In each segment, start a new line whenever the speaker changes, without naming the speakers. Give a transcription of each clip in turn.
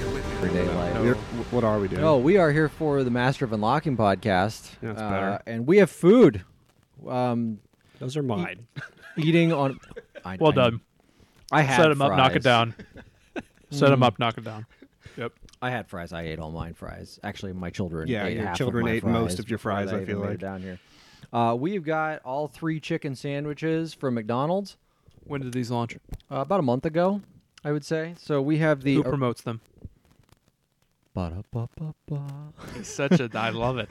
no,
like-
no.
We're- w- What are we doing?
No, we are here for the Master of Unlocking podcast.
That's
Uh,
better.
And we have food. Um,
Those are mine.
eating on. I,
Well
I-
done.
I had
Set him up, knock it
fries.
down. Set him up, knock it down. Yep.
I had fries. I ate all mine fries. Actually, my children.
Yeah,
ate
your
half of
children
my
ate
fries
most of your
before
fries,
they
I
even
feel
made it
like.
down here. Uh, we've got all three chicken sandwiches from McDonald's
When did these launch?
uh, about a month ago, I would say. So we have the.
Who promotes them?
Ba-da-ba-ba-ba.
He's such a. I love it.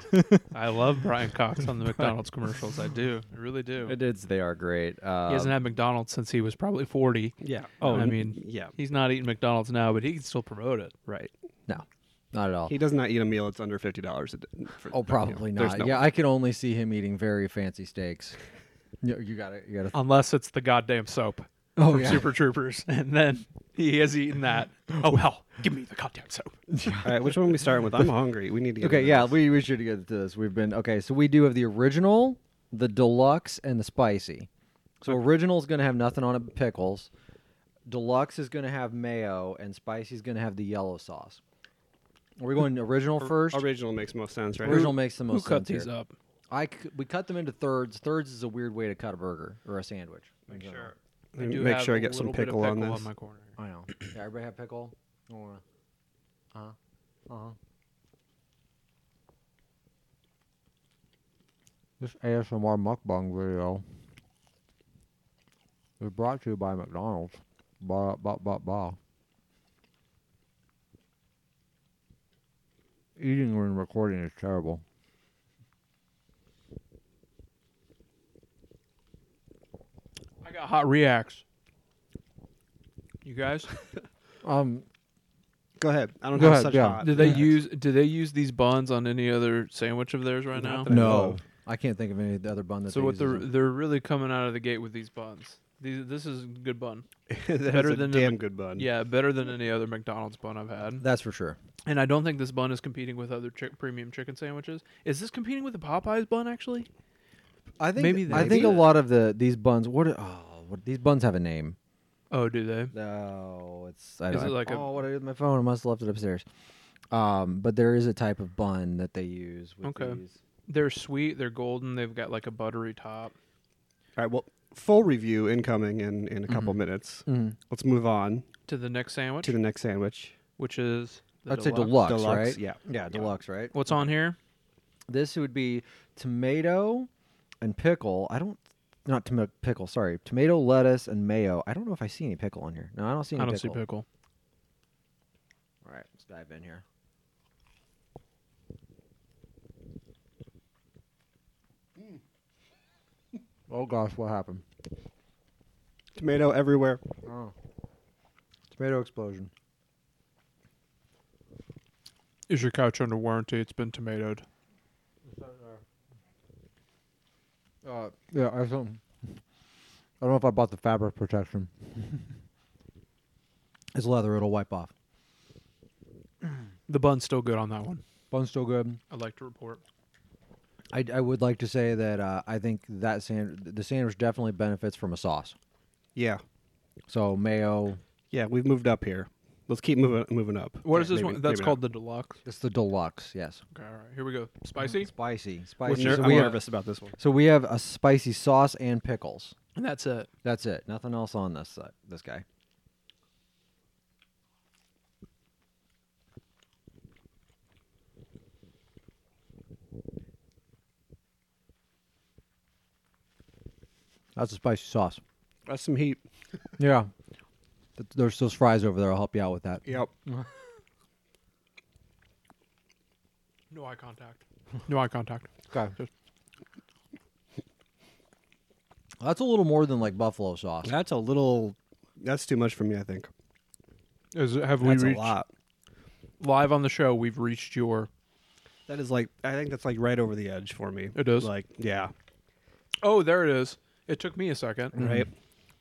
I love Brian Cox on the McDonald's commercials. I do. I really do.
It is. They are great. Uh,
he hasn't had McDonald's since he was probably 40.
Yeah.
Oh, I
n-
mean,
yeah.
He's not eating McDonald's now, but he can still promote it.
Right.
no, not at all.
He does not eat a meal that's under fifty dollars a day. for-
Oh,
you know,
probably
there's
not.
no-
Yeah, I can only see him eating very fancy steaks. you, you gotta, you gotta.
Unless it's the goddamn soap
Oh,
from
yeah.
Super Troopers, and then he has eaten that. Oh hell, give me the goddamn soap.
All right. Which one are we starting with? I'm hungry. We need to. Get
Okay,
into
yeah,
this.
we we should get to this. We've been okay. So we do have the original, the deluxe, and the spicy. So original is gonna have nothing on it but pickles. Deluxe is gonna have mayo, and spicy is gonna have the yellow sauce. Are we going original first?
Original makes most sense, right?
Original makes the most
Who cut
sense.
these
here.
up?
I c- we cut them into thirds. Thirds is a weird way to cut a burger or a sandwich. in general.
Let
I
me
do
Make
have
sure I
a
get some
little bit of
pickle on
pickle
this.
my corner.
I know. Yeah, everybody have pickle. Or, uh huh. Uh huh. This ASMR mukbang video is brought to you by McDonald's. Ba ba ba ba. Eating when recording is terrible.
I got hot reacts. You guys,
Um,
Go ahead. I don't
Go
have
ahead,
such
yeah.
hot.
do they
Yeah.
use do they use these buns on any other sandwich of theirs right now?
Not that I know of.
I can't think of any other bun that.
So
they
what
use
they're
as a-
they're really coming out of the gate with these buns. These this is a good bun.
That's
better
a
than the-
damn good bun.
Yeah, better than any other McDonald's bun I've had.
That's for sure.
And I don't think this bun is competing with other chick premium chicken sandwiches. Is this competing with the Popeyes bun actually?
I think
Maybe
I
they
think
do
a
that.
lot of the these buns. What? are- Oh, what these buns have a name.
Oh, do they?
No, it's. I
Is
don't,
it like a-
oh, what I did with my phone? I must have left it upstairs. Um, but there is a type of bun that they use. With
Okay.
These.
They're sweet. They're golden. They've got like a buttery top.
All right. Well, full review incoming in in a couple minutes.
Mm.
Let's move on
To the next sandwich,
to the next sandwich.
which is the
I'd say
deluxe.
deluxe,
Deluxe,
right?
yeah.
yeah, deluxe, right?
What's on here?
This would be tomato and pickle. I don't. Not tomato pickle. Sorry, tomato, lettuce, and mayo. I don't know if I see any pickle on here. No, I don't see any
I don't see
pickle.
pickle.
All right, let's dive in here. Oh gosh, what happened?
Tomato everywhere.
Oh. Tomato explosion.
Is your couch under warranty? It's been tomatoed.
Uh, yeah, I don't. I don't know if I bought the fabric protection. it's leather; it'll wipe off.
The bun's still good on that one.
Bun's still good.
I'd like to report.
I, I would like to say that uh, I think that sand the sandwich definitely benefits from a sauce.
Yeah.
So mayo,
Yeah. We've moved up here. Let's keep moving moving up.
What
Yeah,
is this
maybe-
one? That's
maybe not.
called the deluxe.
it's the deluxe. Yes,
Okay, all right. Here we go. Spicy.
spicy,
Which
spicy.
ner-
So
I'm
we, have,
nervous about this one.
so we have a spicy sauce and pickles.
And that's it.
That's it. Nothing else on this side. This guy. That's a spicy sauce.
That's some heat.
Yeah. Th- There's those fries over there. I'll help you out with that.
Yep.
No eye contact. No eye contact.
Okay. That's a little more than like buffalo sauce.
That's a little. That's too much for me. I think.
Is it, have we
That's a
reached
lot.
live on the show? We've reached your.
That is like. I think that's like right over the edge for me.
It is?
Like. Yeah.
Oh, there it is. It took me a second.
Mm-hmm.
Right.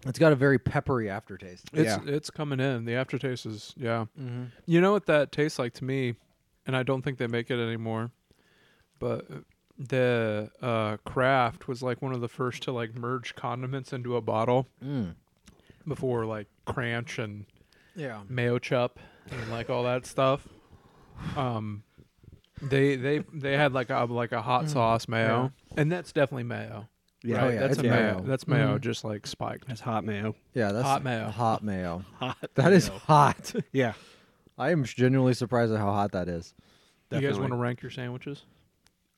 It's got a very peppery aftertaste.
It's
Yeah.
it's coming in. The aftertaste is yeah.
Mm-hmm.
You know what that tastes like to me, and I don't think they make it anymore. But the uh, craft was like one of the first to like merge condiments into a bottle
Mm.
before like Cranch and
Yeah.
Mayo Chup and like all that stuff. um, they they they had like a like a hot sauce mayo, and that's definitely mayo.
Yeah.
right?
Oh, Mm. yeah,
that's
it's
a mayo.
mayo. Mm-hmm.
That's mayo, just like spiked.
That's hot mayo.
Yeah, that's
Hot mayo.
Hot mayo.
Hot.
That is hot.
Yeah.
I am genuinely surprised at how hot that is.
You guys
Definitely.
want to rank your sandwiches?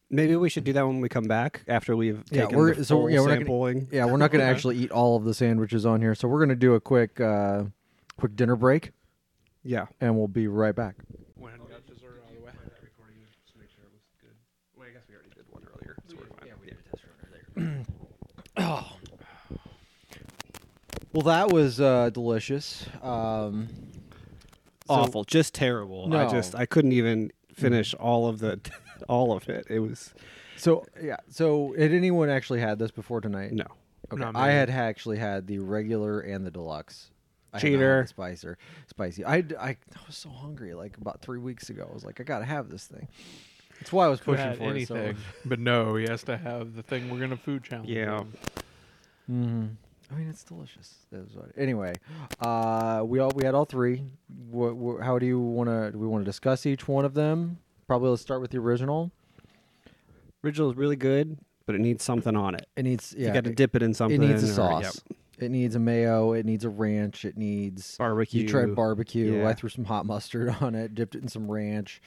Maybe we should do that when we come back after we've
Yeah,
taken
we're-
the
so,
full
yeah, we're not gonna-
sampling.
Yeah, we're not going to actually eat all of the sandwiches on here, so we're going to do a quick, uh, quick dinner break,
yeah.
and we'll be right back.
Went and got dessert out of the way.
Wait, I guess we already did one earlier, so we're fine.
Well, that was uh, delicious. Um,
Awful, just terrible. I
No. Mm.
just I couldn't even finish all of the all of it. It was
so yeah, so had anyone actually had this before tonight?
no.
Okay.
Not
I
me.
had actually had the regular and the deluxe. I had not had
Cheater.
the Spicer. Spicy. I, d- I- I was so hungry like about three weeks ago. I was like, I got to have this thing. That's why I was
Could
pushing
have
for
anything,
it. So.
but no, he has to have the thing we're gonna food challenge.
Yeah.
him.
Mhm. I mean, it's delicious. That was what- Anyway, uh, we all we had all three. What, what, how do you want to? Do we want to discuss each one of them? Probably let's start with the original.
Original is really good, but it needs something on it.
It needs yeah.
you got to
it-
dip it in something.
It needs a
or-
sauce.
yep.
It needs a mayo. It needs a ranch. It needs
Barbecue.
You tried barbecue. I
Yeah.
threw some hot mustard on it. Dipped it in some ranch.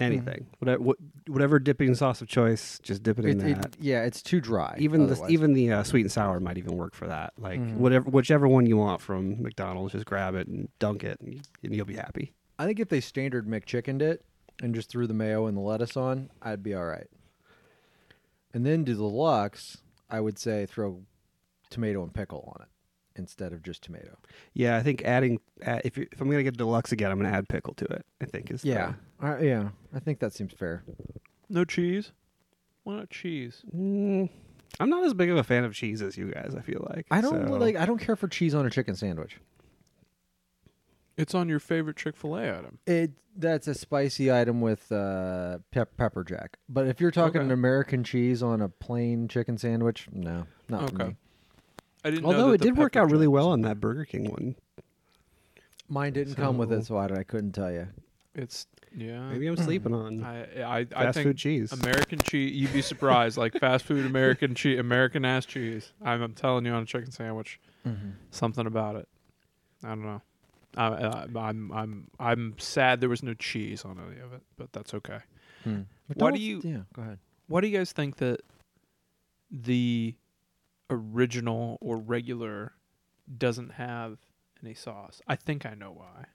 anything. Whatever, whatever dipping sauce of choice, just dip Mm-hmm. it in
It- it-
that.
yeah, it's too dry.
even the
otherwise.
even the uh, sweet and sour might even work for that. Like
Mm-hmm.
Mhm.
whatever, whichever one you want from McDonald's, just grab it and dunk it, and, and you'll be happy.
I think if they standard McChickened it and just threw the mayo and the lettuce on, I'd be all right. And then do the Lux, I would say throw tomato and pickle on it instead of just tomato.
Yeah, I think adding uh, if you if I'm gonna get deluxe again, I'm gonna add pickle to it. I think is the-
I, yeah. I think that seems fair.
No cheese. Why not cheese?
Mm, I'm not as big of a fan of cheese as you guys. I feel like
I don't
so-
like. I don't care for cheese on a chicken sandwich.
It's on your favorite Chick Fil A item.
It that's a spicy item with uh, pep- pepper jack. But if you're talking
Okay.
an American cheese on a plain chicken sandwich, no, not for
Okay.
me.
I didn't. know
Although
that
it
the
did work
pepper
out really
jack-
well on that Burger King one.
Mine didn't come with it,
So-
so I, I couldn't tell you.
It's yeah.
Maybe I'm sleeping on
I I, Mm. I
fast
think
food cheese.
American cheese. You'd be surprised, like fast food American cheese, American ass cheese. I'm, I'm telling you on a chicken sandwich, something about it. I don't know. I, I, I'm I'm I'm sad there was no cheese on any of it, but that's okay.
Hmm.
Why do
McDonald's-
you-
Yeah, go ahead.
Why do you guys think that the original or regular doesn't have any sauce? I think I know why.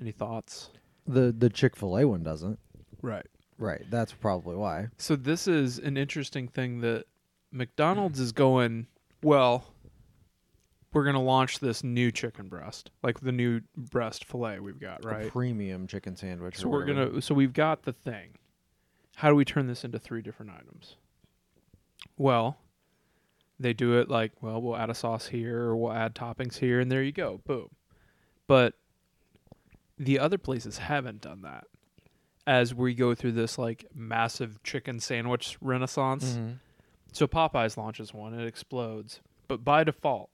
Any thoughts?
The the Chick Fil A one doesn't.
Right.
Right. That's probably why.
So this is an interesting thing that McDonald's is going, well, we're going to launch this new chicken breast, like the new breast fillet we've got,
A
right?
premium chicken sandwich.
So we're going to so we've got the thing. How do we turn this into three different items? Well, they do it like, well, we'll add a sauce here or we'll add toppings here and there you go. Boom. But the other places haven't done that. As we go through this like massive chicken sandwich renaissance, so Popeyes launches one, it explodes. But by default,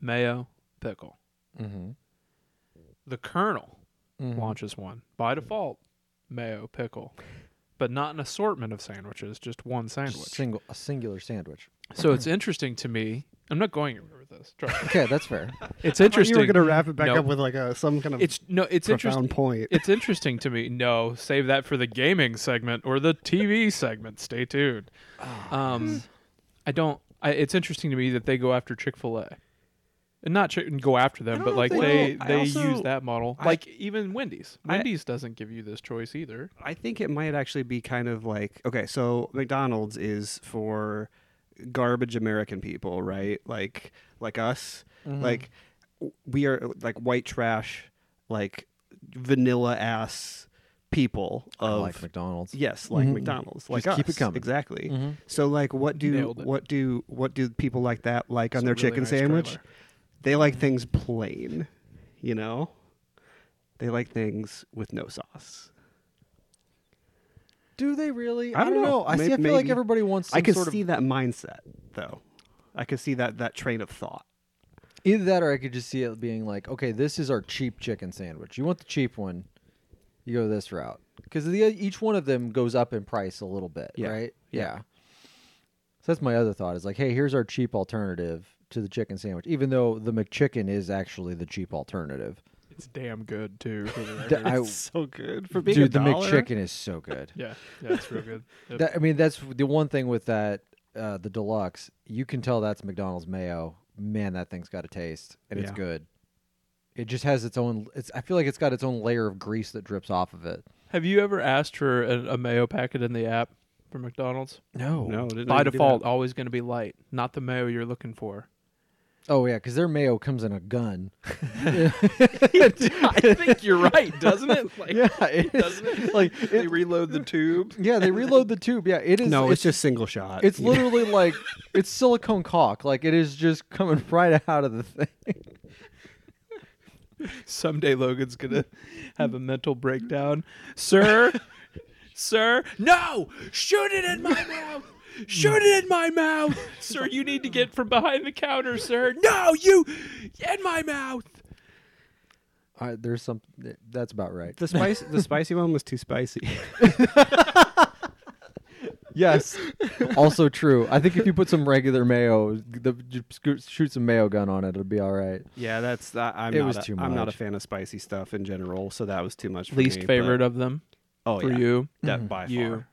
mayo, pickle.
Mm-hmm.
The Colonel
Mm-hmm.
launches one by default, mayo, pickle, but not an assortment of sandwiches, just one sandwich.
Single a singular sandwich.
so it's interesting to me. I'm not going anywhere with this. Trust me.
Okay, that's fair.
It's interesting.
You were gonna wrap it back
Nope.
up with like a some kind of
it's no. It's
profound
interesting.
point.
It's interesting to me. No, save that for the gaming segment or the TV segment. Stay tuned.
Ah,
Um, I don't. I, it's interesting to me that they go after Chick Fil A, and not Chick, go after them,
don't
but
know if
like
they
they
will. I
they
also-
use that model.
I-
like even Wendy's.
I-
Wendy's doesn't give you this choice either.
I think it might actually be kind of like okay, so McDonald's is for garbage American people, right? Like like us,
Mm-hmm.
like w- we are like white trash, like vanilla ass people
I
of
like McDonald's.
yes, mm-hmm. like McDonald's, like
keep
us.
it coming.
exactly. So like, what do
Nailed it.
what do what do people like that like on
It's a
their
really
chicken
nice Mm-hmm.
sandwich?
trailer.
They like things plain, you know. They like things with no sauce.
Do they really?
I don't know.
I, see,
May-
I feel like
maybe.
everybody wants. Some
I can
sort of-
see that mindset though. I can see that that train of thought.
Either that, or I could just see it being like, okay, this is our cheap chicken sandwich. You want the cheap one, you go this route because each one of them goes up in price a little bit,
Yeah.
right?
Yeah.
So that's my other thought is like, hey, here's our cheap alternative to the chicken sandwich, even though the McChicken is actually the cheap alternative.
It's damn good too. for the
Th-
record.
I-
It's so good for being a
Dude, the
dollar.
McChicken is so good.
yeah, yeah, it's real good. Yep.
That- I mean, that's the one thing with that uh, the deluxe. You can tell that's McDonald's mayo. Man, that thing's got a taste, and it's
Yeah.
good. It just has its own. It's. I feel like it's got its own layer of grease that drips off of it.
Have you ever asked for a, a mayo packet in the app for McDonald's?
No.
No, didn't know
By
you could do
default,
that.
always going to be light, not the mayo you're looking for.
Oh yeah, because their mayo comes in a gun.
I think you're right, doesn't it? Like,
yeah, it is. Like it,
reload the tube.
yeah, they reload the tube. Yeah, it is.
no, it's, just single shot.
It's
You know?
literally like it's silicone caulk. Like it is just coming right out of the thing.
Someday Logan's going to have a mental breakdown. Sir, sir, no! Shoot it in my mouth! Shoot it in my mouth! Sir, you need to get from behind the counter, sir. No, you! In my mouth!
Uh, there's some. That's about right.
the spice. the spicy one was too spicy.
Yes. also true. I think if you put some regular mayo, the, just sco- shoot some mayo gun on it, it'll be all right.
yeah, that's. I- I'm
It
not.
was
a,
too
I'm not a
much.
fan of spicy stuff in general, so that was too much. For
Least
me,
favorite
but,
of them
oh,
for
yeah,
you.
Mm-hmm.
That by
You.
far.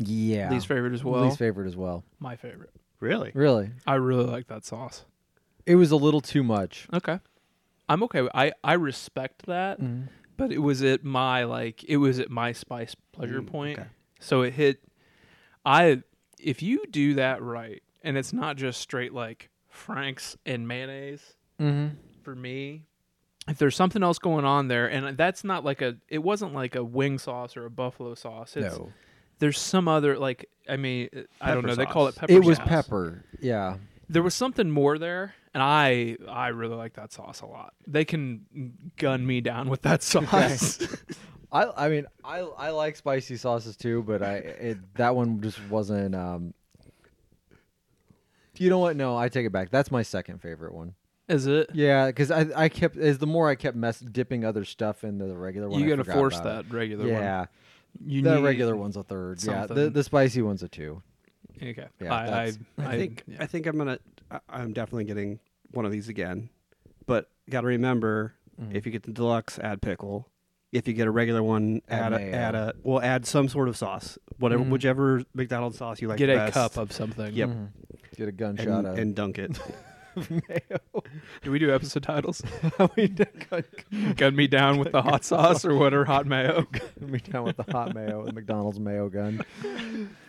Yeah.
Least favorite as well.
Least favorite as well.
my favorite.
Really?
Really.
I really like that sauce.
It was a little too much.
Okay. I'm okay. with- I I respect that,
Mhm.
but it was at my like it was at my spice pleasure point.
okay.
So it hit I if you do that right and it's not just straight like franks and mayonnaise
Mm-hmm.
for me, if there's something else going on there and that's not like a it wasn't like a wing sauce or a buffalo sauce. It's
No.
there's some other like I mean, I don't
Pepper
know. They call it
sauce.
pepper
It was
sauce.
pepper. Yeah.
there was something more there and i i really like that sauce a lot they can gun me down with that sauce
I I mean I I like spicy sauces too, but I it, that one just wasn't. Um, you know what? No, I take it back. That's my second favorite one.
is it
Yeah, because I I kept as the more I kept mess dipping other stuff into the regular one.
you
I
gotta
forgot
force
about
that regular
it.
one
Yeah,
you
the
need-
regular one's a third. Yeah, the,
something.
the spicy one's a two.
okay
Yeah,
I, I,
that's-
I think
yeah.
I think I'm gonna I, I'm definitely getting one of these again, but gotta remember
Mm.
if you get the deluxe, add pickle. If you get a regular one,
Add
add, a,
mayo.
add a well, add some sort of sauce, whatever whichever McDonald's sauce you like.
Mm. get a
best,
cup of something
Mm-hmm.
Yep,
Get a
and,
gunshot out
and dunk it.
of mayo.
do we do episode titles
we did gun,
gun me down with the hot sauce or what or hot mayo
me down with the hot mayo, the McDonald's mayo gun.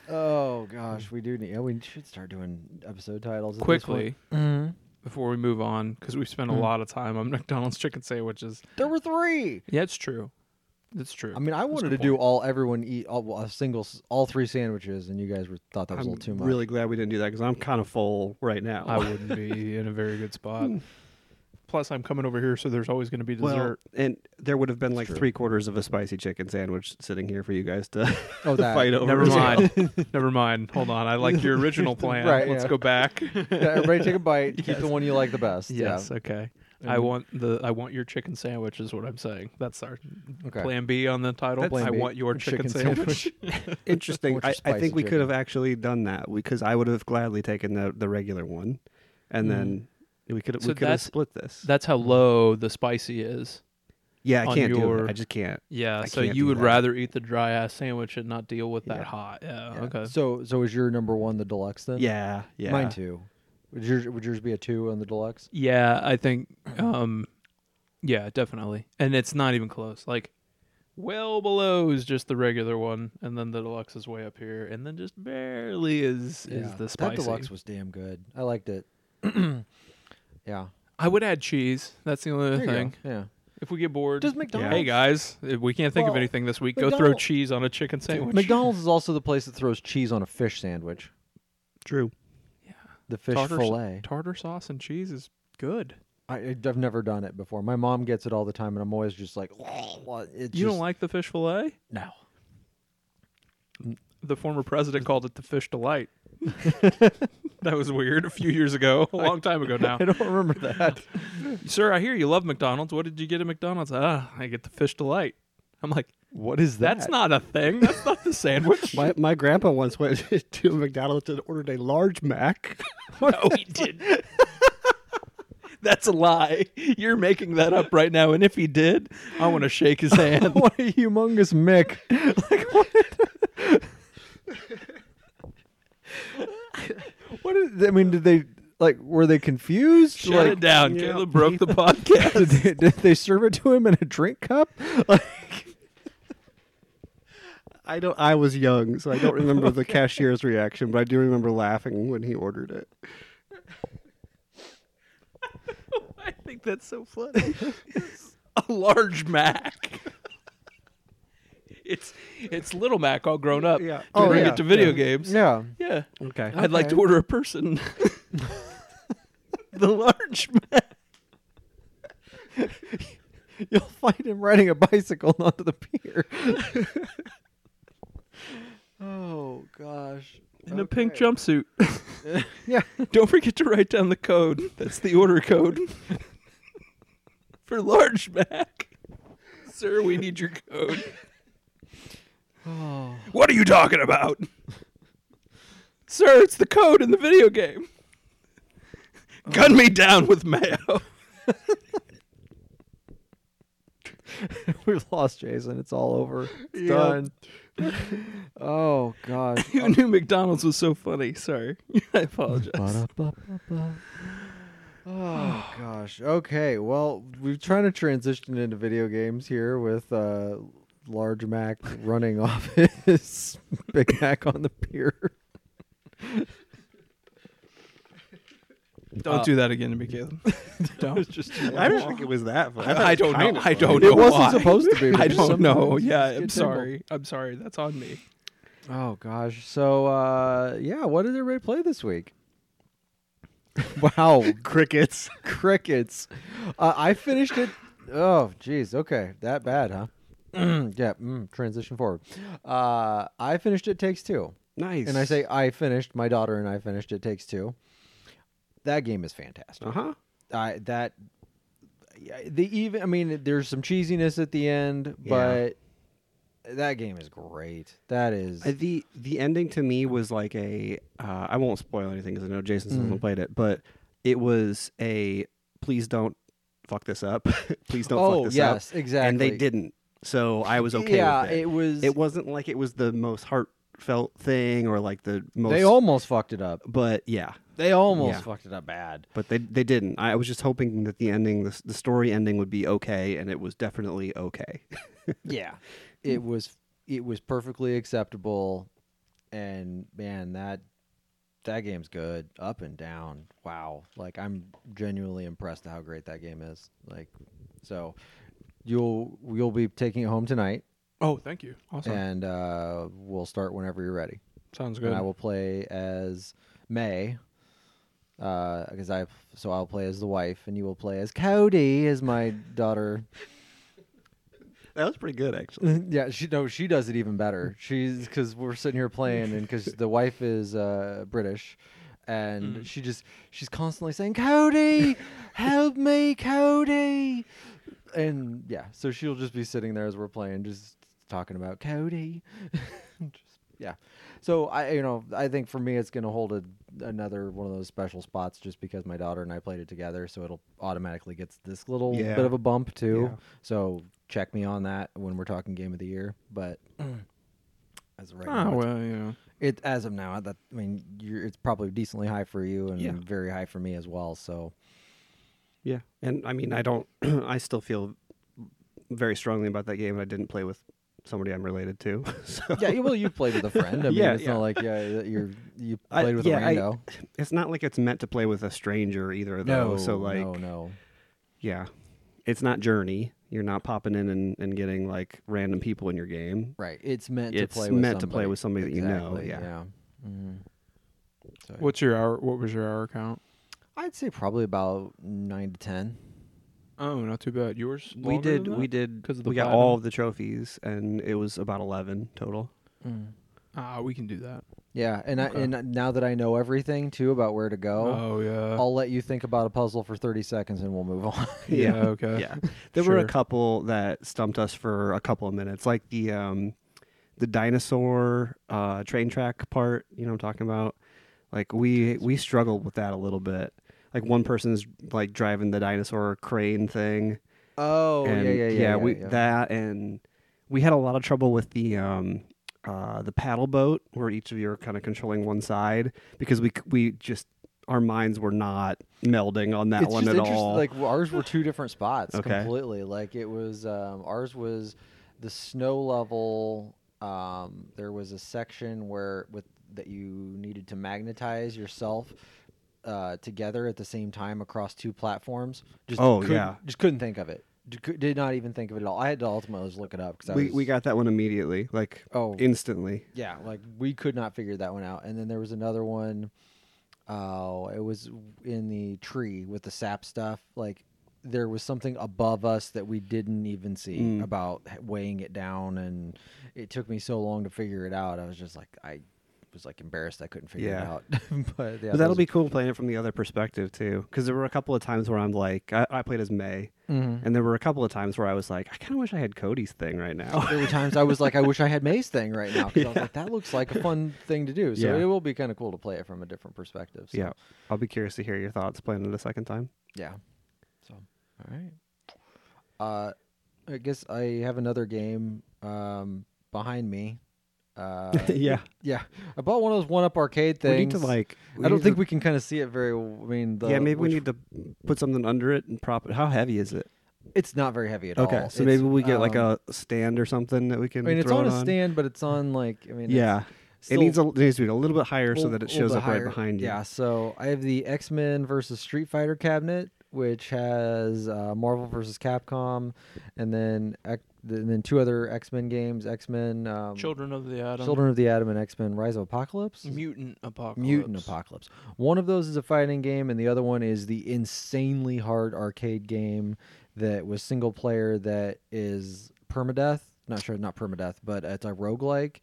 Oh gosh, we do need. Yeah, we should start doing episode titles at this
quickly
point.
Mm-hmm.
Mhm.
before we move on because we
Hmm.
spent a lot of time on mcdonald's chicken sandwiches
There were three.
yeah it's true it's true
I mean, I wanted to
good
do all everyone eat all, well, a single s- all three sandwiches, and you guys were, thought that was
I'm
a little too much.
really glad we didn't do that because I'm kind of full right now.
I wouldn't be in a very good spot. Plus, I'm coming over here, so there's always going to be
well,
dessert.
and there would have been like
true.
three quarters of a spicy chicken sandwich sitting here for you guys to
Oh, that.
fight over.
Never mind. Never mind. Hold on. I like your original plan.
Right,
Let's
yeah.
go back.
Yeah, everybody take a bite. Keep the one you like the best.
yes. Okay. I
And-
want the I want your chicken sandwich is what I'm saying. That's our
Yeah. Okay.
plan B on the title.
That's-
I
Plan B,
want your chicken,
chicken
sandwich.
Interesting.
Which
I,
is
I think
spicy
we
chicken.
could have actually done that because I would have gladly taken the, the regular one, and then we could
So
we could have
that's-
split this.
That's how low the spicy is.
yeah, I
on
can't do
your-
it. I just can't.
Yeah.
I
so
can't
you
do
would
that.
rather eat the dry ass sandwich and not deal with that
Yeah.
hot. Yeah,
Yeah.
Okay.
So, so is your number one the deluxe then?
Yeah, yeah.
Mine too. Would yours would yours be a two on the deluxe?
Yeah, I think um yeah, definitely. And it's not even close. Like well below is just the regular one and then the deluxe is way up here and then just barely is is the spicy.
That deluxe was damn good. I liked it. yeah.
I would add cheese. That's the only other
There you go.
thing.
Yeah.
If we get bored,
Does McDonald's?
hey guys, if we can't think of
Well,
anything this week, go throw
McDonald-
cheese on a chicken sandwich.
McDonald's is also the place that throws cheese on a fish sandwich.
True.
The fish
Tartar s-
fillet.
tartar sauce and cheese is good.
I, I've never done it before. My mom gets it all the time, and I'm always just like, it's
You
just-
don't like the fish fillet?
no.
The former president called it the fish delight. That was weird. A few years ago, a long time ago now.
I don't remember that.
Sir, I hear you love McDonald's. What did you get at McDonald's? Ah, I get the fish delight. I'm like,
What is
that's not a thing. That's not the sandwich.
My, my grandpa once went to McDonald's and ordered a large Mac.
No, he didn't. That's a lie. You're making that up right now. And if he did, I want to shake his hand.
what a humongous Mick. like what? what is, I mean, did they like were they confused?
Shut
like
it down.
yeah.
Caleb broke the podcast.
Did, they, did they serve it to him in a drink cup? Like
I don't. I was young, so I don't remember the cashier's reaction, but I do remember laughing when he ordered it.
I think that's so funny. a large Mac. It's it's little Mac all grown up.
Yeah.
To
Oh,
bring
yeah,
it to video
yeah.
games.
yeah.
Yeah.
Okay.
I'd like to
Okay.
order a person. the large Mac.
You'll find him riding a bicycle onto the pier. oh gosh.
In a pink jumpsuit.
Yeah.
Don't forget to write down the code. That's the order code. For large Mac. Sir, we need your code.
Oh.
What are you talking about? Sir, it's the code in the video game. Gun me down with mayo.
We've lost Jason. It's all over. It's
Yep.
done. oh gosh.
Who knew McDonald's was so funny? Sorry. I apologize.
Ba-da-ba-ba-ba. Oh gosh. Okay. Well, we're trying to transition into video games here with uh, Large Mac running off his Big Mac on the pier.
Don't do that again to me, Caleb. Don't.
Just
I don't think it was that fun.
I don't know. I don't know.
it wasn't
why.
supposed to be. but
I
just
don't know.
sometimes you
Yeah,
just
I'm
get
sorry. I'm sorry. That's on me.
tumbled. Oh gosh. So uh, yeah, what did everybody play this week? wow,
Crickets.
crickets. Uh, I finished it. Oh, geez. Okay, that bad, huh? yeah. Mm, transition forward. Uh, I finished it takes two,
Nice.
and I say I finished. My daughter and I finished it takes two. That game is fantastic.
uh huh.
I that yeah, the even. I mean, there's some cheesiness at the end,
Yeah.
but that game is great. That is.
uh, The the ending to me was like a. Uh, I won't spoil anything because I know Jason still
Mm-hmm.
hasn't played it, but it was a. Please don't fuck this up. please don't
oh
fuck this up.
yes, exactly.
And they didn't. So I was okay
yeah,
with it.
it was.
it wasn't like it was the most heartfelt thing or like the most
they almost fucked it up.
but yeah
They almost
Yeah.
fucked it up bad.
but they they didn't i was just hoping that the ending the, s- the story ending would be okay and it was definitely okay
yeah it was it was perfectly acceptable and man that that game's good up and down wow like i'm genuinely impressed at how great that game is like so you'll you'll be taking it home tonight
Oh, thank you. Awesome.
and uh we'll start whenever you're ready
Sounds good.
and i will play as may uh because i so i'll play as the wife and you will play as cody as my daughter
that was pretty good actually
yeah, she no, she does it even better. She's because we're sitting here playing, and because the wife is uh, British, and she just she's constantly saying, "Cody, help me, Cody," and yeah, so she'll just be sitting there as we're playing, just talking about Cody. just, yeah, so I you know I think for me it's gonna hold a, another one of those special spots just because my daughter and I played it together, so it'll automatically gets this little
Yeah.
bit of a bump too.
Yeah.
So check me on that when we're talking game of the year. But as of right
Ah,
now, it's-
well, you know.
it as of now, that I mean, you're, it's probably decently high for you and
Yeah.
very high for me as well. So
yeah and i mean i don't i still feel very strongly about that game i didn't play with somebody i'm related to so
yeah, you- well, you played with a friend. I mean,
Yeah,
it's
yeah.
not like yeah, that you're you
I-
played with
yeah,
a
I-
rando.
it's not like it's meant to play with a stranger either though so like
no, no.
yeah it's not journey you're not popping in and, and getting like random people in your game
Right. It's meant to
It's
play with
meant to
somebody.
play with somebody that you know,
Exactly,
yeah.
Mhm. So,
What's your hour? What was your hour count?
I'd say probably about nine to ten.
Oh, not too bad. Yours?
we did we did
'Cause of the
we got all
platinum?
of the trophies and it was about 11 total
Ah, we can do that.
Yeah, and
Okay.
I and now that I know everything too about where to go,
Oh, yeah.
I'll let you think about a puzzle for 30 seconds and we'll move on.
yeah.
yeah.
Okay.
yeah there were a
Sure.
couple that stumped us for a couple of minutes like the um the dinosaur uh train track part you know what i'm talking about like we we struggled with that a little bit like one person's like driving the dinosaur crane thing
oh,
and
yeah, yeah, yeah. yeah,
we
yeah.
that and we had a lot of trouble with the um uh the paddle boat where each of you are kind of controlling one side because we c- we just our minds were not melding on that
it's
one
just
at
interesting.
all
Like ours were two different spots
Okay.
completely. Like it was um, ours was the snow level. Um, there was a section where with that you needed to magnetize yourself uh, together at the same time across two platforms. Just
Oh,
couldn't-
yeah.
just couldn't think of it. D- cou- Did not even think of it at all. I had to ultimately just look it up because
we, we got that one immediately like
oh
instantly
yeah, like we could not figure that one out. And then there was another one. Oh, it was in the tree with the sap stuff. Like there was something above us that we didn't even see
Mm.
about h- weighing it down, and it took me so long to figure it out. I was just like, I was like embarrassed I couldn't figure
Yeah.
it out. but yeah,
but that'll be cool playing it from the other perspective too because there were a couple of times where i'm like I, I played as may
Mm-hmm.
and there were a couple of times where i was like i kind of wish i had cody's thing right now
There were times I was like, I wish I had May's thing right now because I was like, that looks like a fun thing to do. So
Yeah.
it will be kind of cool to play it from a different perspective. So,
yeah i'll be curious to hear your thoughts playing it a second time
Yeah. So, all right. Uh, I guess I have another game um, behind me. Uh,
yeah
yeah. I bought one of those one up arcade things.
we need to like
I don't
need
think
to-
we can kind of see it very. w- I mean, the,
yeah maybe we
which-
need to put something under it and prop it how heavy is it
It's not very heavy at all.
okay so
Oh, It's,
maybe we get like
um,
a stand or something that we can
I mean, it's
throw
on
it
a stand, but it's on like. I mean, it's
yeah it
still
needs, a, it needs to be a little bit higher so
little-
that it
little
shows
bit
up
higher.
right behind you
Yeah. So I have the X Men versus Street Fighter cabinet, which has uh, Marvel versus Capcom, and then X- and then two other X Men games: X Men um,
Children of the Atom.
Children of the Atom and X Men Rise of Apocalypse.
Mutant apocalypse.
Mutant Apocalypse. One of those is a fighting game, and the other one is the insanely hard arcade game that was single player that is permadeath. Not sure, not permadeath, but it's a roguelike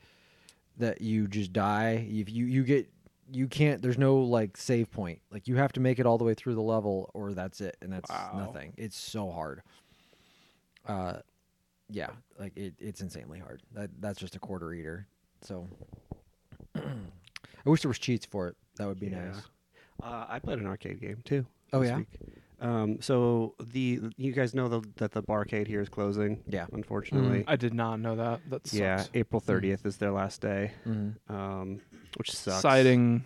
that you just die. If you, you get, you can't, there's no like save point. Like you have to make it all the way through the level or that's it. And that's
Wow.
nothing. It's so hard. Uh, yeah, like it, it's insanely hard. That, that's just a quarter eater. So I wish there was cheats for it. That would be
Yeah.
nice.
Uh, I played an arcade game too.
Oh,
this
yeah?
week. Um, so the you guys know the, that the barcade here is closing.
Yeah. Mm.
Unfortunately.
I did not know that. Mm. That sucks.
yeah. April thirtieth is their last day,
Mm-hmm.
um, which sucks.
Citing.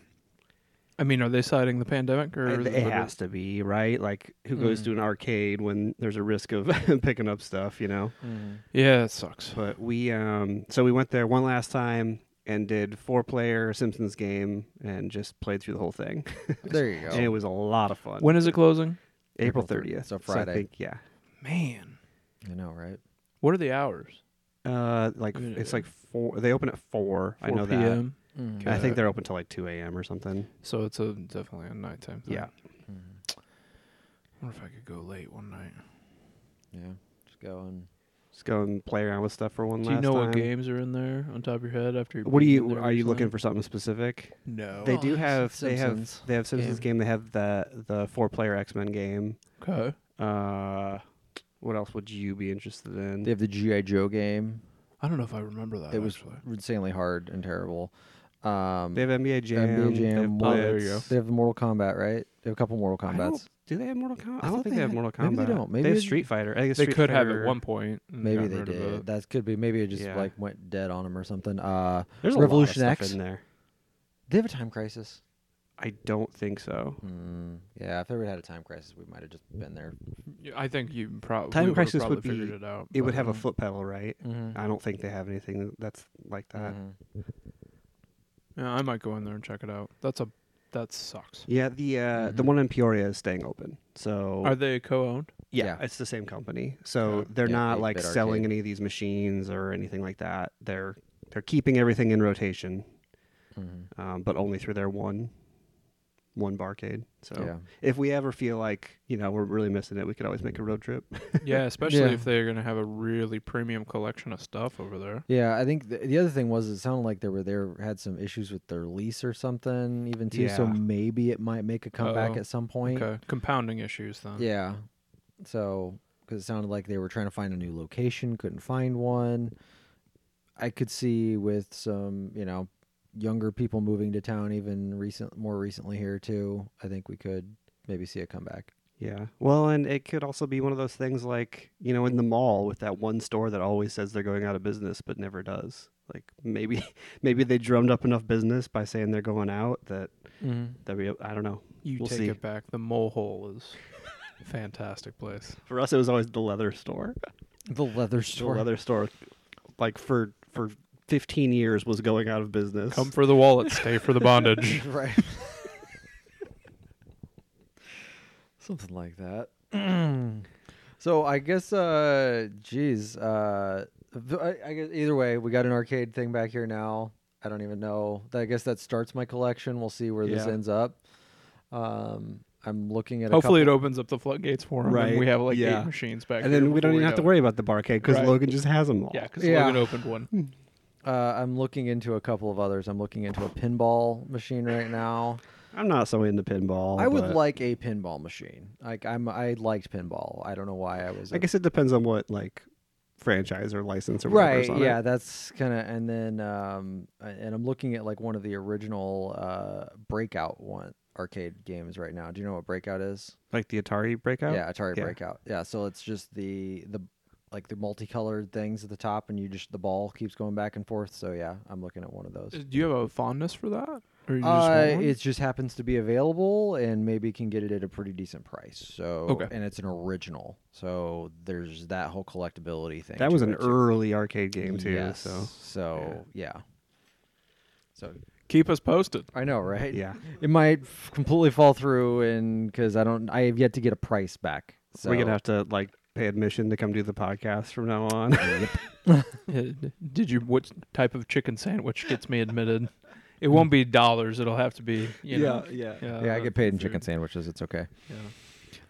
I mean, are they citing the pandemic or?
It,
is
it
what
has to be right. Like, who goes
Mm.
to an arcade when there's a risk of picking up stuff, you know?
Mm.
Yeah, it sucks.
But we, um, so we went there one last time and did four-player Simpsons game and just played through the whole thing,
There you go.
and it was a lot of fun.
When is it closing?
April
April
30th,
thirtieth,
so
I
Friday.
think, yeah,
Man,
I know, right?
what are the hours?
Uh, like
Yeah.
it's like four. They open at four. I
4
know that.
p.m.
And I
Mm. Okay.
think they're open till like two a.m. or something.
So it's a definitely a nighttime. Thing.
Yeah.
Mm-hmm.
I wonder if I could go late one night.
Yeah. Just go and
Just go and play around with stuff for one
Do
last
you know
time.
what games are in there on top of your head after? You
What do
beat
you
them
are
or
you looking
something?
for? Something specific?
No.
They
Oh,
do
it's
have. They have.
Simpsons
They have Simpsons game. They have the the four player X Men game.
okay.
Uh, what else would you be interested in?
they have the GI Joe game.
I don't know if I remember that.
it was
actually.
insanely hard and terrible. Um,
They have NBA Jam.
NBA
they have
Jam, Oh,
there you
Blitz.
they have Mortal Kombat, right? They have a couple Mortal
I don't-
Kombats.
do they have Mortal Kombat? I,
I
don't
thought
think
they
they have
had-
Mortal Kombat.
maybe they don't. Maybe
they have
they-
Street Fighter. I think
They
Street
could have at
Fighter-
one point. and
Maybe
gotten
they
rid of
did.
it.
That could be. Maybe it just
Yeah.
like went dead on them or something. Uh,
There's a lot of
Revolution
stuff
X.
in there.
they have a time crisis.
I don't think so.
Mm, yeah, if everybody had a time crisis, we might have just been there.
Yeah, I think you probably
Time
would
Crisis
probably
would
figured
be-
it out.
It would
but-
have a foot pedal, right?
Mm-hmm.
I don't think they have anything that's like that.
Yeah, I might go in there and check it out. That's a that sucks.
Yeah, the uh, the
Mhm.
one in Peoria is staying open. So
Are they co-owned?
yeah,
yeah.
it's the same company. So
Okay.
they're
Yeah,
not
8-bit
like
arcade.
selling any of these machines or anything like that. They're they're keeping everything in rotation,
Mm-hmm.
um, but only through their one one barcade. So
Yeah.
if we ever feel like you know we're really missing it, we could always make a road trip.
Yeah, especially
Yeah.
if they're gonna have a really premium collection of stuff over there.
Yeah, I think the, the other thing was it sounded like they were there had some issues with their lease or something even too. So
Yeah.
maybe it might make a comeback
Uh-oh.
at some point.
Okay, compounding issues then.
Yeah. So because it sounded like they were trying to find a new location, couldn't find one. I could see with some you know younger people moving to town even recent more recently here too. I think we could maybe see a comeback.
yeah. Well, and it could also be one of those things like you know in the mall with that one store that always says they're going out of business but never does. Like maybe maybe they drummed up enough business by saying they're going out that
Mm-hmm.
that we I don't know.
You
We'll
take
see.
it back. The mole hole is a fantastic place.
For us, it was always the leather store.
The leather
The
store.
leather store, like for for. 15 years was going out of business.
Come for the wallet, stay for the bondage.
right. Something like that. so I guess, uh, geez, uh, th- I, I guess either way, we got an arcade thing back here now. I don't even know. I guess that starts my collection. We'll see where this
Yeah.
ends up. Um, I'm looking at.
Hopefully,
a
it
couple,
opens up the floodgates for him, and we
Right,
have like
yeah.
eight machines back.
and
here
then we
before
don't even have to
know.
worry about the barcade because
Right.
Logan just has them all.
Yeah, because
Yeah.
Logan opened
Hmm.
one.
Uh, I'm looking into a couple of others. I'm looking into a pinball machine right now.
I'm not so into pinball.
I would
but
like a pinball machine. Like I'm, I liked pinball. I don't know why I was.
I
a-
guess it depends on what like franchise or license or
right
whatever's on
yeah
it.
that's kind of and then um a- and i'm looking at like one of the original uh breakout one arcade games right now do you know what breakout is
Like the Atari breakout.
yeah atari
Yeah.
breakout yeah so it's just the the like the multicolored things at the top and you just the ball keeps going back and forth so yeah i'm looking at one of those
Uh, Do you have a fondness for that? Or you just want
uh,
one?
it just happens to be available and maybe can get it at a pretty decent price so
Okay.
and it's an original so there's that whole collectability thing
That
to
was an
it, too.
early arcade game too.
Yes.
So
So, yeah. So
Keep us posted.
I know, right?
yeah,
It might f- completely fall through, and because I don't, I have yet to get a price back. So
we're gonna have to like pay admission to come do the podcast from now on.
Did you? What type of chicken sandwich gets me admitted? It won't be dollars. It'll have to be. You know,
yeah.
yeah, I
uh,
get paid in
food.
chicken sandwiches. It's okay.
Yeah.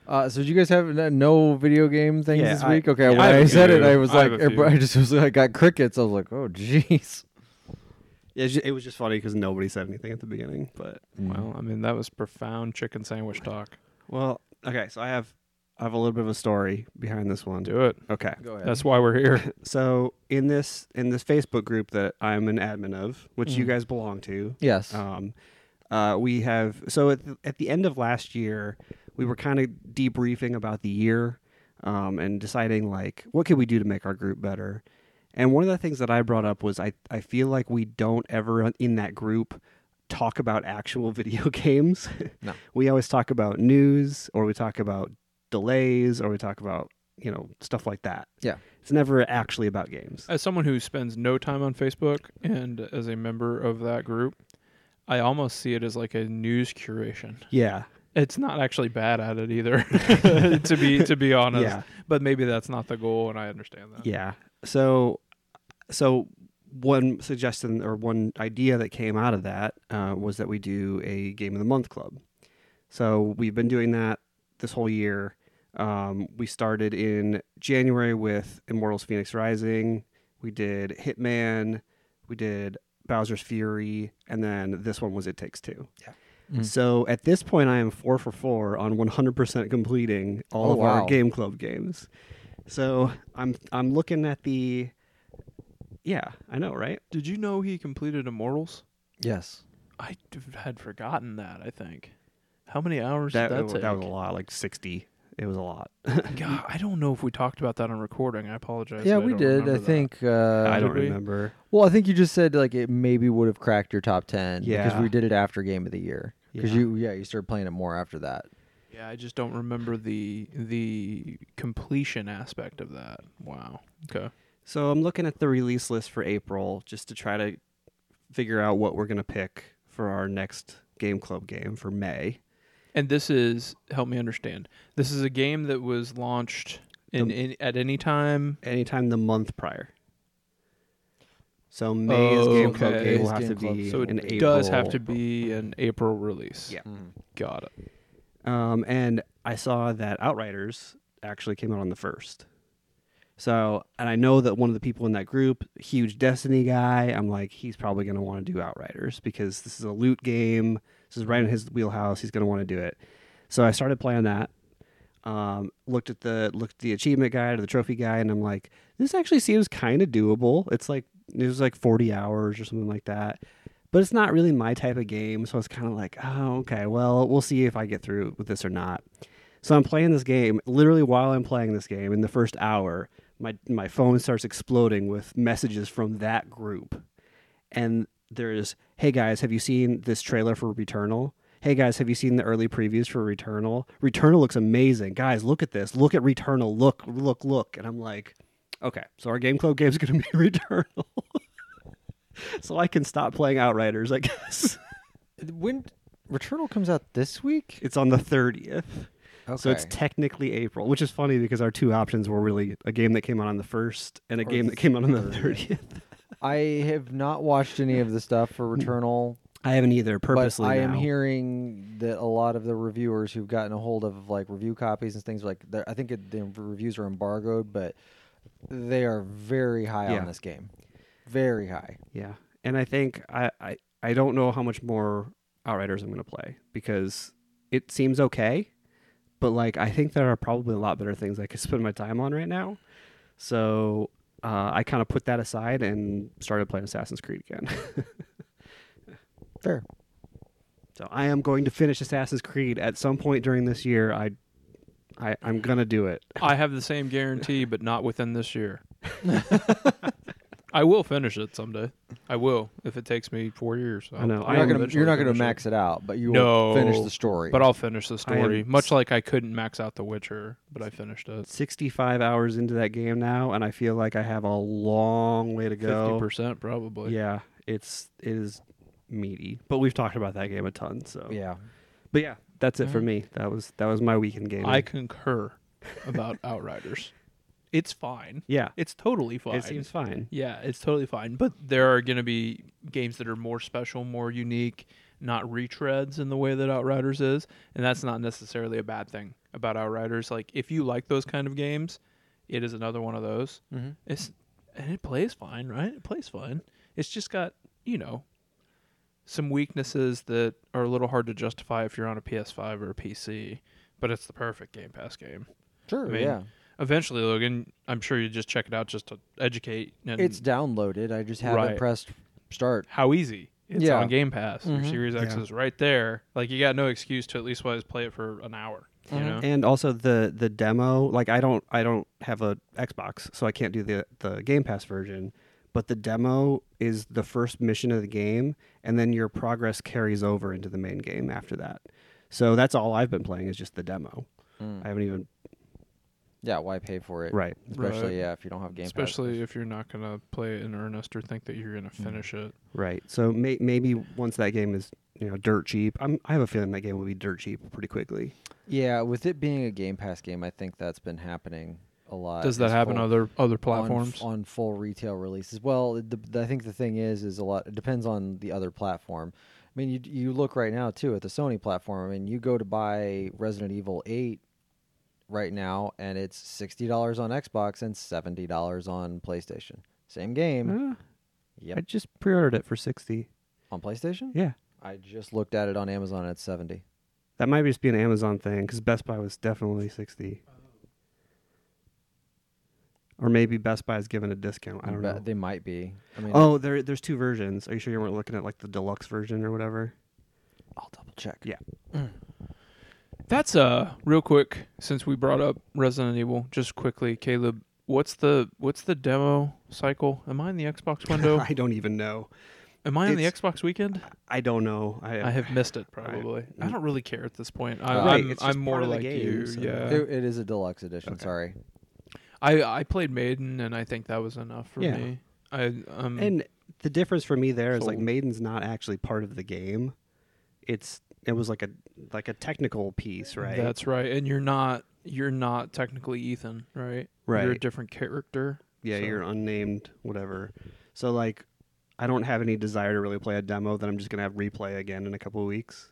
Uh, so did you guys have n- no video game things
Yeah,
this
I-
week? Okay,
yeah,
when
I
I,
have a
said it,
few.
I was
I have
like,
a few.
I just was like, I got crickets. I was like, oh, jeez.
It's ju- It was just funny because nobody said anything at the beginning. But
Well, I mean, that was profound chicken sandwich talk.
well, okay. So I have I have a little bit of a story behind this one.
Do it.
Okay.
go ahead.
That's why we're here.
So in this in this Facebook group that I'm an admin of, which
Mm.
you guys belong to,
yes.
Um, uh, we have so at the, at the end of last year, we were kind of debriefing about the year um, and deciding like what could we do to make our group better. And one of the things that I brought up was I I feel like we don't ever in that group talk about actual video games.
No.
we always talk about news or we talk about delays or we talk about you know stuff like that.
Yeah. Uh,
it's never actually about games.
As someone who spends no time on Facebook and as a member of that group, I almost see it as like a news curation.
Yeah,
It's not actually bad at it either, to be to be honest.
yeah.
But maybe that's not the goal, and I understand that.
Yeah. So, so one suggestion or one idea that came out of that uh, was that we do a game of the month club. So we've been doing that this whole year. Um, we started in January with Immortals: Phoenix Rising. We did Hitman. We did Bowser's Fury, and then this one was It Takes Two.
Yeah.
Mm.
So at this point, I am four for four on 100% completing all
Oh,
of
wow.
our game club games. So I'm I'm looking at the yeah I know right
Did you know he completed Immortals?
yes.
I d- had forgotten that. I think. How many hours
that
did that take?
that was a lot like 60 it was a lot
God, I don't know if we talked about that on recording. I apologize.
Yeah,
that I
we
don't
did.
remember
I
that.
think. Uh,
I don't
did we?
remember
Well, I think you just said like it maybe would have cracked your top ten because
Yeah.
we did it after Game of the Year because
Yeah.
you yeah you started playing it more after that.
Yeah, I just don't remember the the completion aspect of that. Wow. Okay.
so I'm looking at the release list for April just to try to figure out what we're gonna pick for our next game club game for May
And this is help me understand. This is a game that was launched in, in at any time.
anytime the month prior So May's
Oh,
Game
okay.
Club game will
May's Game
have to
Club.
be
Yeah,
So it
in April.
does have to be an April release.
Yeah.
Got it.
Um, and I saw that Outriders actually came out on the first. So, and I know that one of the people in that group, huge Destiny guy, I'm like, he's probably going to want to do Outriders because this is a loot game. This is right in his wheelhouse. He's going to want to do it. So I started playing that. Um, looked at the looked at the achievement guide or the trophy guide, and I'm like, this actually seems kind of doable. It's like it was like 40 hours or something like that but it's not really my type of game. So I was kind of like, oh, okay, well, we'll see if I get through with this or not. So I'm playing this game. Literally, while I'm playing this game, in the first hour, my my phone starts exploding with messages from that group, and there's, hey guys, have you seen this trailer for Returnal? Hey guys, have you seen the early previews for Returnal? Returnal looks amazing. Guys, look at this. Look at Returnal. Look, look, look. And I'm like, okay, so our game club game's gonna be Returnal. so I can stop playing Outriders, I guess.
When Returnal comes out this week,
It's on the 30th.
okay.
So it's technically April, which is funny because our two options were really a game that came out on the 1st and a
Or
game
the
that came out on the 30th.
I have not watched any of the stuff for Returnal,
I haven't either,
but
purposely.
I am
now.
hearing that a lot of the reviewers who've gotten a hold of like review copies and things like that. I think it, the reviews are embargoed, but they are very high
Yeah.
on this game, very high.
Yeah. And I think I, I, I don't know how much more Outriders I'm going to play because it seems okay. But like, I think there are probably a lot better things I could spend my time on right now. So uh, I kind of put that aside and started playing Assassin's Creed again.
Fair.
So I am going to finish Assassin's Creed at some point during this year. I, I I'm gonna do it.
I have the same guarantee, but not within this year. I will finish it someday. I will if it takes me four years.
I know.
I'll
You're not gonna
eventually
you're not gonna
finish it.
max it out, but you will finish
No,
the story.
But I'll finish the story,
am-
much like I couldn't max out The Witcher, but I finished it.
65 hours into that game now, and I feel like I have a long way to
Fifty
go.
percent probably.
Yeah, it's it is meaty, but we've talked about that game a ton. So
yeah.
but yeah, that's it for me. That was that was my weekend game.
I concur about Outriders. It's fine.
yeah,
It's totally fine.
it seems fine.
yeah, it's totally fine. But there are going to be games that are more special, more unique, not retreads in the way that Outriders is, and that's not necessarily a bad thing about Outriders. Like if you like those kind of games, it is another one of those.
Mm-hmm.
It's and it plays fine, right? It plays fine. It's just got you know some weaknesses that are a little hard to justify if you're on a PS5 or a PC. But it's the perfect Game Pass game.
Sure.
I mean,
yeah.
Eventually, Logan, I'm sure you just check it out just to educate. And
It's downloaded. I just haven't
Right.
pressed start.
how easy it's
Yeah.
on Game Pass. Your
Mhm.
Series X
Yeah.
is right there. Like you got no excuse to at least wise play it for an hour. You
Mhm.
know,
And also the the demo, like I don't I don't have a Xbox, so I can't do the the Game Pass version. But the demo is the first mission of the game, and then your progress carries over into the main game after that. So that's all I've been playing is just the demo. I haven't even
Yeah. Why pay for it?
right.
Especially
Right.
yeah, if you don't have Game Pass.
especially if you're not gonna play it in earnest or think that you're gonna finish it.
Right. So may, maybe once that game is you know dirt cheap, I'm, I have a feeling that game will be dirt cheap pretty quickly.
Yeah, with it being a Game Pass game, I think that's been happening a lot.
Does that
is Uh,
happen
full-
on other other
on f-
platforms?
on, full retail releases? Well, it, the, I think the thing is, is a lot. It depends on the other platform. I mean, you you look right now too at the Sony platform. I mean, you go to buy Resident Evil Eight right now, and it's sixty dollars on Xbox and seventy dollars on PlayStation. Same
Hmm.
game.
Uh, I
Yep.
just pre-ordered it for sixty.
On PlayStation,
Yeah,
I just looked at it on Amazon. and It's seventy.
that might just be an Amazon thing because Best Buy was definitely sixty. Or maybe Best Buy is given a discount. I don't
But
know.
They might be. I mean,
Oh, there, there's two versions. Are you sure you weren't looking at like the deluxe version or whatever?
I'll double check.
Yeah.
That's uh real quick since we brought up Resident Evil. Just quickly, Caleb, what's the what's the demo cycle? Am I in the Xbox window?
I don't even know.
Am I in the
It's-
Xbox weekend?
I don't know. I,
I have missed it probably. I don't really care at this point. I,
Uh,
Right,
I'm,
it's just
I'm more
part of the
like
game,
you.
so-
Yeah.
It- it is a deluxe edition. Sorry.
I I played Maiden, and I think that was enough for
Yeah.
me. I um
And the difference for me there is like
Sold.
Maiden's not actually part of the game. It's it was like a like a technical piece, right?
that's right. And you're not you're not technically Ethan, right? You're a
Right.
different character.
yeah,
so-
you're unnamed whatever. So like I don't have any desire to really play a demo that I'm just gonna have replay again in a couple of weeks.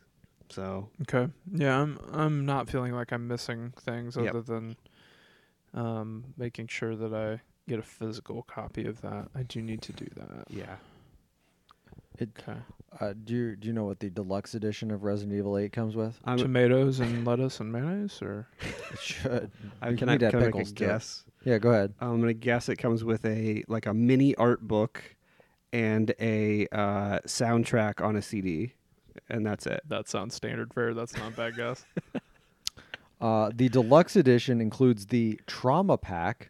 So
Okay. Yeah, I'm I'm not feeling like I'm missing things
Yep.
other than um making sure that I get a physical copy of that. I do need to do that.
yeah,
Okay.
Uh, do you do you know what the deluxe edition of Resident Evil Eight comes with?
I'm,
Tomatoes and lettuce and mayonnaise or
It should.
I
you
can,
need
I,
to have
can I make a
pickles, too.
guess.
Yeah, go ahead.
I'm gonna guess it comes with a like a mini art book and a uh, soundtrack on a CD, and that's it.
that sounds standard fare. That's not a bad guess.
Uh, the deluxe edition includes the trauma pack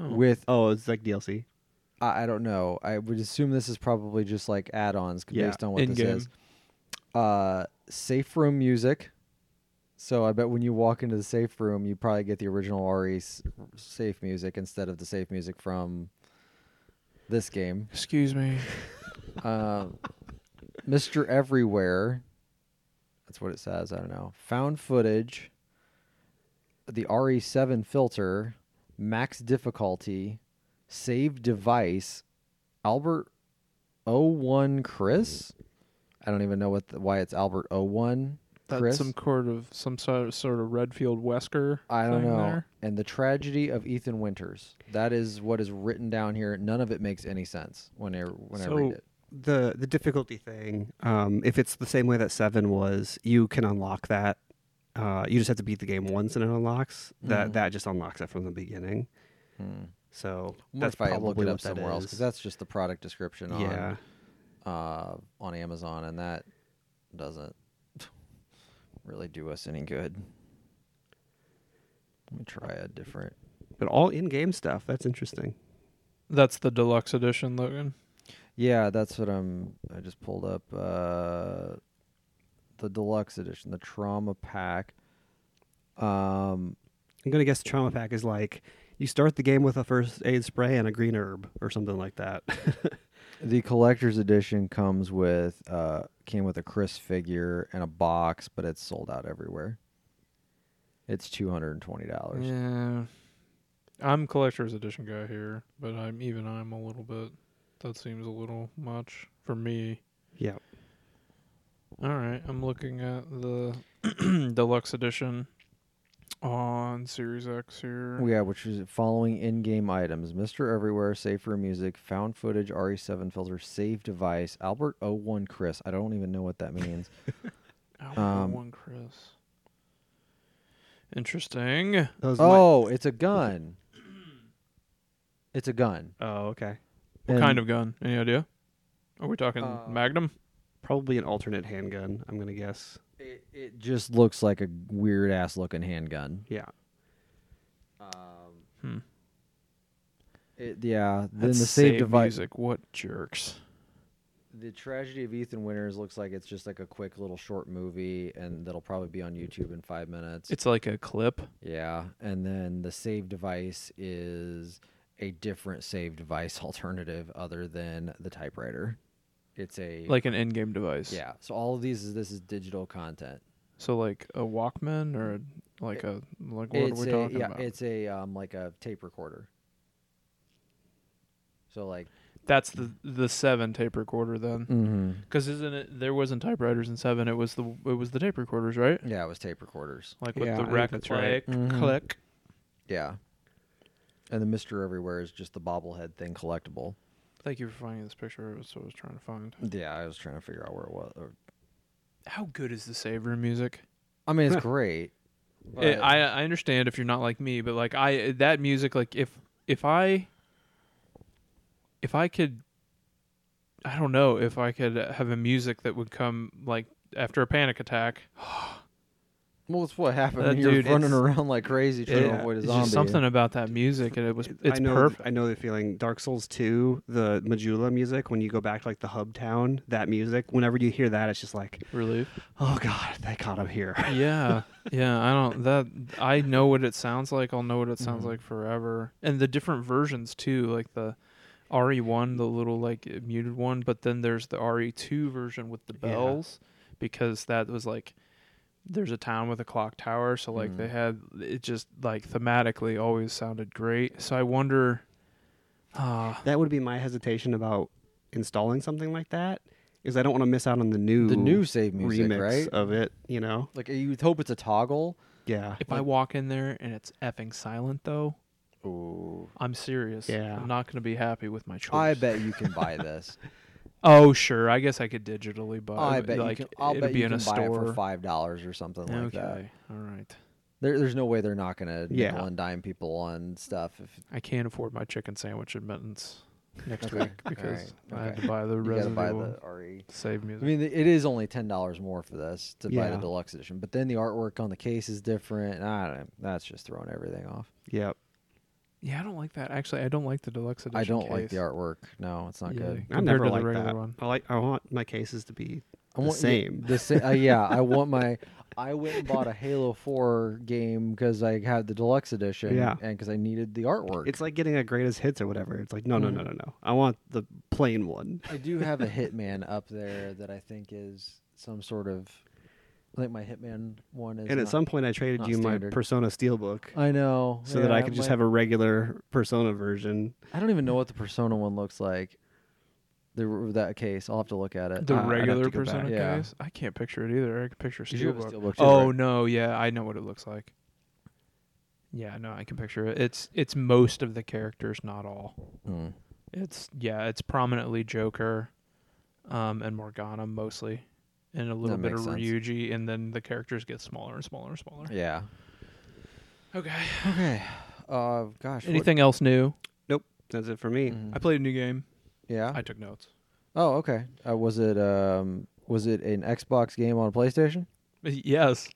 Oh.
with
Oh, it's like DLC.
I, I don't know. I would assume this is probably just like add-ons c-
Yeah,
based on what this
in-game.
is. Uh, safe room music. So I bet when you walk into the safe room, you probably get the original RE s- safe music instead of the safe music from this game.
Excuse me.
Uh, Mr. Everywhere. That's what it says. I don't know. Found footage. The RE7 filter, max difficulty, save device, Albert 01 Chris. I don't even know what the, why it's Albert 01
That's
Chris.
some sort of some sort of, sort of Redfield Wesker.
I don't
thing
know.
there.
And the tragedy of Ethan Winters. That is what is written down here. None of it makes any sense when I when I read
So-
it.
the the difficulty thing um if it's the same way that seven was you can unlock that uh you just have to beat the game once and it unlocks that
Mhm.
that just unlocks it from the beginning
Hmm.
so
What
that's
if I
probably
look it up
what that
somewhere else
is.
because that's just the product description on
yeah
uh, on Amazon, and that doesn't really do us any good. Let me try a different.
but all in-game stuff that's interesting
That's the deluxe edition, Logan.
Yeah, that's what I'm. I just pulled up uh, the deluxe edition, the trauma pack. Um,
i'm gonna guess trauma pack is like you start the game with a first aid spray and a green herb or something like that
the collector's edition comes with uh, came with a Chris figure and a box, but it's sold out everywhere. It's two hundred and twenty dollars.
Yeah. I'm collector's edition guy here, but I'm even I'm a little bit that seems a little much for me.
yeah
All right, I'm looking at the deluxe edition on Series X here.
Yeah, which is following in-game items: Mister Everywhere, Safer Music, Found Footage, RE7 filter, Save Device, Albert 01 Chris. I don't even know what that means.
Albert
um,
one Chris. Interesting.
those might-
oh, it's a gun. It's a gun.
oh okay
What kind of gun? Any idea? Are we talking
Uh,
Magnum?
probably an alternate handgun i'm gonna guess
It, it just looks like a weird ass looking handgun.
yeah
Um,
Hmm.
It, yeah. Then
That's
the save device.
music. What jerks?
The tragedy of Ethan Winters looks like it's just like a quick little short movie, and that'll probably be on YouTube in five minutes.
It's like a clip.
Yeah, and then the save device is a different save device alternative other than the typewriter. It's a
like an in-game device.
yeah. So all of these is this is digital content.
So like a Walkman or like a like what
it's
are we
a,
talking
yeah,
about?
it's a um like a tape recorder. So like
That's the the seven tape recorder
Mm.
then, because isn't it? There wasn't typewriters in seven. It was the it was the tape recorders, right?
yeah, it was tape recorders.
Like with
Yeah, I
the
think
rack
that's
click,
right.
Mhm.
click.
Yeah. And the Mister Everywhere is just the bobblehead thing collectible.
Thank you for finding this picture. That's what I was trying to find.
Yeah, I was trying to figure out where it was.
How good is the save room music?
I mean, it's great.
Eh,
but-
I I understand if you're not like me, but like I that music like if if I if I could I don't know if I could have a music that would come like after a panic attack.
Well, it's what happened.
Uh,
when you
dude,
were running
it's-
around like crazy trying
Yeah,
to avoid a
it's
zombie.
just something about that music, and it was it's
I know,
perfect.
I know the feeling. Dark Souls 2, the Majula music, when you go back to like the hub town, that music, whenever you hear that, it's just like,
Relief.
oh God, thank God I'm here.
yeah, yeah. I don't that I know what it sounds like. I'll know what it sounds like forever. And the different versions too, like the RE1, the little like muted one, but then there's the RE2 version with the
Yeah.
bells because that was like there's a town with a clock tower, so like they had it just like thematically always sounded great. So I wonder. Uh,
That would be my hesitation about installing something like that is I don't want to miss out on the new
The new save music,
remix
right?
of it. You know,
Like you would hope it's a toggle.
yeah,
If I walk in there and it's effing silent, though,
Ooh.
I'm serious.
Yeah.
I'm not going to be happy with my choice.
I bet you can buy this.
Oh, sure. I guess I could digitally, but
Oh, I bet
like,
you can. I'll
it'd
bet
be
you
in
can
a
buy it
store.
for five dollars or something like that.
okay. All right.
There, there's no way they're not gonna
Yeah.
nickel and dime people on stuff. If
I can't afford my chicken sandwich admittance next
Okay.
week because
All right.
I had
Okay.
to buy the
you gotta
resident
buy
one.
the RE.
Save
I
music.
mean, it is only ten dollars more for this to buy the
Yeah.
deluxe edition, but then the artwork on the case is different. and I don't. That's just throwing everything off.
yep.
yeah, I don't like that. Actually, I don't like the deluxe edition.
I don't like the
case.
artwork. No, it's not
Yeah.
good.
I
compared
never
to the
like
regular
that.
one.
I like. I want my cases to be
I
the
want y-
same.
The sa- uh, yeah, I want my. I went and bought a Halo Four game because I had the deluxe edition.
Yeah.
and because I needed the artwork.
It's like getting a greatest hits or whatever. It's like no, no, no, no, no. I want the plain one.
I do have a Hitman up there that I think is some sort of. I think my Hitman one is.
and at
not-
some point, I traded
not
you my
standard.
Persona Steelbook
I know.
so that I could just have a regular Persona version.
I don't even know what the Persona one looks like. The that case, I'll have to look at it.
The
Uh, I'd have
regular
to go back.
Persona
Yeah.
case? I can't picture it either. I can picture
'Cause you have a
Steelbook.
Steelbook too,
oh
right?
no, yeah, I know what it looks like. Yeah, no, I can picture it. It's it's most of the characters, not all.
Mm.
It's yeah, it's prominently Joker, um, and Morgana mostly, and a little
That
bit of
makes sense.
Ryuji, and then the characters get smaller and smaller and smaller.
Yeah.
Okay.
Okay. Uh, gosh. what-
Anything else new?
Mm.
That's it for me.
Mhm.
I played a new game.
yeah.
I took notes.
oh, okay. Uh, was it um was it an Xbox game on PlayStation?
Yes.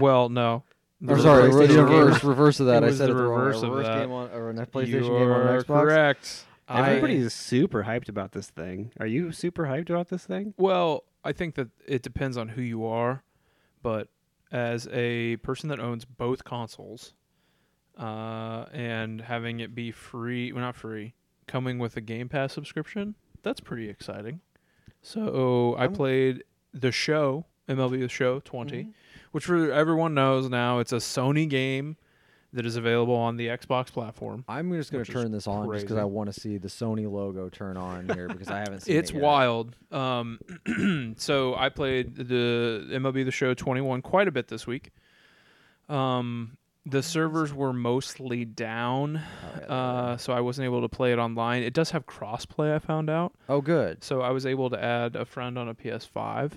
well, no.
Or
was a
sorry, re-
PlayStation
the
game.
reverse reverse of that. I
It was
said
the
it wrong. A
reverse of
reverse
that.
game on or a PlayStation
you
game on
are
Xbox.
correct. I-
Everybody's super hyped about this thing. Are you super hyped about this thing?
Well, I think that it depends on who you are, but as a person that owns both consoles, uh, and having it be free, well, not free, coming with a Game Pass subscription, that's pretty exciting. So I
I'm-
played the show, MLB The Show 20, which for everyone knows now, it's a Sony game that is available on the Xbox platform.
I'm just gonna
Which is
turn this on just because I
crazy.
want to see the Sony logo turn on here because I haven't seen
It's
it yet.
wild. Um, so I played the MLB The Show 21 quite a bit this week. Um, the servers were mostly down,
Oh, yeah, there we are.
uh, so I wasn't able to play it online. It does have crossplay, I found out.
oh, good.
So I was able to add a friend on a PS5,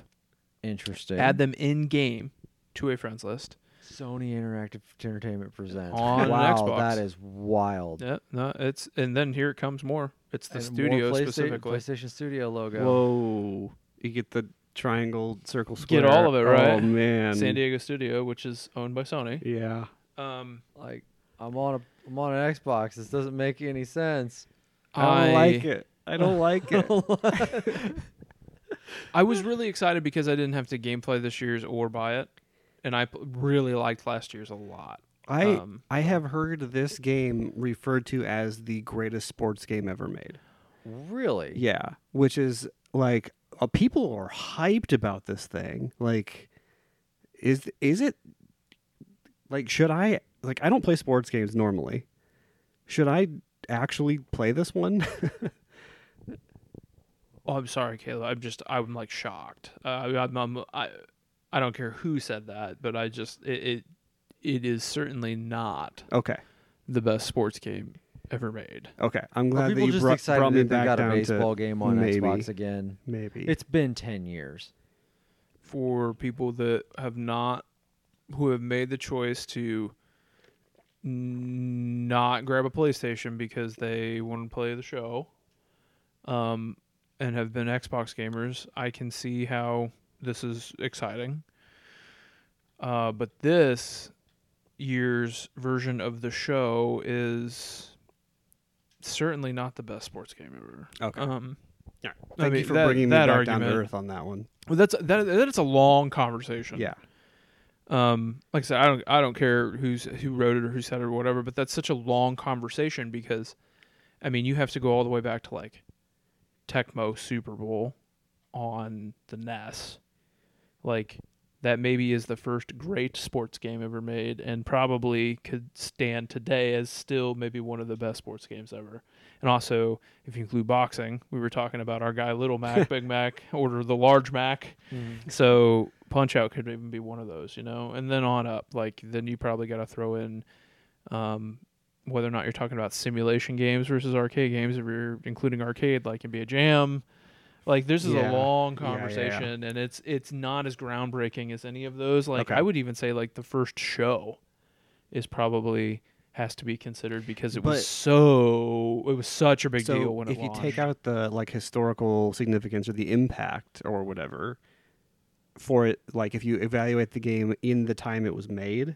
Interesting.
add them in game to a friends list.
Sony Interactive Entertainment presents
On an
wow,
Xbox.
That is wild.
Yeah, no, it's and then here it comes more. It's the
And more
studio
PlayStation,
specifically.
PlayStation Studio logo.
Whoa! You get the triangle, circle, square.
Get all of it,
Oh
right?
man.
San Diego Studio, which is owned by Sony.
Yeah.
Um,
Like I'm on a I'm on an Xbox. This doesn't make any sense.
I don't like it. I don't like it.
I was really excited because I didn't have to gameplay this year's or buy it, and I p- really liked last year's a lot.
I
Um,
I have heard this game referred to as the greatest sports game ever made.
Really?
Yeah, which is like uh, people are hyped about this thing. Like, is is it like should I like I don't play sports games normally. Should I actually play this one?
Oh, I'm sorry, Kayla. I'm just I'm like shocked. Uh, I- I'm, I'm, I I don't care who said that, but I just it, it it is certainly not
okay,
the best sports game ever made.
okay. I'm
Are
glad that
people
you
just
brought,
excited
brought me
that they
back
got a
down
baseball
to
game on
maybe, e
Xbox again?
Maybe
It's been ten years.
for people that have not who have made the choice to n- not grab a PlayStation because they want to play the show um and have been Xbox gamers, I can see how this is exciting. Uh but this year's version of the show is certainly not the best sports game ever.
okay.
Um
All right.
I
Thank you
mean,
for
that-
bringing me
that
back down to
argument-
earth on that one.
well, that's that, that's a long conversation.
Yeah,
um like i said i don't i don't care who's who wrote it or who said it or whatever but that's such a long conversation because i mean you have to go all the way back to like E tecmo super bowl on the nes like that maybe is the first great sports game ever made and probably could stand today as still maybe one of the best sports games ever. And also, if you include boxing, we were talking about our guy Little Mac, Big Mac, order the large Mac.
Mm-hmm.
So Punch Out could even be one of those, you know? And then on up, like, then you probably got to throw in um, whether or not you're talking about simulation games versus arcade games, if you're including arcade, like NBA Jam. Like this is
Yeah.
a long
Yeah, yeah, yeah.
conversation, and it's it's not as groundbreaking as any of those. Like
Okay.
I would even say, like the first show is probably has to be considered because it
But-
was so it was such a big
so
deal when it
if you take
launched.
out the like historical significance or the impact or whatever for it, like if you evaluate the game in the time it was made,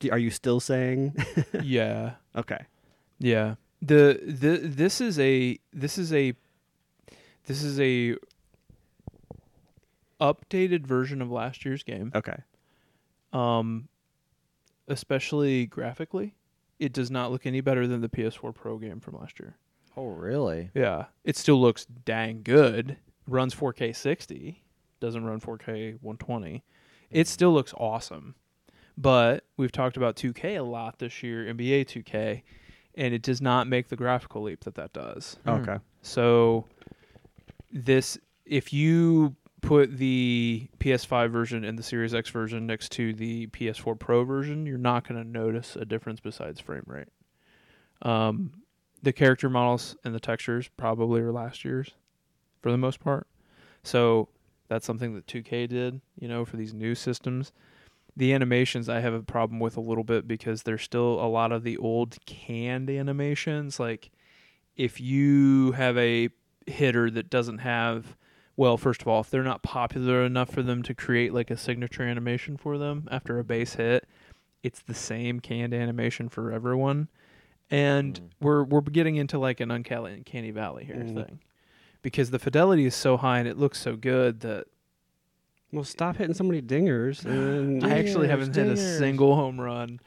do- are you still saying
yeah.
okay?
Yeah. The the this is a this is a this is a updated version of last year's game.
Okay.
Um especially graphically, it does not look any better than the PS4 Pro game from last year.
Oh, really?
Yeah. It still looks dang good. Runs 4K 60, doesn't run 4K 120. It still looks awesome. But we've talked about 2K a lot this year, NBA 2K, and it does not make the graphical leap that that does.
Okay.
So this if you put the PS5 version and the Series X version next to the PS4 Pro version, you're not going to notice a difference besides frame rate. Um, the character models and the textures probably are last year's for the most part. So that's something that 2K did, you know, for these new systems. The animations I have a problem with a little bit because there's still a lot of the old canned animations like if you have a hitter that doesn't have well first of all if they're not popular enough for them to create like a signature animation for them after a base hit it's the same canned animation for everyone and we're we're getting into like an uncanny uncanny valley here thing because the fidelity is so high and it looks so good that
Well, stop hitting so many dingers. And
I actually haven't hit a
dingers.
single home run.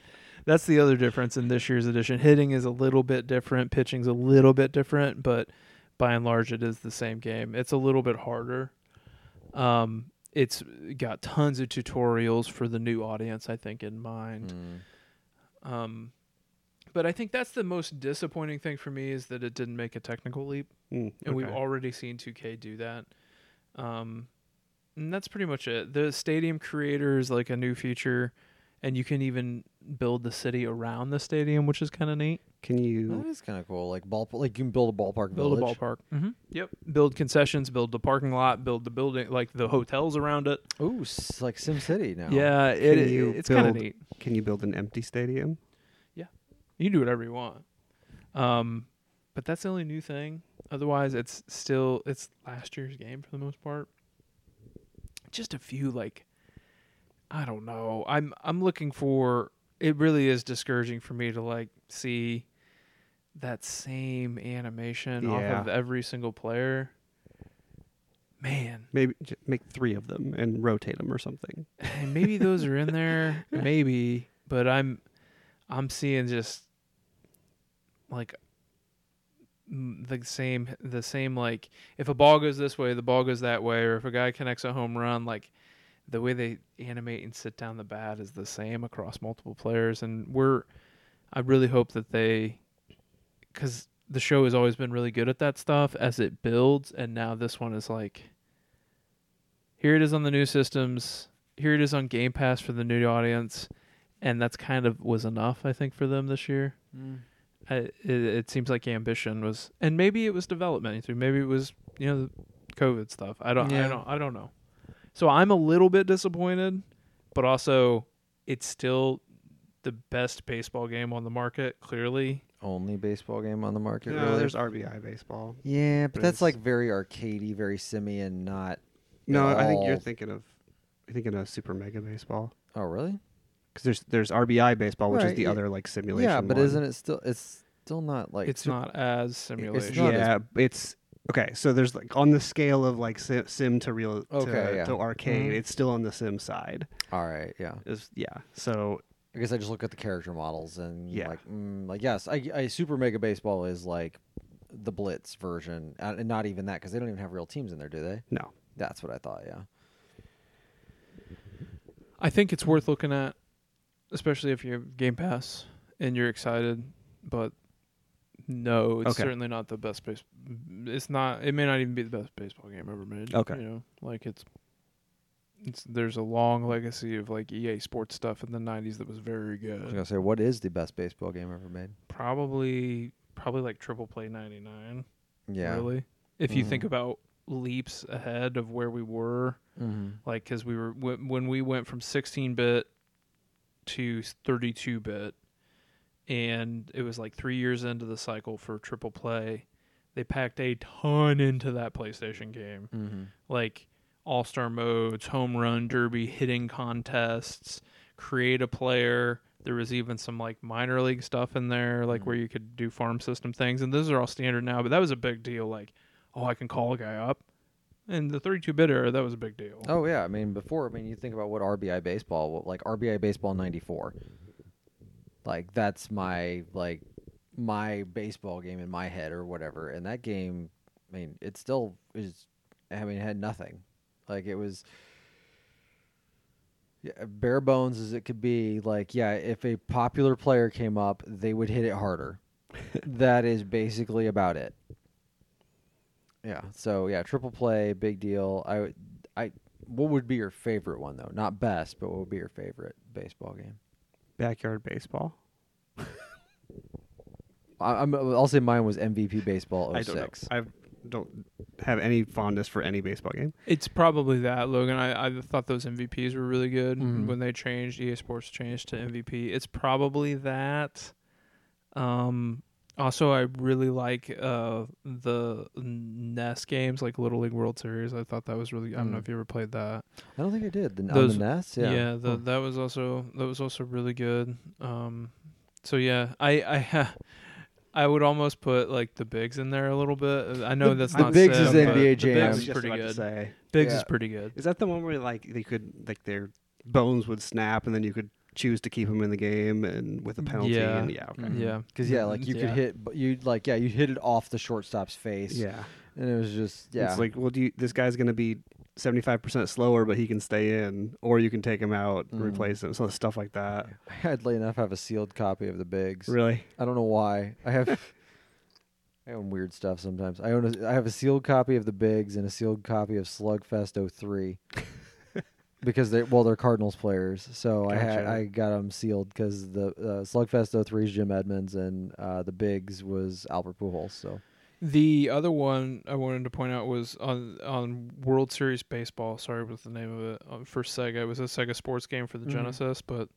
That's the other difference in this year's edition. Hitting is a little bit different, pitching's a little bit different, but by and large it is the same game. It's a little bit harder. Um it's got tons of tutorials for the new audience, I think, in mind. Um but I think that's the most disappointing thing for me is that it didn't make a technical leap
Mm,
and we've
okay.
already seen 2K do that. Um, and that's pretty much it. The stadium creator is like a new feature, and you can even build the city around the stadium, which is kind of neat.
Can
Well,
you?
That is kind of cool. Like ball, like you can build a ballpark
Build
village.
a ballpark. Mm-hmm. Yep. Build concessions. Build the parking lot. Build the building, like the hotels around it.
Ooh, s- like Sim City now.
Yeah,
Can
it,
you
it's kind of
build-
neat.
Can you build an empty stadium?
You can do whatever you want. Um, but that's the only new thing. Otherwise, it's still it's last year's game for the most part. Just a few like I don't know. I'm I'm looking for it really is discouraging for me to like see that same animation
Yeah.
off of every single player. Man,
Maybe j- make three of them and rotate them or something.
and maybe those are in there maybe but i'm i'm seeing just like m- the same the same like if a ball goes this way the ball goes that way or if a guy connects a home run like the way they animate and sit down the bat is the same across multiple players and we're i really hope that they because the show has always been really good at that stuff as it builds and now this one is like here it is on the new systems here it is on game pass for the new audience and that's kind of was enough i think for them this year I, it, it seems like ambition was and maybe it was development through maybe it was you know the covid stuff i don't i
Yeah.
don't i don't know so i'm a little bit disappointed but also it's still the best baseball game on the market clearly
Only baseball game on the market.
No,
really?
there's RBI baseball.
Yeah, but
There's-
that's like very arcadey, very simian. Not.
No, I think
Oh.
you're
all-
thinking of you're thinking of Super Mega Baseball
Oh, really?
because there's there's RBI baseball, which is
Right,
the
yeah.
other like simulation.
Yeah, but
one.
isn't it still? It's still not like.
it's not as simulation
not as-
yeah, it's okay. So there's like on the scale of like sim, sim to real to,
Okay, yeah.
to arcade,
Mhm.
it's still on the sim side.
All right. Yeah.
Is yeah. So
I guess I just look at the character models and
Yeah.
like, mm, like yes, I, I Super Mega Baseball is like the Blitz version, uh, and not even that because they don't even have real teams in there, do they?
no,
That's what I thought. Yeah.
I think it's worth looking at, especially if you have Game Pass and you're excited. But no, it's
Okay.
certainly not the best base. It's not. It may not even be the best baseball game ever made.
Okay.
you know, like it's. It's, there's a long legacy of like EA sports stuff in the 90s that was very
I was
good.
gonna say, what is the best baseball game ever made?
Probably probably like Triple Play 99.
Yeah.
really. If you think
Mhm.
about leaps ahead of where we were,
Mm-hmm.
like because we were when, when we went from 16 bit to 32 bit, and it was like three years into the cycle for triple play, they packed a ton into that PlayStation game,
Mm-hmm.
like all star modes, home run derby, hitting contests, create a player. There was even some like minor league stuff in there, like
Mhm.
where you could do farm system things, and those are all standard now. But that was a big deal. Like, oh, I can call a guy up, and the 32-bit era, that was a big deal.
Oh yeah, I mean before, I mean you think about what RBI baseball, what, like RBI baseball '94. Like that's my like my baseball game in my head or whatever, and that game, I mean, it still is. I mean, it had nothing. Like it was yeah, bare bones as it could be. Like yeah, if a popular player came up, they would hit it harder. that is basically about it. Yeah. So yeah, triple play, big deal. I would- I what would be your favorite one though? Not best, but what would be your favorite baseball game?
Backyard baseball.
I, I'm I'll say mine was MVP baseball
I
06.
don't know. I don't have any fondness for any baseball game.
It's probably that, Logan. I, I thought those MVPs were really good
Mhm.
when they changed. EA Sports changed to MVP. It's probably that. Um, also, I really like uh, the NES games, like Little League World Series. I thought that was really. I don't know
Mm.
if you ever played that.
I don't think I did. The,
Those-
on the Nets,
Yeah,
yeah.
the, that was also that was also really good. Um, so yeah, I I ha- I would almost put like the bigs in there a little bit. I know
The-
that's
the
not
Bigs
said,
is NBA
but the
Jam.
I
I
Bigs
was
is pretty
To
good.
say.
Bigs
Yeah.
is pretty good.
Is that the one where like they could like their bones would snap and then you could choose to keep them in the game and with a penalty
Yeah.
and yeah, okay.
Mhm.
mm-hmm. Yeah.
Cuz yeah, like you could
Yeah.
hit but you like yeah, you hit it off the shortstop's face.
Yeah.
And it was just yeah.
It's like, well, do you, this guy's going to be 75% slower, but he can stay in, or you can take him out and
Mhm.
replace him. So stuff like that.
I oddly enough have a sealed copy of the Bigs.
Really?
I don't know why. I have I own weird stuff sometimes. I own a, I have a sealed copy of the Bigs and a sealed copy of Slugfest 03 because they well they're Cardinals players. So I had
Gotcha.
I got them sealed because the uh, Slugfest 03 is Jim Edmonds and uh, the Bigs was Albert Pujols. So
The other one I wanted to point out was on on World Series baseball. Sorry, what's the name of it uh, for Sega? It was a Sega sports game for the
Mhm.
Genesis, but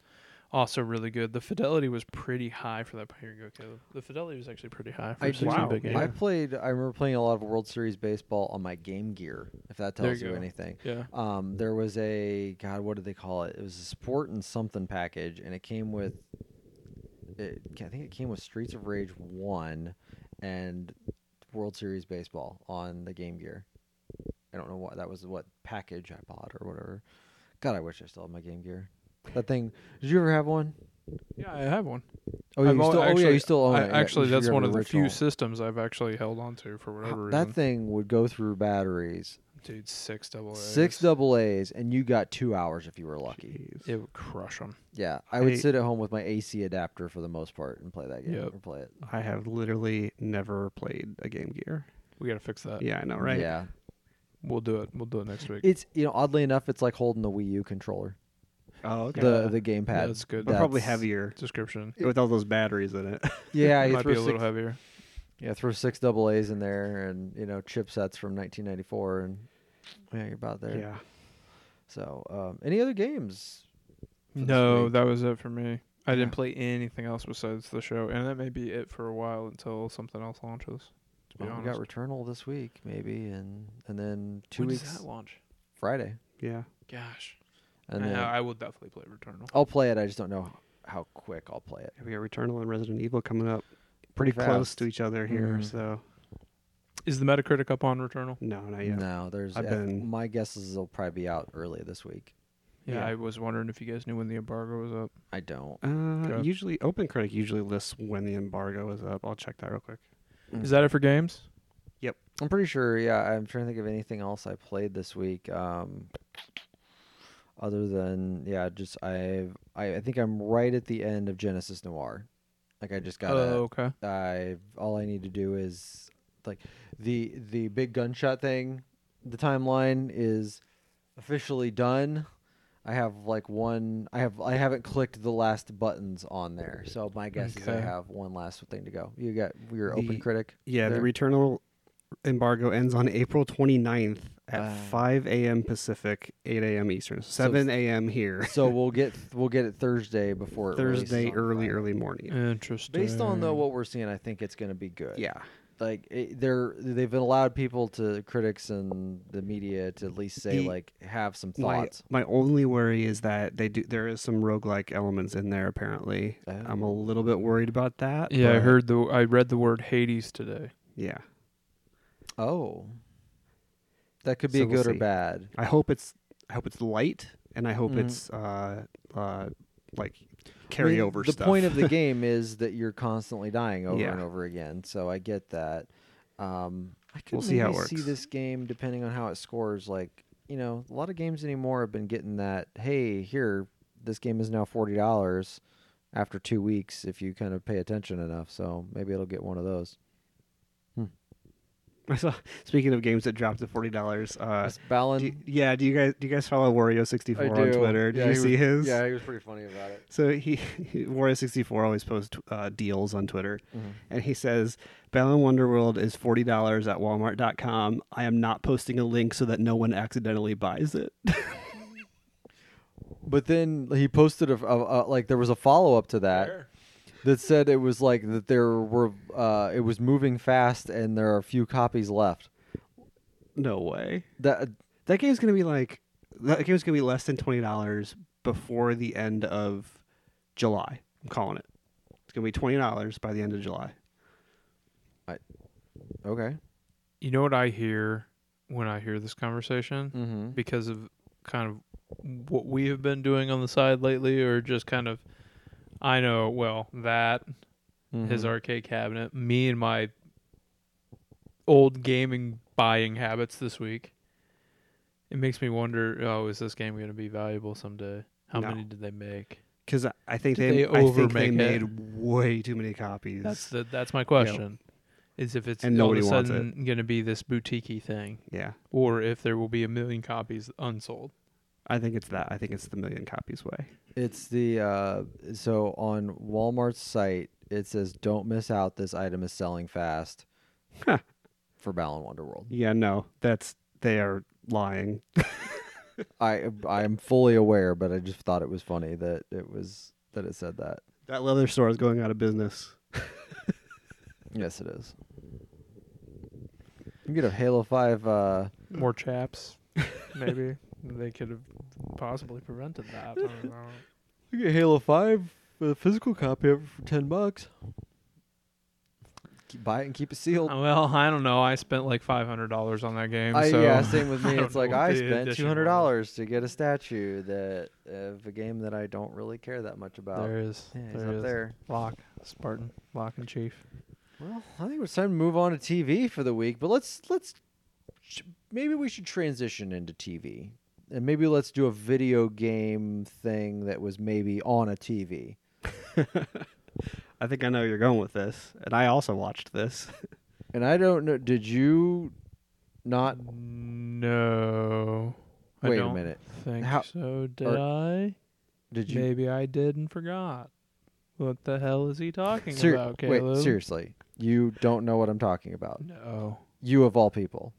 also really good. The fidelity was pretty high for that. Here you go, Caleb. The fidelity was actually pretty high for
I
a
do-
16
Wow.
bit game.
I
Yeah.
played I remember playing a lot of World Series baseball on my Game Gear. If that
There
tells
you
you
go.
anything.
yeah.
um, there was a God, what did they call it? It was a sport and something package, and it came with. It, I think it came with Streets of Rage one, and World Series baseball on the Game Gear. I don't know what that was. What package I bought or whatever. God, I wish I still had my Game Gear. That thing. Did you ever have one?
Yeah, I have one.
Oh, yeah,
I've
you
al-
still, oh yeah, you
actually-
still own
I-
it. Yeah,
actually,
you
that's
have
one
the
of the few
original.
systems I've actually held on to for whatever
Ho-
reason.
That thing would go through batteries,
Dude, six double A's.
six double A's, and you got two hours if you were lucky.
Jeez.
It would crush them.
Yeah, I would
I-
sit at home with my AC adapter for the most part and play that game
Yep.
or play it.
I have literally never played a Game Gear.
We got to fix that.
Yeah, I know, right?
Uh, Yeah,
We'll do it. We'll do it next week.
it's you know oddly enough, it's like holding the Wii U controller,
Oh, okay.
the the gamepad.
that's good.
But probably
that's-
heavier
Description.
with all those batteries in it.
Yeah,
It
you
might be
throw
a little
six,
heavier.
yeah, throw six double A's in there and you know chipsets from 1994 and yeah, you're about there.
yeah.
So, um, any other games? for this
No,
week?
that was it for me. I
Yeah.
didn't play anything else besides the show, and that may be it for a while until something else launches. To be
Well, we
honest,
got Returnal this week maybe, and and then two
when
weeks
does that launch?
Friday,
Yeah.
Gosh,
and
I,
then
I will definitely play Returnal.
I'll play it. I just don't know how quick I'll play it.
We got Returnal and Resident Evil coming up pretty,
Pretty
close
fast.
to each other here.
Mhm.
So,
Is the Metacritic up on Returnal?
no, not yet.
No, there's.
I've
I-
been-
My guess is it'll probably be out early this week.
Yeah,
Yeah.
I was wondering if you guys knew when the embargo was up.
I don't.
Uh,
Okay.
Usually, Open Critic usually lists when the embargo is up. I'll check that real quick.
Mm.
Is that it for games?
I'm pretty sure. Yeah, I'm trying to think of anything else I played this week. Um, Other than yeah, just I've I, I think I'm right at the end of Genesis Noir. Like I just got
oh,
to
okay.
I all I need to do is like the the big gunshot thing. The timeline is officially done. I have like one. I have I haven't clicked the last buttons on there, so my guess is I
Okay.
have one last thing to go. You got your open
The-
critic.
Yeah,
there.
the returnal embargo ends on April 29th at
Ah.
5 a.m. Pacific, 8 a.m. Eastern, 7 a.m. here.
so we'll get we'll get it Thursday before it releases
Thursday,
on
early,
Friday.
early morning.
Interesting.
Based on though what we're seeing, I think it's going to be good.
Yeah.
like it, they're they've allowed people to critics and the media to at least say
The-
like have some
My,
thoughts.
my only worry is that they do there is some roguelike elements in there apparently. I'm a little bit worried about that.
yeah, I
but-
heard the I read the word Hades today.
Yeah.
Oh, that could be
So
a
we'll
good or
see.
bad.
I hope it's I hope it's light and I hope
Mhm.
it's uh uh like
I mean,
carryover
The
stuff.
point of the game is that you're constantly dying over
Yeah.
and over again. So I get that. Um, I could
We'll see how it
maybe see
works.
this game depending on how it scores. Like you know, a lot of games anymore have been getting that. Hey, here, this game is now forty dollars after two weeks if you kind of pay attention enough. So maybe it'll get one of those.
I saw speaking of games that dropped to forty dollars, uh
That's Balin.
do you- yeah, do you guys do you guys follow Wario sixty four on Twitter? Did you see his?
he was pretty funny about it.
So he, Wario sixty four always posts uh, deals on Twitter,
Mm-hmm.
and he says, "Balan Wonderworld is forty dollars at Walmart.com. I am not posting a link so that no one accidentally buys it."
But then he posted a, a, a like there was a follow up to that that said it was like that there were uh, it was moving fast and there are a few copies left.
no way.
That
That game's gonna be like that game's gonna be less than twenty dollars before the end of July. I'm calling it. It's gonna be twenty dollars by the end of July.
okay.
You know what I hear when I hear this conversation?
Mm-hmm.
because of kind of what we have been doing on the side lately, or just kind of, I know, well, that,
Mm-hmm.
his arcade cabinet, me and my old gaming buying habits this week. It makes me wonder oh, is this game going to be valuable someday? How
No.
many did they make?
Because I I think
Did
they,
they
I think they
overmake
made
it?
way too many copies.
That's the, that's my question. Is if it's
And
all of a
nobody wants
sudden going to be this boutiquey thing,
yeah,
or if there will be a million copies unsold.
I think it's that. I think it's the million copies way.
It's the uh, so on Walmart's site it says don't miss out. This item is selling fast
Huh.
for Balan Wonderworld.
Yeah, no, that's they are lying.
I I'm fully aware, but I just thought it was funny that it was that it said that.
That leather store is going out of business.
Yes, it is. You get a Halo Five. Uh,
more chaps. Maybe they could have possibly prevented that. I don't know.
you get Halo Five, a physical copy of it for ten bucks. Keep- Buy it and keep it sealed.
Well, I don't know. I spent like five hundred dollars on that game.
I,
so
yeah, same with
I
me.
don't
It's like
know what
I
the
spent
addition
two hundred dollars to get a statue that of a game that I don't really care that much about.
there is.
yeah, he's
there
up
is.
there.
Lock Spartan, Lock and Chief.
Well, I think it's time to move on to TV for the week. But let's let's sh- maybe we should transition into TV, and maybe let's do a video game thing that was maybe on a TV.
I think I know where you're going with this, and I also watched this.
And I don't know. Did you not?
No, I
Wait a
don't
minute.
Think
How-
so? Did
or-
I?
Did you?
Maybe I did and forgot. What the hell is he talking
Ser-
about,
wait,
Caleb?
seriously, you don't know what I'm talking about.
No.
You of all people.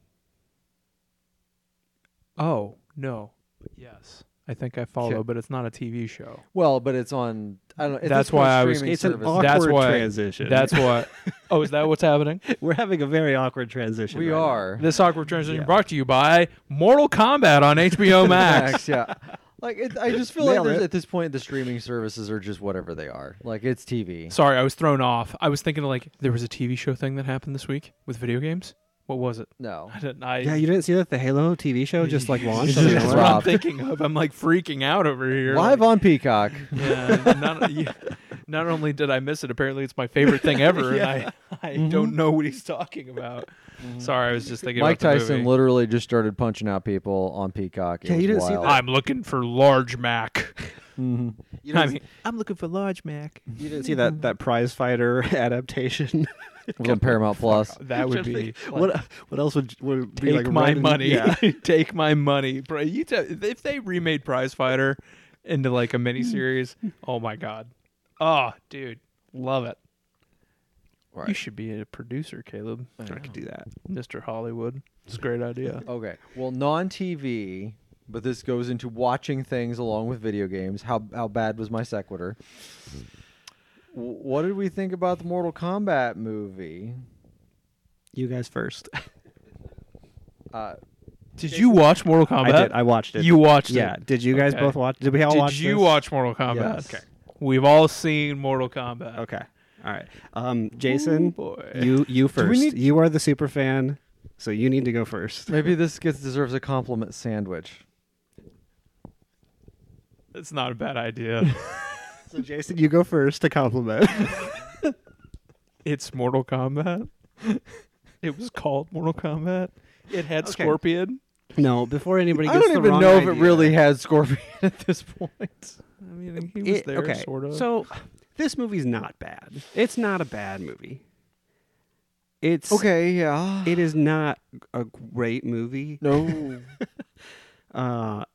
Oh no. Yes, I think I follow,
Okay.
but it's not a TV show.
Well, but it's on. I don't know. It's
That's
some
why I was-
streaming
It's an
service.
awkward
That's why-
transition.
That's what. oh, is that what's happening?
we're having a very awkward transition.
we
right now.
are
This awkward transition
Yeah.
brought to you by Mortal Kombat on HBO Max.
yeah. Like it, I just feel like
Nailed
there's,
it.
at this point the streaming services are just whatever they are. Like it's TV.
Sorry, I was thrown off. I was thinking like there was a TV show thing that happened this week with video games. What was it?
No.
I didn't. I,
Yeah, you didn't see that the Halo TV show just like launched.
just
on the
That's
dropped.
what
web?
I'm thinking of. I'm like freaking out over here.
Live
Like,
on Peacock.
yeah, not, yeah. Not only did I miss it, apparently it's my favorite thing ever, and I, I don't know what he's talking about. Sorry, I was just thinking
Mike
about the
Tyson
movie.
literally just started punching out people on Peacock. It
Yeah,
was
you didn't see
wild.
that.
I'm looking for large Mac.
Mhm.
You didn't,
I mean, I'm looking for large Mac.
you didn't see that that prize fighter adaptation.
It was on Paramount Plus.
That would be
what? What else would would be
take
like
my
running-
money.
Yeah.
take my money, bro. You tell if they remade Prize Fighter into like a miniseries. oh my god. Oh, dude, love it. You
Right.
should be a producer, Caleb,
I could do that.
Mister Hollywood. It's a great idea.
Okay. Well, non TV, but this goes into watching things along with video games. How how bad was my sequitur? W- What did we think about the Mortal Kombat movie?
You guys first.
Uh,
Did you watch Mortal
I
Kombat?
did. I watched it.
You watched
yeah.
it.
Did you guys
Okay.
both watch? Did we all
Did
watch?
you
this?
watch Mortal Kombat?
Yes. Okay.
We've all seen Mortal Kombat.
Okay. All right. Um, Jason,
boy.
you you
we
first.
need-
You are the super fan, so you need to go first.
maybe this gets deserves a compliment sandwich.
That's not a bad idea.
So Jason, you go first to compliment.
it's Mortal Kombat. it was called Mortal Kombat. It had
Okay.
Scorpion.
no, before anybody.
I
Gets
don't
the
even
wrong
know if it
idea.
really had Scorpion at this point.
I mean, he was
It-
there,
okay.
sort of.
So this movie's not bad. It's not a bad movie. It's
Okay, yeah.
It is not a great movie.
no.
Uh,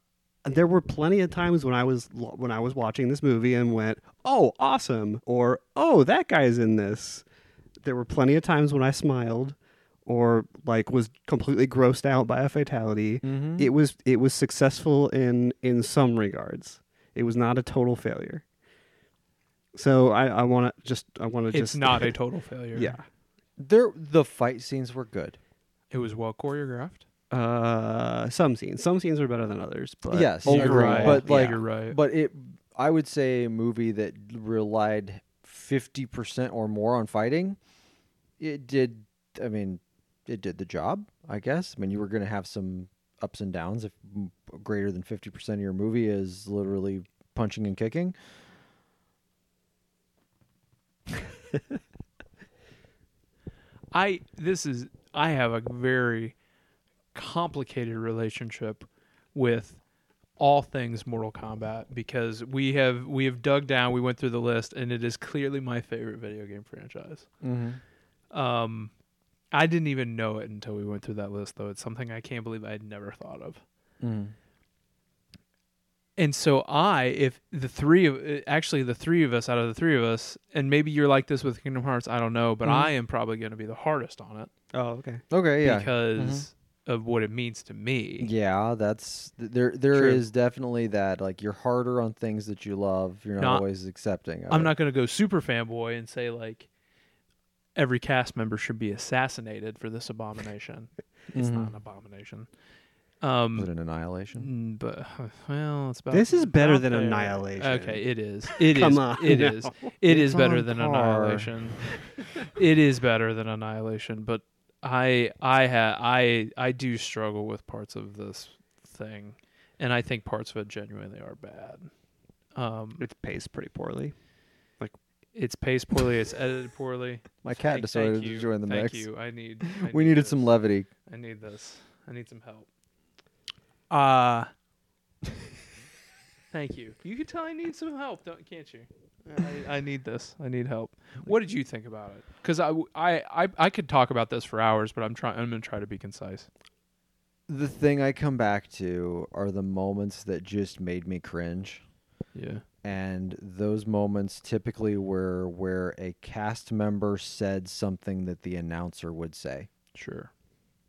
there were plenty of times when I was when I was watching this movie and went, "Oh, awesome!" or "Oh, that guy's in this." There were plenty of times when I smiled, or like was completely grossed out by a fatality.
Mm-hmm.
Mhm.
It was it was successful in in some regards. It was not a total failure. So I I want to just I want to
it's
just
not a total failure.
yeah.
There, the fight scenes were good.
It was well choreographed.
Uh, some scenes some scenes are better than others, but
yes,
You're
overall,
right.
but
Yeah,
like,
you're right.
but it, I would say a movie that relied fifty percent or more on fighting, it did. I mean, it did the job, I guess. I mean, you were going to have some ups and downs. If m- greater than fifty percent of your movie is literally punching and kicking,
I this is I have a very complicated relationship with all things Mortal Kombat because we have we have dug down, we went through the list, and it is clearly my favorite video game franchise. Um, I didn't even know it until we went through that list, though. It's something I can't believe I had never thought of.
Mm-hmm.
And so I, if the three of eh, actually the three of us out of the three of us, and maybe you're like this with Kingdom Hearts, I don't know, but
Mm-hmm.
I am probably going to be the hardest on it
oh okay
okay, yeah,
because of what it means to me.
yeah. That's th- there. There is
True.
definitely that. Like, you're harder on things that you love. You're not,
Not-
always accepting. Of
I'm
it.
not going to go super fanboy and say like every cast member should be assassinated for this abomination. it's
Mm-hmm.
not an abomination. Um,
Is it an annihilation?
Mm, But well, it's about
This is better
about
than
there.
Annihilation.
Okay, it is. It is.
Come on
It
now.
is. It
It's
is better
on
than
par.
Annihilation. it is better than Annihilation, but I I ha I I do struggle with parts of this thing, and I think parts of it genuinely are bad. Um,
it's paced pretty poorly.
it's paced poorly. It's edited poorly.
My cat
Thank-
decided
thank
to
you,
join the
thank
mix.
you. I need. I
We
need
needed
this.
some levity.
I need this. I need some help. Uh Thank you. You can tell I need some help, don't, can't you? I, I need this. I need help. What did you think about it? Because I, w- I, I, I could talk about this for hours, but I'm trying. I'm gonna try to be concise.
The thing I come back to are the moments that just made me cringe.
Yeah.
And those moments typically were where a cast member said something that the announcer would say.
Sure.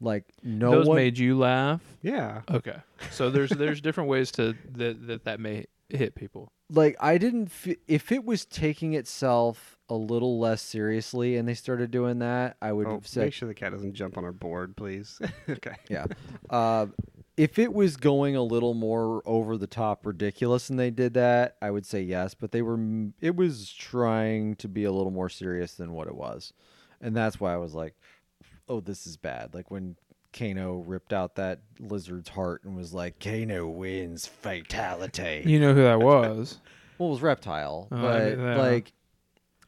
Like no
Those
one
made you laugh.
Yeah.
Okay. So there's there's different ways to that that that may hit people.
like I didn't f- if it was taking itself a little less seriously and they started doing that, I would
Oh,
have
make
said
sure the cat doesn't jump on our board, please. okay.
yeah. Uh, if it was going a little more over the top ridiculous and they did that, I would say yes, but they were m- it was trying to be a little more serious than what it was. And that's why I was like, "Oh, this is bad." Like when Kano ripped out that lizard's heart and was like, "Kano wins fatality."
You know who that was.
Well, it was reptile,
Oh, I
but
knew that.
like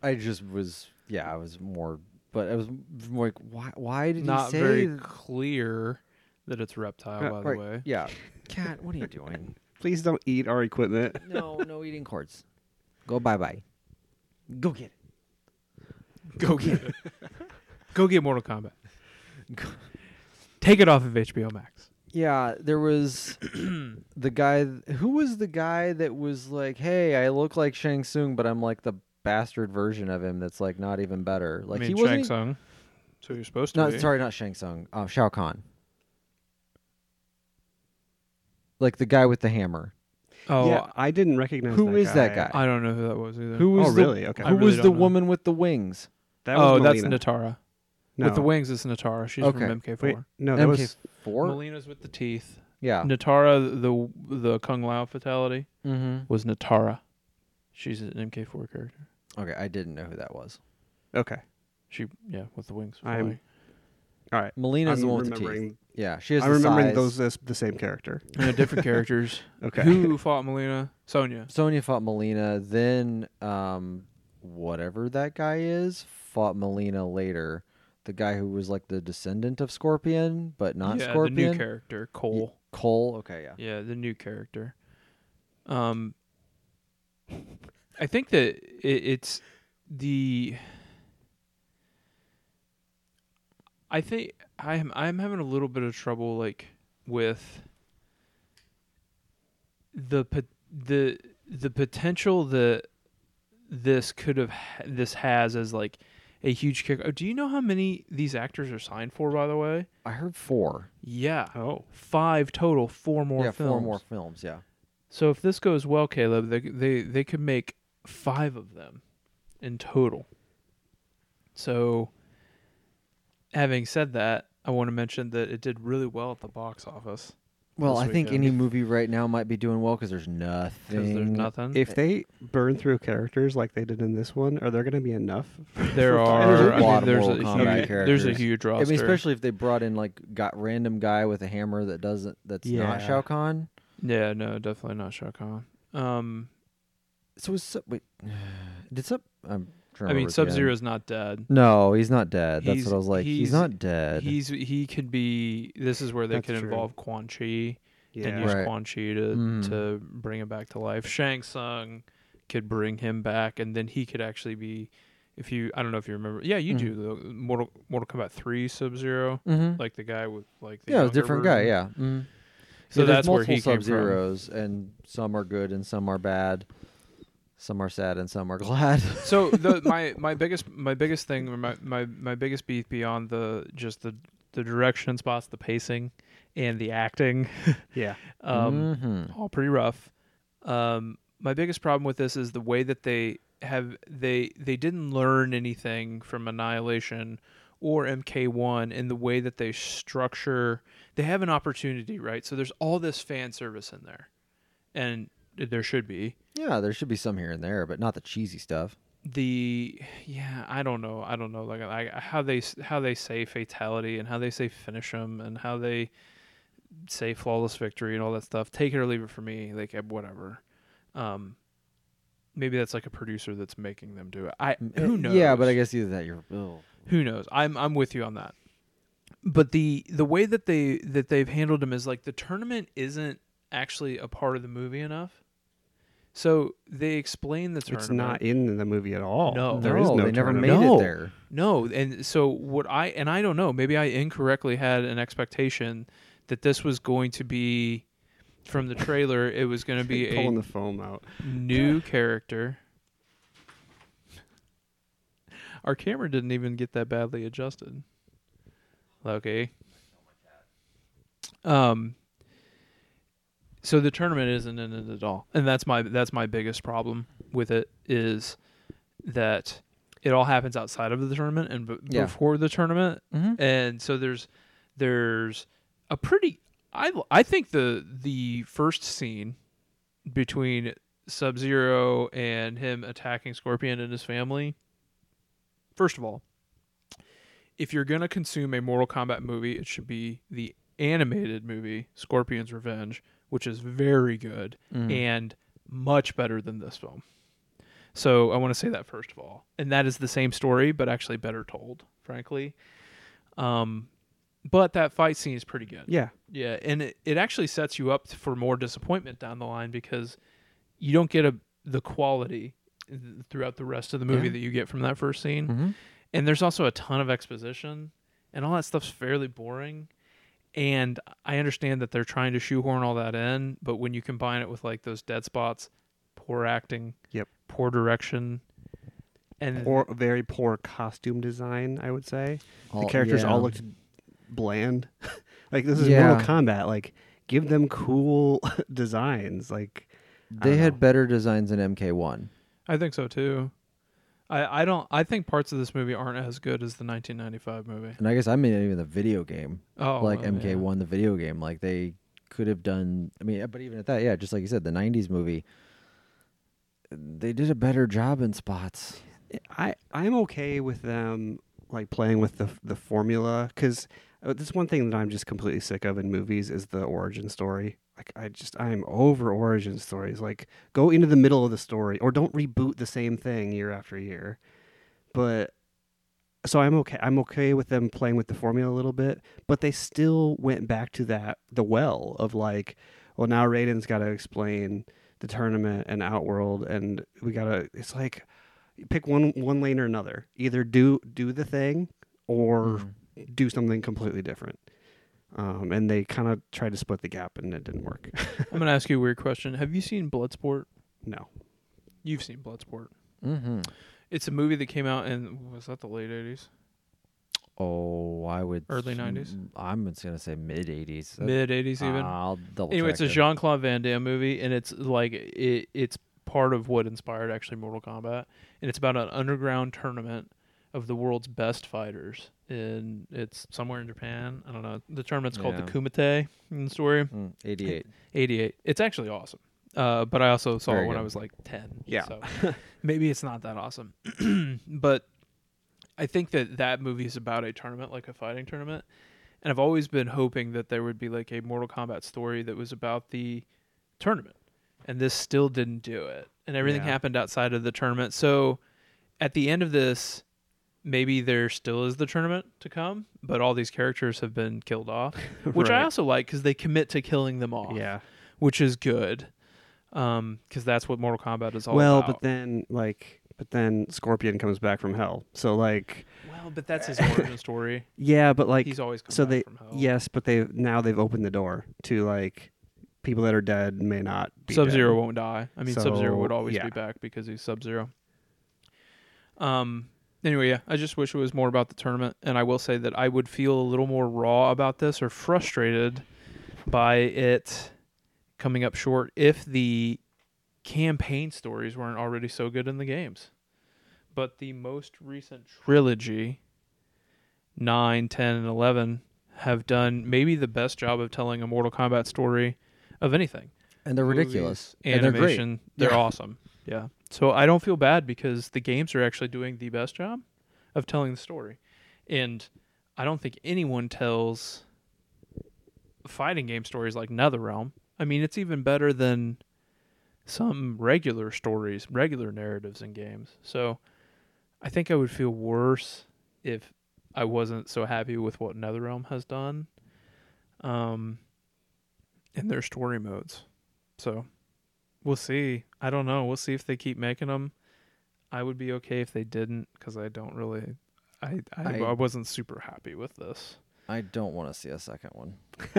I just was yeah, I was more but it was like, why? Why did
Not
he say
very
th-
clear that it's reptile,
Yeah,
by the
right,
way.
Yeah, cat, what are you doing?
Please don't eat our equipment.
no, no eating cords. Go bye bye. Go get it.
Go get it. Go get Mortal Kombat. Take it off of HBO Max.
Yeah, there was the guy. th- Who was the guy that was like, "Hey, I look like Shang Tsung, but I'm like the bastard version of him that's like not even better." Like
I
he
mean,
wasn't.
Shang
e-
Tsung.
So you're supposed to.
No,
be.
sorry, not Shang Tsung. Um, Shao Kahn. Like the guy with the hammer.
Oh,
yeah, I didn't recognize.
who
Who is
is that guy?
I don't know who that was either.
Who
Oh,
was the,
really? Okay.
Who
I really
was
don't
the
know.
woman with the wings?
That was
Oh, that's
Melina.
Natara.
no.
With the wings, it's Natara. She's
Okay.
from MK4.
Wait, no, that
MK
was
four.
Melina's with the teeth.
Yeah.
Natara, the the Kung Lao fatality
Mm-hmm.
was Natara. She's an MK4 character.
Mm-hmm. Okay, I didn't know who that was.
okay.
She, yeah, with the wings.
I'm-
flying.
All right.
Melina's
I'm
the one with the teeth.
remembering.
Yeah, she has.
I'm
the
remembering
size.
those as the same character.
No, different characters.
Okay.
Who fought Melina? Sonya.
Sonya fought Melina, then um, whatever that guy is fought Melina later. The guy who was like the descendant of Scorpion, but not
yeah,
Scorpion.
the new character, Cole.
Cole. Okay, yeah.
Yeah, the new character. Um, I think that it, it's the. I think I'm I'm having a little bit of trouble like with the pot- the the potential that this could have ha- this has as like a huge kick. Oh, do you know how many these actors are signed for? By the way,
I heard four.
yeah,
Oh.
five total, four more.
yeah,
films.
four more films. Yeah.
So if this goes well, Caleb, they they they could make five of them in total. So, having said that, I want to mention that it did really well at the box office.
Well,
This
I think
weekend.
any movie right now might be doing well because there's
Because
nothing.
there's nothing.
If they burn through characters like they did in this one, are there going to be enough?
there
There's
are,
a
I mean,
lot of
there's a
Mortal Kombat
huge, there's a
characters.
huge
I
roster.
mean, especially if they brought in like got random guy with a hammer that doesn't that's
Yeah.
not Shao Kahn.
yeah, no, definitely not Shao Kahn. Um,
So is Sub- wait, did Sub? I'm trying to
I mean,
remember at the
Sub Zero
end.
is not dead.
No, he's not dead. That's
He's-
what I was like. He's,
he's-
not dead.
He's he could be. This is where they
That's
could
true.
involve Quan Chi. and
Yeah.
use
Right.
Quan Chi to,
Mhm.
to bring him back to life. Shang Tsung could bring him back, and then he could actually be, if you, I don't know if you remember, yeah, you
Mhm.
do the Mortal Mortal Kombat three Sub Zero,
mm-hmm.
like the guy with like the
yeah, a
younger
different guy.
version.
Yeah. Mm-hmm.
So that's where he
Sub
came from.
Zeros, and some are good and some are bad. Some are sad and some are glad.
So the my my biggest my biggest thing or my my my biggest beef beyond the just the the direction and spots, the pacing, and the acting.
Yeah.
Um,
Mhm.
all pretty rough. Um, my biggest problem with this is the way that they have they they didn't learn anything from Annihilation or MK1 in the way that they structure. They have an opportunity, right? So there's all this fan service in there, and there should be
Yeah, there should be some here and there, but not the cheesy stuff.
the yeah i don't know i don't know like I, how they s- how they say fatality and how they say finish them and how they say flawless victory and all that stuff take it or leave it for me like eh, whatever um maybe that's like a producer that's making them do it i who knows
eh, Yeah, but I guess either that you're. Oh.
who knows i'm i'm with you on that but the the way that they that they've handled him is like the tournament isn't actually a part of the movie enough so they explain the tournament
It's not in the movie at all.
No.
there is no
they never
tournament.
made
No.
it there.
No, and so what I and I don't know, maybe I incorrectly had an expectation that this was going to be from the trailer it was going to be
pulling
a
the foam out.
new character. Our camera didn't even get that badly adjusted. Lucky. Um so the tournament isn't in it at all. And that's my that's my biggest problem with it is that it all happens outside of the tournament and b-
Yeah.
before the tournament
Mhm.
and so there's there's a pretty I I think the the first scene between Sub Zero and him attacking Scorpion and his family. First of all, if you're gonna consume a Mortal Kombat movie, it should be the animated movie Scorpion's Revenge, which is very good and much better than this film. So I want to say that first of all, and that is the same story, but actually better told, frankly. Um, but that fight scene is pretty good.
Yeah.
Yeah, and it, it actually sets you up for more disappointment down the line because you don't get a the quality throughout the rest of the movie
Yeah.
that you get from that first scene.
Mhm.
And there's also a ton of exposition and all that stuff's fairly boring. And I understand that they're trying to shoehorn all that in, but when you combine it with like those dead spots, poor acting,
Yep.
poor direction,
Mm-hmm.
and
Poor, very poor costume design, I would say.
All-
the characters
yeah.
all looked bland. like this is
Yeah.
Mortal Kombat. Like give them cool designs. Like
They
don't
had
know.
better designs than MK1.
I think so too. I, I don't I think parts of this movie aren't as good as the 1995 movie.
And I guess I mean even the video game,
Oh,
like
well, yeah.
MK1, the video game. Like they could have done. I mean, but even at that, yeah, just like you said, the '90s movie. They did a better job in spots.
I I'm okay with them like playing with the the formula because uh, this one thing that I'm just completely sick of in movies is the origin story. Like I just I'm over origin stories. Like go into the middle of the story or don't reboot the same thing year after year. But so I'm okay. I'm okay with them playing with the formula a little bit, but they still went back to that the well of like, well now Raiden's got to explain the tournament and Outworld, and we gotta. It's like pick one one lane or another. Either do do the thing
Hmm.
or do something completely different. Um, and they kind of tried to split the gap, and it didn't work.
I'm gonna ask you a weird question. Have you seen Bloodsport?
no,
You've seen Bloodsport.
Mm-hmm.
It's a movie that came out in was that the late '80s,
Oh, I would
Early
s-
90s?
I'm just gonna say mid '80s.
mid '80s even.
I'll double.
anyway, it's a
check it.
Jean Claude Van Damme movie, and it's like it, it's part of what inspired actually Mortal Kombat, and it's about an underground tournament of the world's best fighters, and it's somewhere in Japan. I don't know. The tournament's called
Yeah.
the Kumite in the story.
Mm, 88.
88. It's actually awesome. Uh, but I also saw
Very
it when
good.
I was like 10.
Yeah.
So maybe it's not that awesome. but I think that that movie is about a tournament, like a fighting tournament. And I've always been hoping that there would be like a Mortal Kombat story that was about the tournament. And this still didn't do it. And everything
Yeah.
happened outside of the tournament. So at the end of this, maybe there still is the tournament to come, but all these characters have been killed off, which I
Right.
also like because they commit to killing them off
yeah.
which is good because that's what Mortal Kombat is all
Well,
about.
but then like, but then Scorpion comes back from hell. So like,
well, but that's his origin story.
yeah, but like,
He's always come
so
back
they
from hell.
yes, but they now they've opened the door to like people that are dead may not be dead.
Sub Zero won't die. I mean, Sub Zero would
So,
always
yeah.
be back because he's Sub Zero. Um. Anyway, yeah, I just wish it was more about the tournament, and I will say that I would feel a little more raw about this or frustrated by it coming up short if the campaign stories weren't already so good in the games. But the most recent trilogy, 9, 10, and 11, have done maybe the best job of telling a Mortal Kombat story of anything
And they're ridiculous.
movies,
And they're great.
animation. They're, awesome. Yeah. So I don't feel bad because the games are actually doing the best job of telling the story. And I don't think anyone tells fighting game stories like NetherRealm. I mean, it's even better than some regular stories, regular narratives in games. So I think I would feel worse if I wasn't so happy with what NetherRealm has done um, in their story modes. So we'll see. I don't know. We'll see if they keep making them. I would be okay if they didn't because I don't really. I, I
I-
I wasn't super happy with this.
I don't want to see a second one.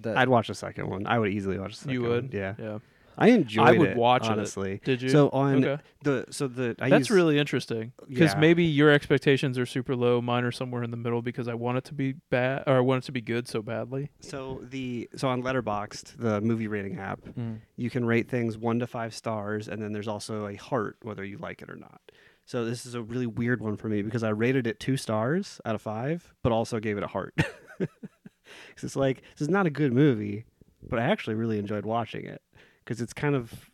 that,
I'd watch a second one. I would easily watch a second
You would?
one. Yeah.
Yeah.
I enjoyed
would
it,
watch it.
honestly.
Did you?
So on
okay.
the so the I use-
That's really interesting because
Yeah.
maybe your expectations are super low. Mine are somewhere in the middle because I want it to be bad or I want it to be good so badly.
So the so on Letterboxd, the movie rating app,
Mm.
you can rate things one to five stars, and then there's also a heart whether you like it or not. So this is a really weird one for me because I rated it two stars out of five, but also gave it a heart. 'Cause it's like this is not a good movie, but I actually really enjoyed watching it because it's kind of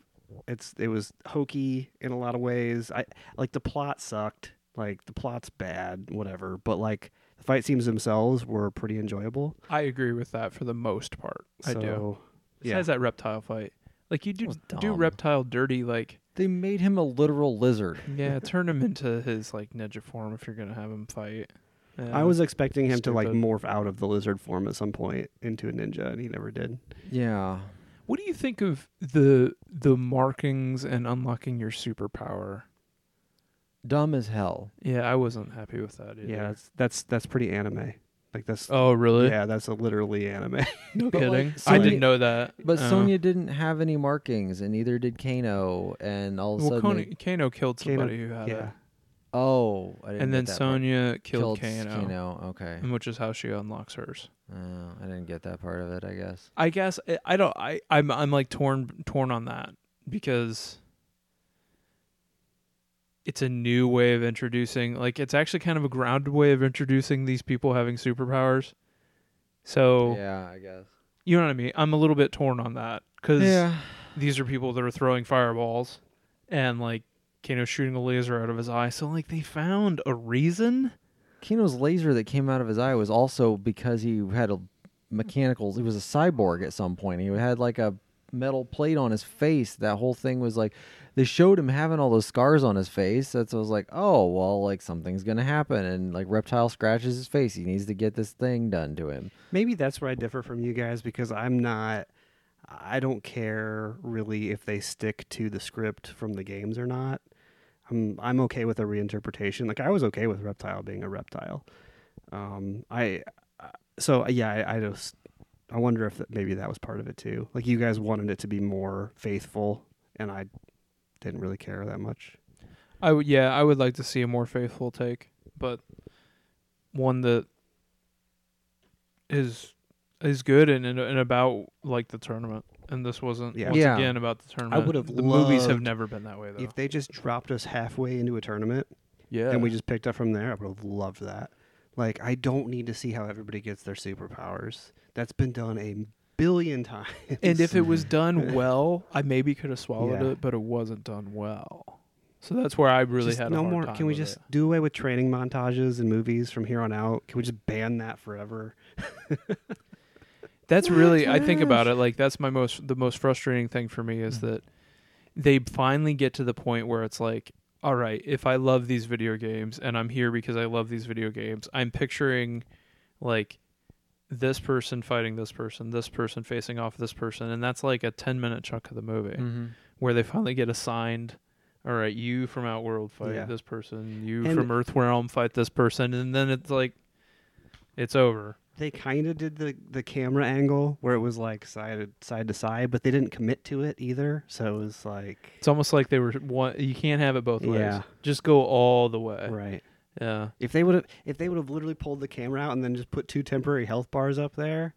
it's it was hokey in a lot of ways. I like the plot sucked, like the plot's bad, whatever. But like the fight scenes themselves were pretty enjoyable.
I agree with that for the most part. I do.
So, yeah.
Besides that reptile fight, like you do
was
do
dumb.
reptile dirty. Like
They made him a literal lizard.
Yeah, turn him into his like ninja form if you're gonna have him fight. Yeah.
I was expecting him to like
Stupid.
morph out of the lizard form at some point into a ninja, and he never did.
Yeah.
What do you think of the the markings and unlocking your superpower?
Dumb as hell.
Yeah, I wasn't happy with that either.
Yeah, that's that's, that's pretty anime. Like that's
Oh, really?
yeah, that's a literally anime.
No
But, like,
kidding. I
Sonya-
didn't know that.
But
Oh.
Sonya didn't have any markings, and neither did Kano. And all of a
Well,
sudden,
Kano, Kano killed
Kano-
somebody who had
yeah,
it,
they- oh, I didn't get
and then
that part.
Sonya killed, Kano, Mm.
Okay,
and which is how she unlocks hers.
oh, I didn't get that part of it. I guess.
I guess I, I don't. I I'm I'm like torn torn on that because it's a new way of introducing. Like it's actually kind of a grounded way of introducing these people having superpowers. So
Yeah, I guess.
you know what I mean. I'm a little bit torn on that because
Yeah.
these are people that are throwing fireballs and like Kano shooting a laser out of his eye. So like they found a reason.
Kano's laser that came out of his eye was also because he had a mechanical. He was a cyborg at some point. He had like a metal plate on his face. That whole thing was like they showed him having all those scars on his face. That's I was like, oh well, like something's gonna happen. And like reptile scratches his face. He needs to get this thing done to him.
maybe that's where I differ from you guys because I'm not. I don't care really if they stick to the script from the games or not. I'm I'm okay with a reinterpretation. Like I was okay with reptile being a reptile. Um, I I- so yeah, I, I just I wonder if that, maybe that was part of it too. Like you guys wanted it to be more faithful, and I didn't really care that much.
I would yeah, I would like to see a more faithful take, but one that is is good and and, and about like the tournament. And this wasn't
Yeah.
once
Yeah.
again about the tournament.
would've
the movies have
loved
never been that way though.
If they just dropped us halfway into a tournament
yeah,
and we just picked up from there, I would have loved that. Like I don't need to see how everybody gets their superpowers. That's been done a billion times.
and if it was done well, I maybe could have swallowed
Yeah.
it, but it wasn't done well. So that's where I really
Just
had a
no
hard
more.
time
can we
with
just
it.
do away with training montages and movies from here on out? Can we just ban that forever?
That's really I think about it like that's my most the most frustrating thing for me
Mm.
is that they finally get to the point where it's like all right, if I love these video games and I'm here because I love these video games, I'm picturing like this person fighting this person, this person facing off this person and that's like a 10 minute chunk of the movie
Mm.
Mm-hmm.
where they finally get assigned all right, you from Outworld fight
Yeah.
this person, you
And-
from Earthrealm fight this person and then it's like it's over.
They kind of did the the camera angle where it was like side side to side, but they didn't commit to it either. So it was like
It's almost like they were one. You can't have it both ways.
Yeah.
Just go all the way.
right.
Yeah.
If they would have, if they would have literally pulled the camera out and then just put two temporary health bars up there,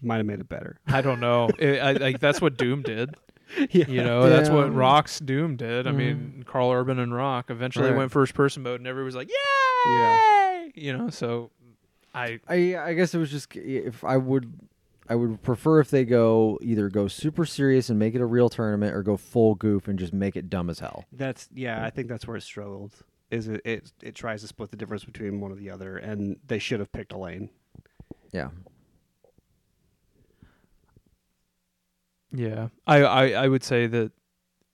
might have made it better.
I don't know. It, I, like that's what Doom did.
Yeah.
You know, that's what
Yeah.
Rock's Doom did. I mean, Carl Urban and Rock eventually
Right.
went first person mode, and everybody was like, "Yay!" You know, so I
I I guess it was just if I would I would prefer if they go either go super serious and make it a real tournament or go full goof and just make it dumb as hell.
That's yeah. I think that's where it struggled. Is it it, it tries to split the difference between one or the other, and they should have picked a lane.
Yeah.
yeah, I I, I would say that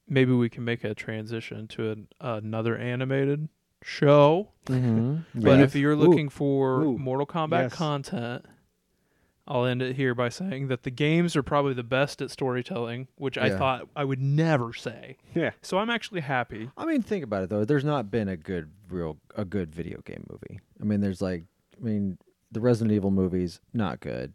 maybe we can make a transition to an, another animated show.
Mm-hmm.
But
Yeah.
if you're
Ooh.
looking for
Ooh.
Mortal Kombat
Yes.
content, I'll end it here by saying that the games are probably the best at storytelling, which I
Yeah.
thought I would never say.
Yeah.
So I'm actually happy.
I mean, think about it though. There's not been a good real a good video game movie. I mean, there's like I mean, the Resident Evil movies not good.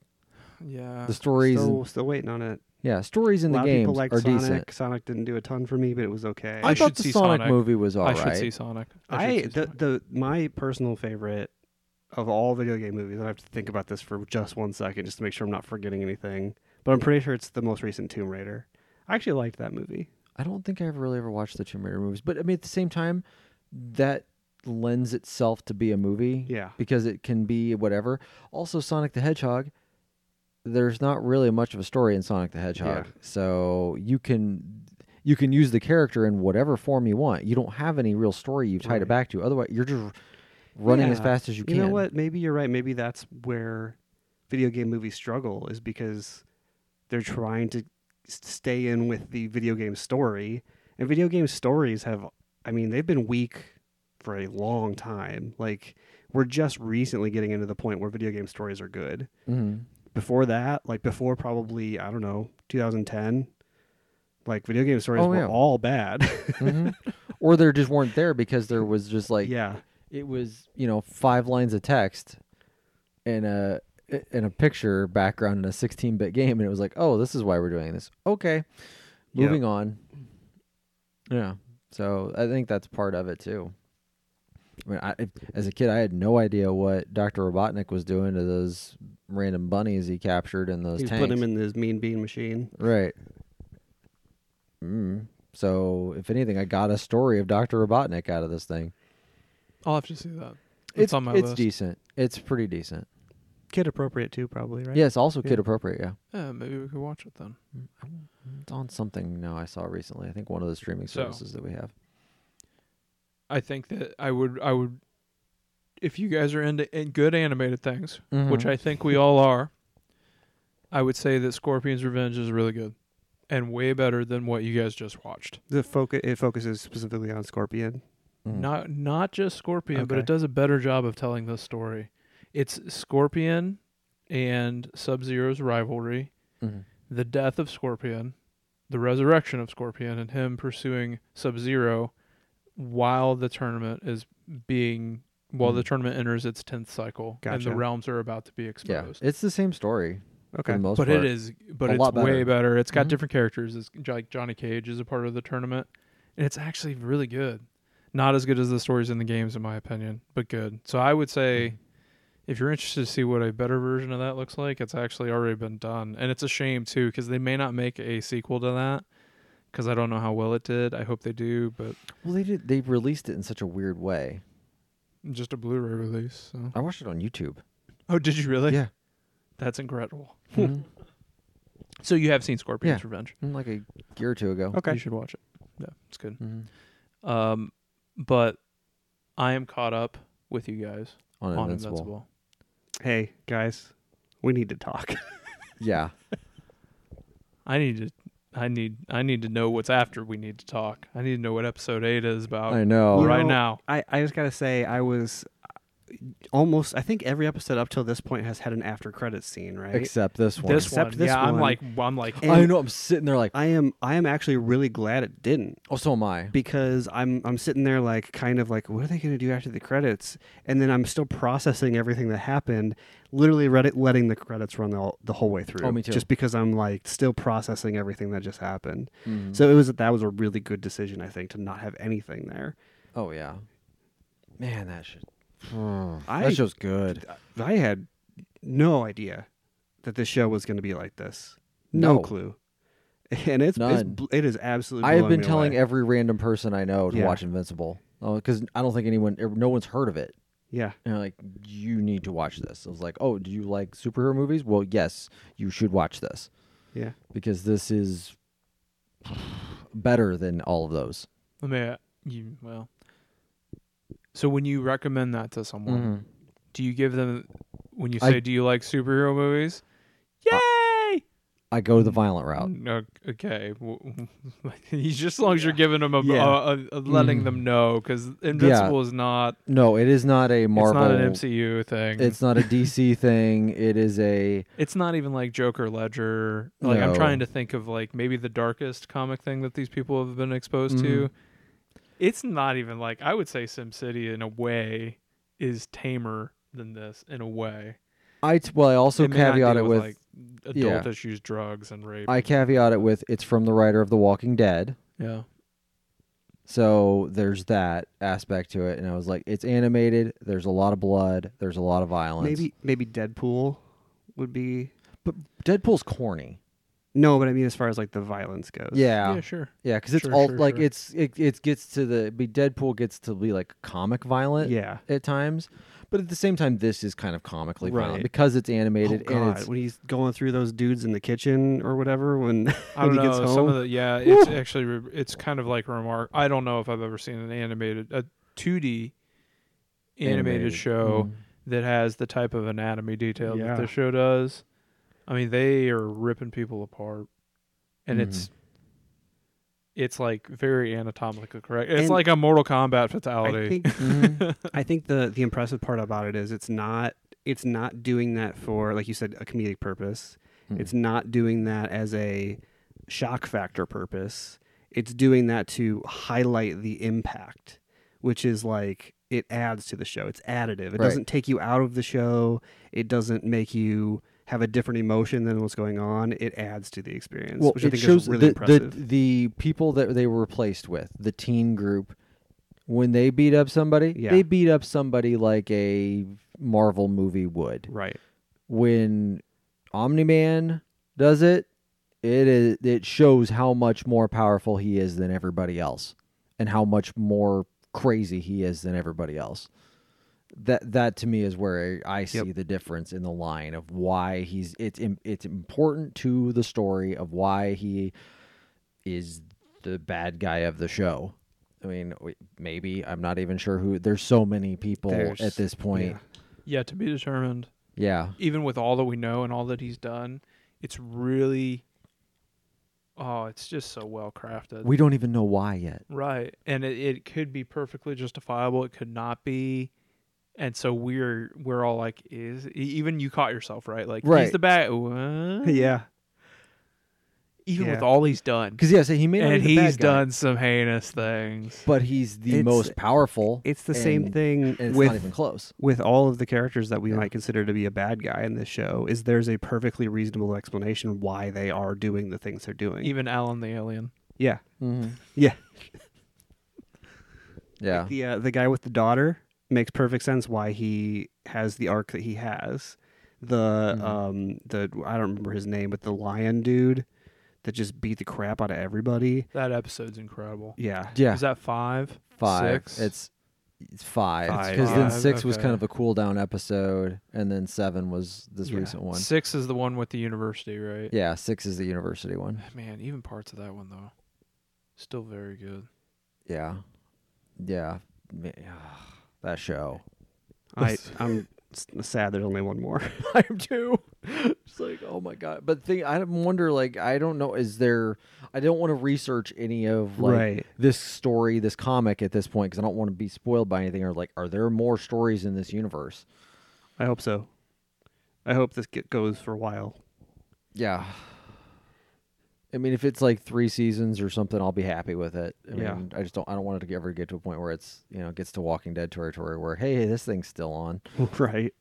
Yeah.
The stories,
Still,
in,
still waiting on it.
yeah, stories in the
Uh, a lot of people
games
like
are
Sonic.
decent.
Sonic didn't do a ton for me, but it was okay.
I,
I
thought
should
the
see
Sonic,
Sonic.
movie was
I
alright.
should see Sonic.
I,
should see
the,
Sonic.
the my personal favorite of all video game movies. and I have to think about this for just one second, just to make sure I'm not forgetting anything. But I'm pretty sure it's the most recent Tomb Raider. I actually liked that movie.
I don't think I ever really ever watched the Tomb Raider movies, but I mean, at the same time, that lends itself to be a movie.
Yeah.
because it can be whatever. Also, Sonic the Hedgehog, there's not really much of a story in Sonic the Hedgehog,
Yeah.
so you can you can use the character in whatever form you want. You don't have any real story you've tied it
Right.
back to. Otherwise, you're just running as
Yeah.
fast as you,
You
can.
know what? Maybe you're right. Maybe that's where video game movies struggle is because they're trying to s- stay in with the video game story And video game stories have, I mean, they've been weak for a long time. Like, we're just recently getting into the point where video game stories are good.
Mm-hmm.
Before that, like before probably, I don't know, 2010, like video game stories
Oh,
were
yeah.
all bad.
Mm-hmm. Or there just weren't there because there was just like
yeah.
it was you know five lines of text and a and a picture background in a 16-bit game and it was like oh this is why we're doing this okay
Yeah.
moving on yeah so i think that's part of it too i mean I, as a kid i had no idea what dr robotnik was doing to those random bunnies he captured in those
He
tanks
put them in his mean bean machine.
right mm. so if anything i got a story of dr robotnik out of this thing
I'll have to see that.
it's,
on my
it's
list.
decent it's pretty decent
Kid appropriate too, probably, right?
Yes, also
Yeah.
kid appropriate. Yeah,
Yeah, maybe we could watch it then.
it's on something now. I saw recently. I think one of the streaming
So.
services that we have.
I think that I would I would if you guys are into in good animated things,
Mm-hmm.
Hmm.
which I think we all are, I would say that Scorpion's Revenge is really good and way better than what you guys just watched.
The focus it focuses specifically on Scorpion.
Mm-hmm.
Not not just Scorpion, but
Hmm. Okay.
it does a better job of telling the story. It's Scorpion and Sub Zero's rivalry,
Mm-hmm.
the death of Scorpion, the resurrection of Scorpion, and him pursuing Sub Zero while the tournament is being while the tournament enters its tenth cycle and the
Hmm. Gotcha.
realms are about to be
Yeah,
exposed.
it's the same story for
Okay.
the most
but
part.
it is but
a
it's
lot better.
way better. It's got
Mhm.
different characters. It's j- like Johnny Cage is a part of the tournament, and it's actually really good. Not as good as the stories in the games, in my opinion, but good. So I would say,
Mm-hmm.
if you're interested to see what a better version of that looks like, it's actually already been done, and it's a shame too because they may not make a sequel to that because I don't know how well it did. I hope they do, but
Well, they did. They released it in such a weird way.
Just a Blu-ray release. So.
I watched it on YouTube.
oh, did you really?
Yeah.
that's incredible.
Mhm.
So you have seen Scorpion's
Yeah.
Revenge?
like a year or two ago.
Okay.
You should watch it. Yeah, it's good.
Mhm.
Um, but I am caught up with you guys
On,
on
Invincible.
Invincible.
Hey guys, we need to talk.
Yeah,
I need to. I need I need to know what's after we need to talk. I need to know what episode 8 is about
I know.
You
right
know-
now.
I, I just gotta say I was uh, almost I think every episode up till this point has had an after credits scene, right?
Except this one.
This
Except
one.
this
yeah, I'm
one.
like I'm like
And
I know. I'm sitting there like,
I am I am actually really glad it didn't
oh, so am I.
because I'm I'm sitting there like kind of like what are they gonna do after the credits? And then I'm still processing everything that happened. Literally read it letting the credits run the, whole- the whole way through.
Oh, me too.
Just because I'm like still processing everything that just happened.
Mhm.
So it was that was a really good decision I think to not have anything there.
oh yeah, man, that shit.
I-
that show's good.
I had no idea that this show was going to be like this. No,
No.
clue. And it's, it's
None.
bl- it is absolutely.
I have
blowing
been
me
telling
away.
every random person I know to
Yeah.
watch Invincible. Oh, because I don't think anyone, er, no one's heard of it.
yeah,
And they're like, you need to watch this. I was like, oh, do you like superhero movies? Well, yes, you should watch this
yeah.
because this is better than all of those.
let me uh, you well. So when you recommend that to someone,
Mm-hmm.
do you give them when you
I-
say do you like superhero movies?
Uh,
Yay!
I go
Mm.
the violent route.
No, okay. w- He's just as long as you're giving them a,
Yeah.
a- a- a- letting
Mhm.
them know because Invincible is not
No, it is not a Marvel.
It's not an MCU thing. It's
It's not a DC thing. It is a
it's not even like Joker Ledger. Like I'm
No.
trying to think of like maybe the darkest comic thing that these people have been exposed to.
Mm-hmm.
It's not even like I would say SimCity in a way is tamer than this in a way.
I t- well, I also
It may not
caveat
deal
it with
like
yeah.
adult issues, drugs, and rape.
I caveat it with it's from the writer of The Walking Dead.
yeah,
So there's that aspect to it, and I was like, it's animated. There's a lot of blood. There's a lot of violence.
Maybe maybe Deadpool would be
but Deadpool's corny.
no, but I mean as far as like the violence goes.
Yeah,
yeah, sure.
yeah, because it's
Sure,
all
sure,
like
sure.
it's it it gets to the be Deadpool gets to be like comic violent
yeah.
at times, but at the same time, this is kind of comically violent
Right.
because it's
Oh
animated and
God,
it's
when he's going through those dudes in the kitchen or whatever when
I don't
when he
know.
gets home.
Some of the yeah, it's actually re- it's kind of like a remark. I don't know if I've ever seen an animated a 2D animated,
Animated,
show that has the type of anatomy detail
mm-hmm. Yeah.
that this show does.
Mm-hmm.
I mean, they are ripping people apart, and it's
it's like very anatomically correct. It's
And-
like a Mortal Kombat
I
fatality.
think, I think the the impressive part about it is it's not it's not doing that for like you said a comedic purpose.
Hmm.
It's not doing that as a shock factor purpose. It's doing that to highlight the impact, which is like it adds to the show. It's additive. It
Right.
doesn't take you out of the show. It doesn't make you have a different emotion than what's going on. It adds to the experience,
Well,
which I
it
think
shows
is really
the, the,
impressive.
the people that they were replaced with, the teen group, when they beat up somebody,
Yeah.
they beat up somebody like a Marvel movie would.
right.
When Omni Man does it, it is it shows how much more powerful he is than everybody else, and how much more crazy he is than everybody else. That that to me is where I see the difference in the line of why he's it's im- it's important to the story of why he is the bad guy of the show. I mean, we- maybe I'm not even sure who. There's so many people
There's-
at this point.
Yeah, to be determined.
Yeah,
Even with all that we know and all that he's done, it's really oh, it's just so well crafted.
we don't even know why yet.
Right. And it, it could be perfectly justifiable, it could not be. And so we're we're all like, is e- even you caught yourself, right? Like
Right.
he's the bad what?
Yeah.
Even with
Yeah.
all he's done.
Because yeah, so he may not
And
be the bad
he's
guy,
done some heinous things.
but he's the
It's-
most powerful.
It's the same
and-
thing
and it's
with
not even close.
with all of the characters that we
Yeah.
might consider to be a bad guy in this show is there's a perfectly reasonable explanation why they are doing the things they're doing.
Even Alan the alien.
yeah.
Mm-hmm.
Yeah.
Yeah.
The uh, the guy with the daughter makes perfect sense why he has the arc that he has. The
Mhm.
um the I don't remember his name, but the lion dude that just beat the crap out of everybody.
That episode's incredible.
Yeah.
Yeah.
Is that five?
Five.
Six?
It's it's five.
Five.
Because then
Five,
six was
okay.
kind of a cool down episode, and then seven was this
Yeah.
recent one.
Six is the one with the university, right?
Yeah, six is the university one.
Man, even parts of that one though, still very good.
Yeah. Yeah. Ma- ah, That show.
I I'm s- sad there's only one more.
I am too. It's like, oh my god. But thing I wonder, like, I don't know, is there I don't want to research any of like
Right.
this story, this comic at this point, because I don't want to be spoiled by anything or like, are there more stories in this universe?
I hope so. I hope this get, goes for a while.
Yeah. I mean, if it's like three seasons or something, I'll be happy with it. I
Yeah.
mean, I just don't. I don't want it to ever get to a point where it's you know gets to Walking Dead territory where hey, this thing's still on.
right.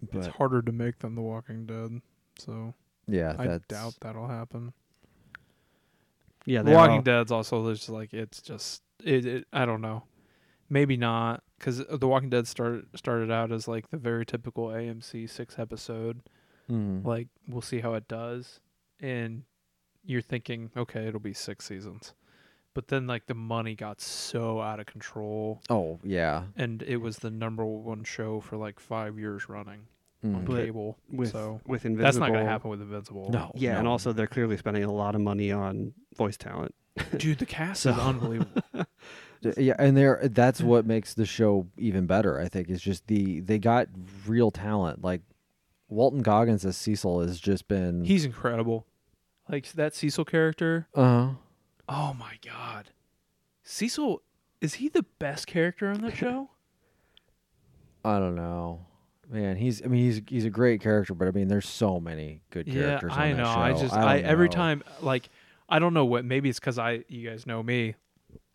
But
It's harder to make than The Walking Dead, so
yeah,
I
that's
doubt that'll happen.
Yeah,
The
they
Walking
all-
Dead's also just like it's just it, it I don't know, maybe not because The Walking Dead started started out as like the very typical AMC six episode.
Mm-hmm.
Mhm.
Like we'll see how it does, and you're thinking okay it'll be six seasons, but then like the money got so out of control,
Oh yeah.
and it was the number one show for like five years running on
Mm.
Mm-hmm. But
cable.
with
so
with invisible.
that's not gonna happen with Invincible.
No.
Yeah, and
no.
also they're clearly spending a lot of money on voice talent.
dude, the cast
So-
is unbelievable.
D- Yeah, and there that's what makes the show even better, I think, is just the they got real talent. Like Walton Goggins as Cecil has just been
He's incredible. Like that Cecil character.
uh
Oh my god. Cecil is he the best character on that show?
I don't know. Man, he's I mean he's he's a great character, but I mean there's so many good
yeah,
characters
I
on that
know.
show.
I just I,
don't
every
know.
time like I don't know what maybe it's cuz I you guys know me.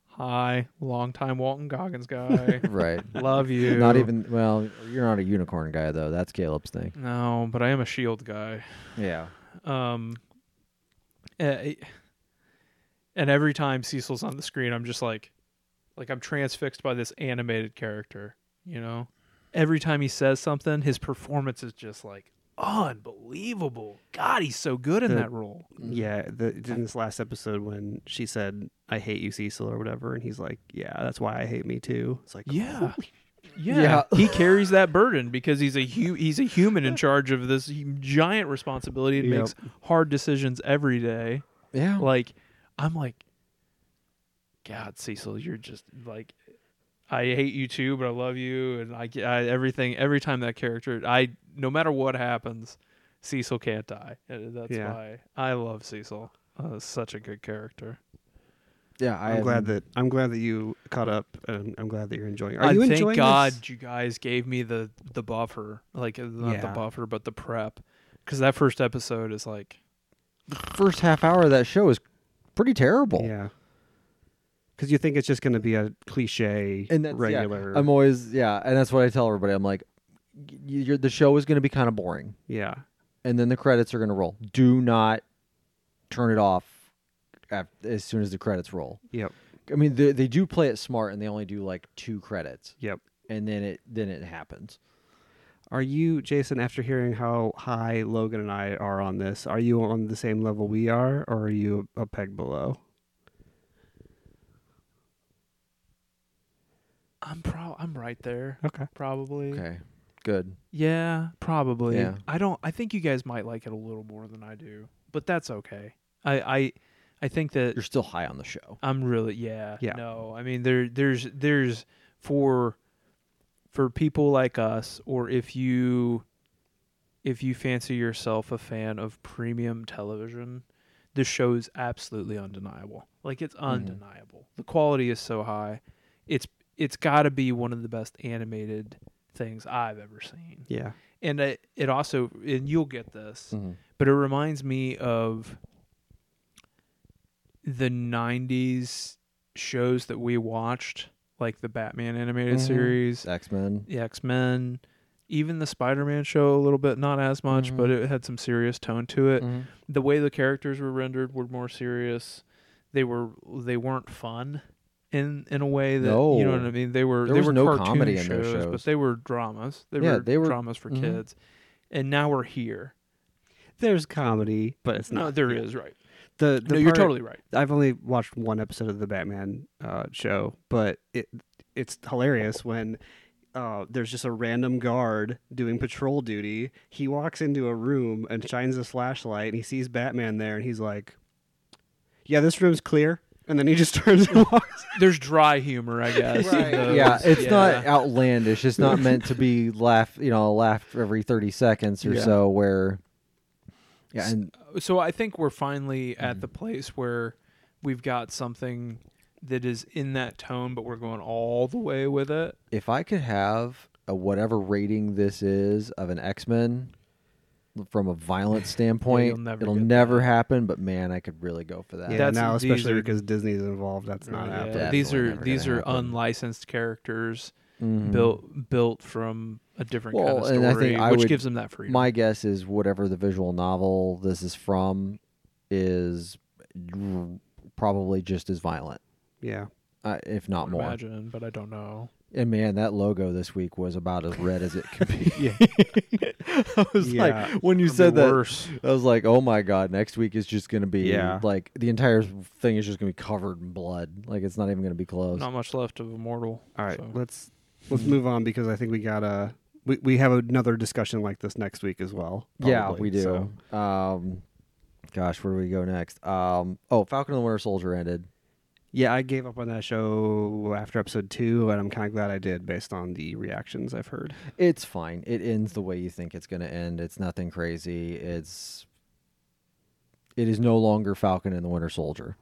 Hi, longtime Walton Goggins guy.
Right.
Love you.
Not even well, you're not a unicorn guy though. That's Caleb's thing.
No, but I am a shield guy.
Yeah.
Um eh, and every time Cecil's on the screen, I'm just like like I'm transfixed by this animated character, you know? Every time he says something, his performance is just like unbelievable. God, he's so good in
The-
that role.
Mm-hmm.
Yeah, the, in this last episode when she said, "I hate you, Cecil" or whatever, and he's like, "Yeah, that's why I hate me too." It's like,
Yeah. Yeah, he carries that burden because he's a hu- he's a human in charge of this giant responsibility and
Yep.
makes hard decisions every day.
Yeah.
Oh.
like I'm like, God, Cecil, you're just like, I hate you too, but I love you, and I, get- I everything every time that character, I no matter what happens, Cecil can't die. And That's
Yeah.
why I love Cecil. Uh, such a good character.
Yeah, I
I'm glad
haven't-
that I'm glad that you caught up, and I'm glad that you're enjoying. Are
I
you
thank
enjoying
God
this?
you guys gave me the the buffer, like uh, not the
Yeah.
buffer, but the prep, because that first episode is like
first half hour of that show is pretty terrible.
Yeah. Because you think it's just going to be a cliche,
and that's
regular.
Yeah, I'm always yeah, and that's what I tell everybody. I'm like, y- you're, the show is going to be kind of boring,
yeah.
and then the credits are going to roll. Do not turn it off af as soon as the credits roll.
Yep.
I mean, they, they do play it smart, and they only do like two credits,
Yep.
and then it then it happens.
Are you, Jason, after hearing how high Logan and I are on this, are you on the same level we are, or are you a peg below?
I'm pro I'm right there,
Okay.
probably.
Okay, good.
Yeah, probably.
Yeah.
I don't. I think you guys might like it a little more than I do, but that's okay. I I I think that
You're still high on the show.
I'm really yeah,
Yeah.
No, I mean there there's there's for for people like us or if you if you fancy yourself a fan of premium television, this show is absolutely undeniable. Like
Mm-hmm.
it's undeniable. The quality is so high. It's it's got to be one of the best animated things I've ever seen.
Yeah.
And it, it also and you'll get this but it reminds me of the 90s shows that we watched like the batman animated
Mhm.
series
X Men.
the x-men even the spider-man show a little bit not as much
Mhm.
but it had some serious tone to it the way the characters were rendered were more serious they were they weren't fun in in a way that you know
No.
what i mean they were
There
they
was
were
no
cartoon
comedy in
shows,
those
but
shows.
they were dramas they,
Yeah,
were,
they were-
dramas for
mhm.
kids and now we're here
There's comedy, but it's
no
not.
there is right
The, the
no you're
part-
totally right
I've only watched one episode of the Batman uh, show, but it it's hilarious when uh, there's just a random guard doing patrol duty. He walks into a room and shines his flashlight, and he sees Batman there, and he's like, "Yeah, this room's clear." And then he just turns and walks.
there's dry humor, I guess. in
Right.
those.
Yeah, it's not
Yeah.
outlandish. It's not meant to be laugh, you know, laugh every thirty seconds or
Yeah.
so. Where, yeah,
S-
and
So I think we're finally at the place where we've got something that is in that tone, but we're going all the way with it.
if I could have a whatever rating this is of an X Men from a violent standpoint,
never
it'll
get
never happen. But man, I could really go for that.
Yeah,
That's-
now
these
especially
are-
because Disney's involved, that's not
Yeah.
happening.
These
Definitely
are
never gonna
these are
happen.
unlicensed characters
Mhm.
built built from a different kind
Well,
of
and I
story,
think I
which
would-
gives them that freedom.
My guess is whatever the visual novel this is from is r- probably just as violent,
Yeah,
uh, if not
I
more.
imagine, but I don't know.
And man, that logo this week was about as red as it could be.
Yeah.
I was
Yeah.
like, when you
Could be
said that,
worse.
I was like, oh my god, next week is just gonna be
Yeah.
like the entire thing is just gonna be covered in blood. Like it's not even gonna be close.
not much left of immortal.
All right,
So-
let's let's move on because I think we got a we, we have another discussion like this next week as well.
yeah,
probably,
we
so-
do. Um, gosh, where do we go next? Um, oh, Falcon and the Winter Soldier ended.
Yeah, I gave up on that show after episode two, and I'm kind of glad I did based on the reactions I've heard.
It's fine. It ends the way you think it's gonna end. It's nothing crazy. It's it is no longer Falcon and the Winter Soldier.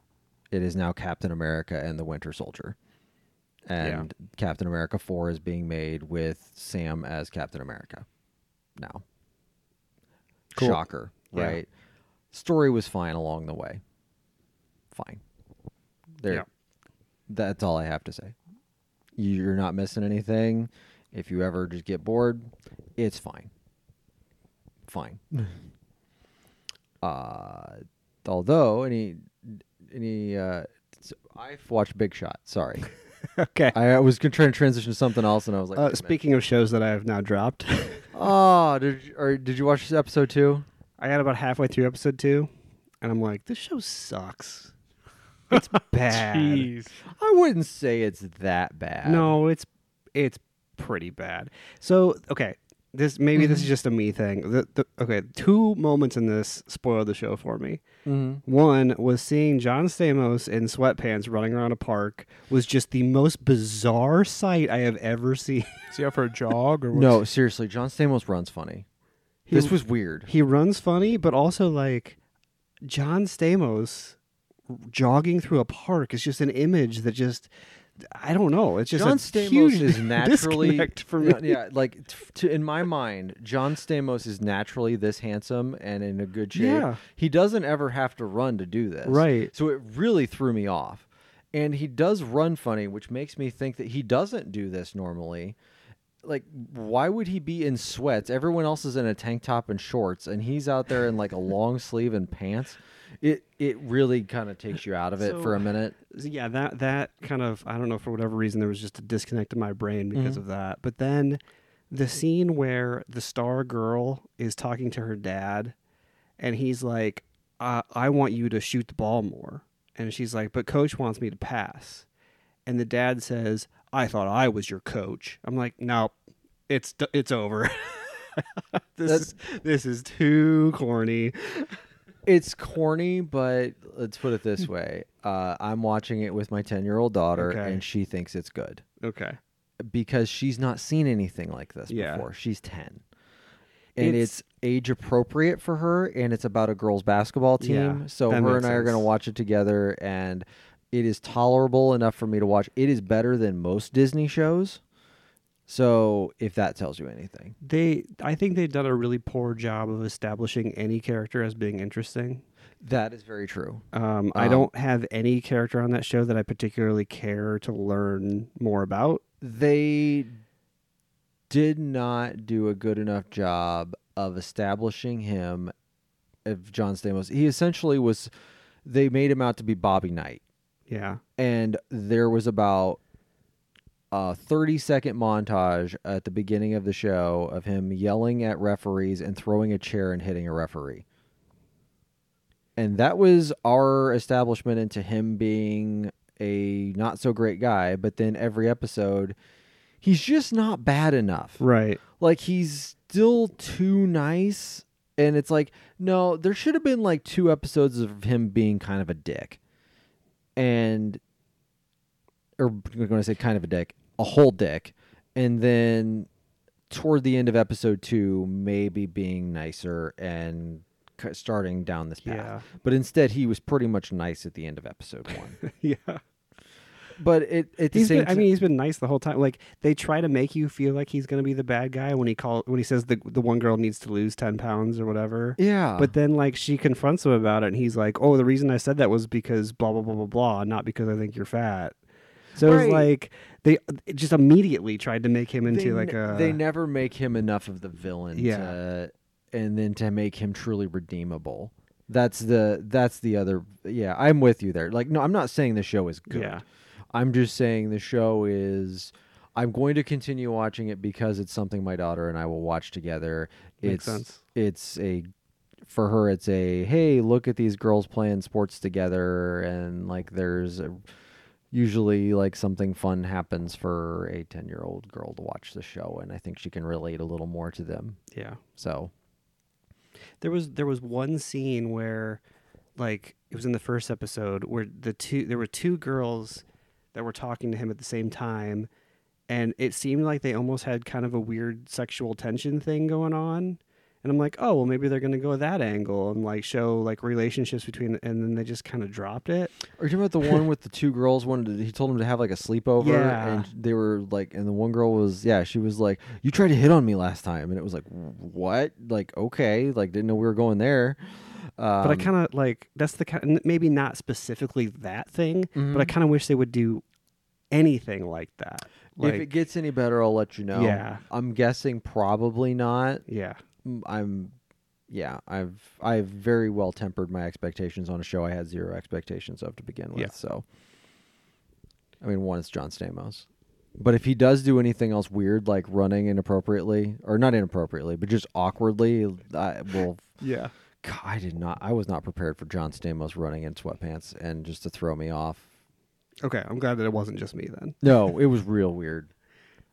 It is now Captain America and the Winter Soldier.
Yeah.
And Captain America 4 is being made with Sam as Captain America now.
Cool.
Shocker,
Yeah.
right? Story was fine along the way. Fine. There.
Yeah.
That's all I have to say. You're not missing anything. If you ever just get bored, it's fine. Fine. uh, although any any uh, s- I've watched Big Shot. Sorry,
okay.
I, I was gonna try to transition to something else, and I was like,
Uh,
wait a minute.
speaking of shows that I have now dropped,
Oh, did you, or did you watch episode two?
I got about halfway through episode two, and I'm like, this show sucks. It's bad.
Jeez.
I wouldn't say it's that bad.
No, it's it's pretty bad. So okay, this maybe this is
Mm-hmm.
just a me thing. The, the, okay, two moments in this spoiled the show for me.
Mhm.
One was seeing John Stamos in sweatpants running around a park was just the most bizarre sight I have ever seen.
Is he out for a jog or what's
no, seriously, John Stamos runs funny.
He-
this was weird.
He runs funny, but also like John Stamos jogging through a park is just an image that just I don't know. It's just
John
a
Stamos
huge
is naturally
disconnect for me.
Yeah, yeah, like t- to, in my mind, John Stamos is naturally this handsome and in a good shape.
Yeah.
He doesn't ever have to run to do this.
Right.
So it really threw me off. And he does run funny, which makes me think that he doesn't do this normally. Like, why would he be in sweats? Everyone else is in a tank top and shorts, and he's out there in like a long sleeve and pants. It it really kind of takes you out of it
So-
for a minute.
yeah, that that kind of I don't know for whatever reason there was just a disconnect in my brain because of that. But then the scene where the star girl is talking to her dad, and he's like, I, "I want you to shoot the ball more," and she's like, "But coach wants me to pass," and the dad says, "I thought I was your coach." I'm like, "No, it's d- it's over." this
That's-
is, this is too corny.
it's corny, but let's put it this way: uh, I'm watching it with my ten year old daughter,
Hmm. Okay.
and she thinks it's good
Okay.
because she's not seen anything like this
Yeah.
before. She's ten, and it's,
It's-
age appropriate for her, and it's about a girls' basketball team.
Yeah,
so her
that
and I
makes
are going to
sense.
watch it together, and it is tolerable enough for me to watch. It is better than most Disney shows. So if that tells you anything,
they i think they've done a really poor job of establishing any character as being interesting
that is very true.
um, i
Um,
don't have any character on that show that i particularly care to learn more about
they did not do a good enough job of establishing him of John Stamos. He essentially was they made him out to be Bobby Knight.
yeah
And there was about a 30 second montage at the beginning of the show of him yelling at referees and throwing a chair and hitting a referee. And that was our establishment into him being a not so great guy. But then every episode, he's just not bad enough
right
like he's still too nice and it's like no there should have been like two episodes of him being kind of a dick and or i'm going to say kind of a dick a whole dick and then toward the end of episode 2 maybe being nicer and k- starting down this path
Yeah.
but instead he was pretty much nice at the end of episode 1
yeah
but it at the
he's
same
been, i
ti-
mean he's been nice the whole time like they try to make you feel like he's going to be the bad guy when he call when he says the, the one girl needs to lose 10 pounds or whatever
yeah
but then like she confronts him about it and he's like oh the reason i said that was because blah blah blah blah blah not because i think you're fat so it's
Right.
like they it just immediately tried to make him into
they
like
ne-
a
they never make him enough of the villain
Yeah.
to, and then to make him truly redeemable that's the that's the other yeah i'm with you there like no i'm not saying the show is good
Yeah.
i'm just saying the show is i'm going to continue watching it because it's something my daughter and i will watch together
Makes
it's
sense.
it's a for her it's a hey look at these girls playing sports together and like there's a, usually like something fun happens for a 10 year old girl to watch the show and i think she can relate a little more to them
yeah
so
there was there was one scene where like it was in the first episode where the two there were two girls that were talking to him at the same time and it seemed like they almost had kind of a weird sexual tension thing going on and i'm like oh well maybe they're going to go that angle and like show like relationships between and then they just kind of dropped it
are you talking about the one with the two girls wanted to, he told them to have like a sleepover
Yeah.
and they were like and the one girl was yeah she was like you tried to hit on me last time and it was like what like okay like didn't know we were going there um,
but i kind of like that's the kind maybe not specifically that thing but i kind of wish they would do anything like that like
if it gets any better i'll let you know
Yeah.
i'm guessing probably not
yeah
m- I'm yeah, I've I've very well tempered my expectations on a show I had zero expectations of to begin with.
Yeah.
So I mean, one it's John Stamos. But if he does do anything else weird like running inappropriately or not inappropriately, but just awkwardly, I will
yeah
God, I did not I was not prepared for John Stamos running in sweatpants and just to throw me off.
okay i'm glad that it wasn't just me then
No, it was real weird.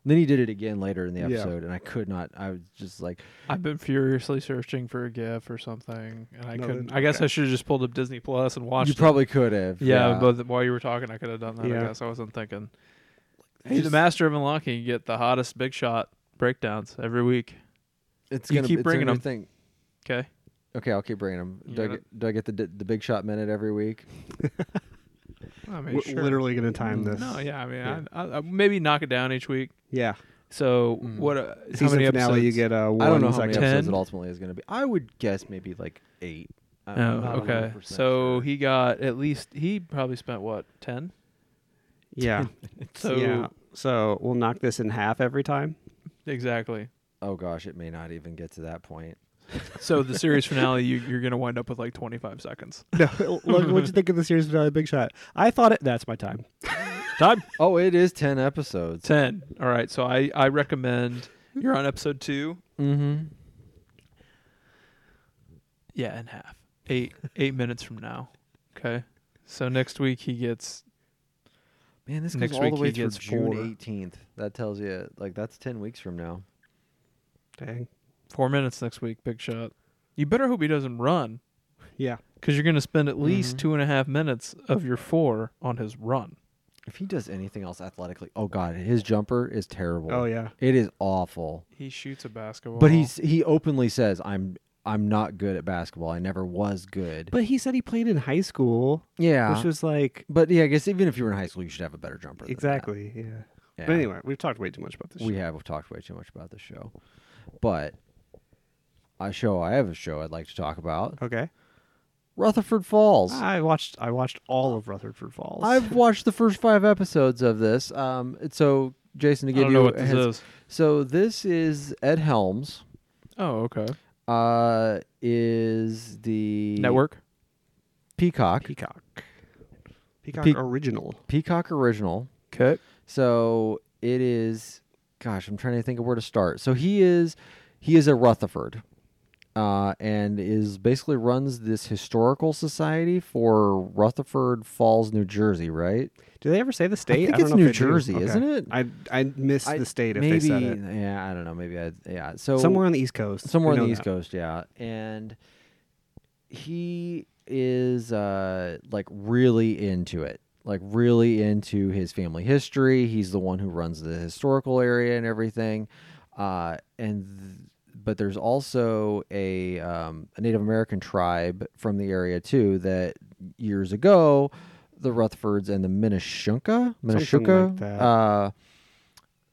Then he did it again later in the
Yeah.
episode and I could not I was just like
I've been furiously searching for a GIF or something, and I
No,
couldn't.
that-
I guess
okay.
I should have just pulled up Disney Plus and watched.
you
it.
probably could have.
Yeah, but while you were talking, I could have done that.
Yeah.
I guess I wasn't thinking. Hey, the
just-
master of unlocking, you get the hottest big shot breakdowns every week.
It's
You
gonna
keep
it's
bringing
gonna
'em.
Thing.
Okay,
Okay, I'll keep bringing them. Do, I
You're gonna-
get, do I get the the big shot minute every week?
I mean,
We're
sure.
literally gonna time this.
Mm. No, yeah, I mean,
Yeah.
I, I, I maybe knock it down each week.
yeah.
So
Mm.
what? Uh, how
Season
many
finale,
episodes?
you get uh, one
I don't know how many
second.
episodes.
episodes it
Ten?
ultimately is going to be. I would guess maybe like eight. I'm
Oh,
not
okay.
100%
So
sure.
he got at least he probably spent what ten.
Yeah.
So
yeah. So we'll knock this in half every time.
exactly.
oh gosh, it may not even get to that point.
So the series finale, you, you're going to wind up with like 25 seconds.
No, look, what'd you think of the series finale, Big Shot? I thought it. That's my time. time.
Oh, it is ten episodes.
10. All right. So I I recommend you're on episode two.
Mm-hmm.
Yeah, in half. Eight eight minutes from now. Okay. So next week he gets
Man, this
Next
goes all the
week
way
he
through
gets
June
four.
eighteenth. That tells you like that's ten weeks from now.
Dang.
four minutes next week. Big shot. You better hope he doesn't run
Yeah.
because you're going to spend at least
Mm-hmm.
Mhm.
two and a half minutes of your four on his run.
If he does anything else athletically, oh god, his jumper is terrible.
Oh yeah.
It is awful.
He shoots a basketball.
But he's he openly says I'm I'm not good at basketball. I never was good.
But he said he played in high school,
yeah.
which was like
but yeah, I guess even if you were in high school, you should have a better jumper. than that.
exactly. Yeah.
Yeah.
But anyway, we've talked way too much about this.
we
shit.
have talked way too much about this show, but I show I have a show I'd like to talk about
Okay.
Rutherford Falls.
Ah,
I watched. I watched all of Rutherford Falls.
I've watched the first five episodes of this. Um, it's- so Jason, to
I
give
don't
you
know what
a
this
heads-
is.
so this is Ed Helms.
Oh, okay.
Uh, is the
Network.
Peacock
Peacock. Peacock
Peac-
original.
Peacock original?
Okay.
So it is. Gosh, I'm trying to think of where to start. So he is, he is a Rutherford, uh, and is basically runs this historical society for Rutherford Falls, New Jersey, right?
Do they ever say the state?
think
don't
it's
know
New
if they do.
Jersey, isn't it?
I I missed
I-
the state if
maybe,
they said it.
Yeah, I don't know. Maybe I. Yeah. So
Somewhere on the East Coast.
somewhere
We
on the
know
East
that.
Coast, yeah. And he is uh like really into it. Like really into his family history. He's the one who runs the historical area and everything. Uh and th- but there's also a um, a Native American tribe from the area too that years ago the Rutherfords and the Minneshuka Minneshuka
like that.
uh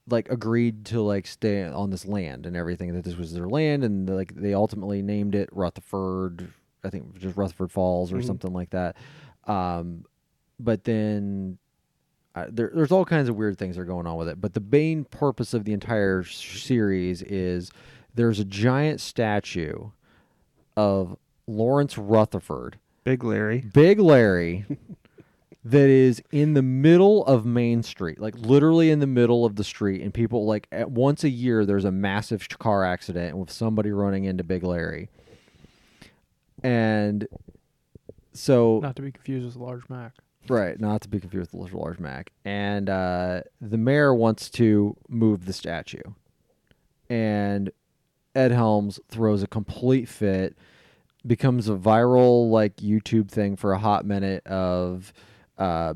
like agreed to like stay on this land and everything that this was their land and like they ultimately named it Rutherford I think just Rutherford Falls or
Mhm.
something like that um but then uh, there, there's all kinds of weird things that are going on with it but the main purpose of the entire s- series is there's a giant statue of Lawrence Rutherford
Big Larry.
Big Larry that is in the middle of Main Street, like literally in the middle of the street, and people like at once a year there's a massive car accident with somebody running into Big Larry, and so
Not to be confused with Large Mac.
Right, not to be confused with Little Large Mac. And uh, the mayor wants to move the statue. And Ed Helms throws a complete fit, becomes a viral like YouTube thing for a hot minute of uh,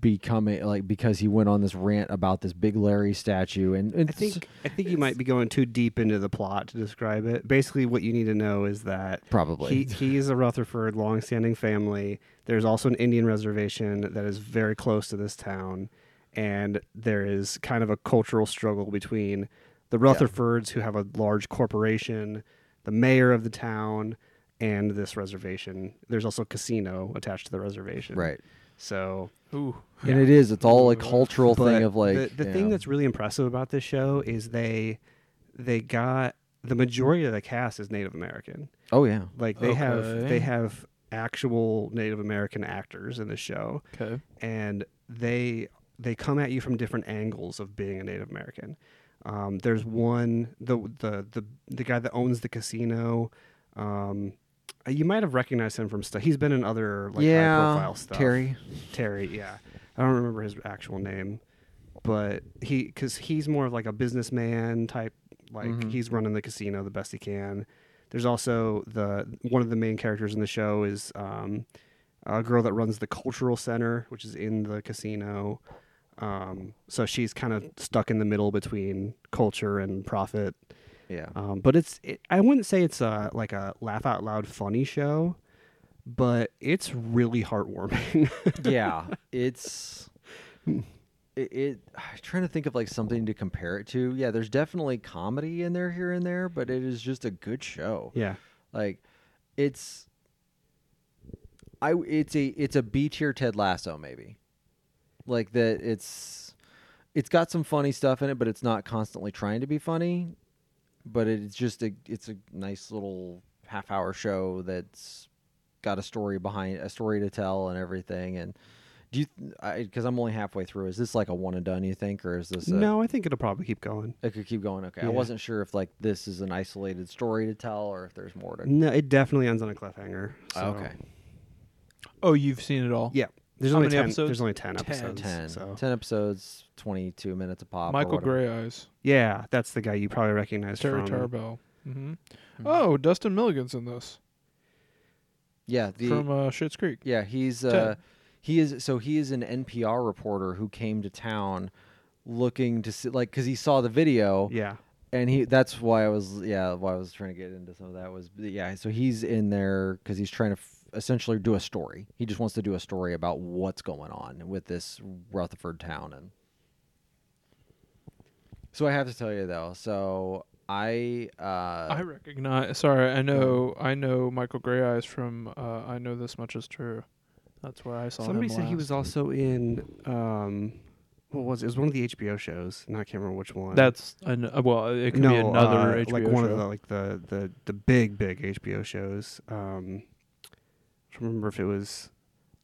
becoming like because he went on this rant about this big Larry statue and, and
I think I think you might be going too deep into the plot to describe it. Basically, what you need to know is that
probably
he he is a Rutherford longstanding family. There's also an Indian reservation that is very close to this town, and there is kind of a cultural struggle between the Rutherfords, who have a large corporation, the mayor of the town, and this reservation. There's also a casino attached to the reservation.
right.
So
Ooh.
And it is it's all a cultural thing
But
of like
the, the
you
thing
know,
that's really impressive about this show is they they got the majority of the cast is Native American.
oh yeah.
Like they have
Okay.
they have actual Native American actors in the show,
Okay.
and they they come at you from different angles of being a Native American. Um, there's one the the the the guy that owns the casino. Um, you might have recognized him from stuff. He's been in other like high
yeah.
profile stuff.
Terry.
Terry, yeah. I don't remember his actual name, but he because he's more of like a businessman type. Like
Mhm.
he's running the casino the best he can. There's also the one of the main characters in the show is um, a girl that runs the cultural center, which is in the casino. Um, so she's kind of stuck in the middle between culture and profit.
Yeah.
Um, but it's it, I wouldn't say it's a like a laugh out loud funny show, but it's really heartwarming.
yeah, it's it, it. I'm trying to think of like something to compare it to. Yeah, there's definitely comedy in there here and there, but it is just a good show.
yeah.
Like, it's I it's a it's a B tier Ted Lasso maybe, like that. It's it's got some funny stuff in it, but it's not constantly trying to be funny. But it's just a it's a nice little half hour show that's got a story behind a story to tell and everything. And do you because I'm only halfway through? Is this like a one and done? You think, or is this a,
no, I think it'll probably keep going.
It could keep going. Okay, I
Yeah.
wasn't sure if like this is an isolated story to tell or if there's more to.
No, it definitely ends on a cliffhanger. So.
okay,
Oh, you've seen it all.
Yeah. There's
How
only
many
ten.
episodes?
There's only ten,
Ten.
episodes.
10,
So
10 episodes, twenty two minutes a pop. or
Michael
whatever.
Gray Eyes,
yeah, that's the guy you probably recognize
Terry
from. Mm-hmm.
Tarbell. hmm Oh, Dustin Milligan's in this
Yeah, the
from uh, Schitt's Creek.
Yeah, he's
Ted.
uh, he is so he is an NPR reporter who came to town looking to see like because he saw the video
Yeah.
and he that's why I was yeah why I was trying to get into some of that was yeah so he's in there because he's trying to f- essentially do a story he just wants to do a story about what's going on with this Rutherford town and so I have to tell you though so I uh
I recognize. Sorry, I know. I know Michael Gray Eyes from. Uh, I know this much is true. That's where I saw
Somebody
him
said he
last.
was also in um what was it? It was one of the HBO shows. and I can't remember which one.
That's an, uh, well, it could
no,
be another
uh,
HBO
like one
show.
of the like the the the big big HBO shows. Um I don't remember if it was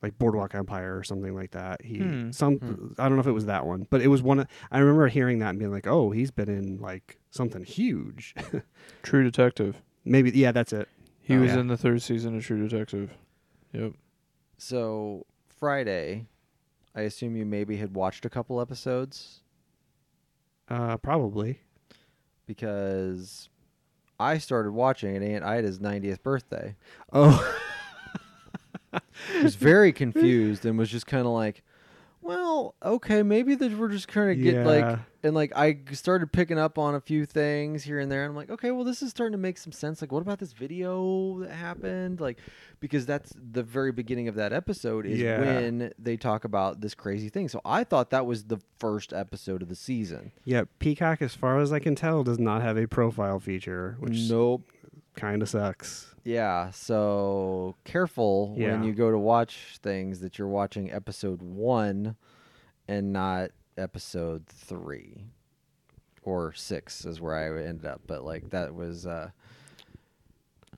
like Boardwalk Empire or something like that. He
Hmm.
some I don't know if it was that one, but it was one of, I remember hearing that and being like, "Oh, he's been in like something huge."
True Detective.
Maybe yeah, that's it.
He
Oh,
was
yeah.
in the third season of True Detective.
so Friday I assume you maybe had watched a couple episodes
Uh probably.
because I started watching it Aunt Ida's 90th birthday.
Oh,
I was very confused and was just kind of like, well, okay, maybe that we're just trying to get like,
Yeah.
and like I started picking up on a few things here and there, and I'm like, okay, well, this is starting to make some sense. Like, what about this video that happened? Like, because that's the very beginning of that episode is
Yeah.
when they talk about this crazy thing. So I thought that was the first episode of the season.
yeah, Peacock as far as I can tell does not have a profile feature, which
nope.
kind of sucks.
Yeah, so careful
Yeah.
when you go to watch things that you're watching episode one and not episode three or six is where I ended up. But like that was, uh,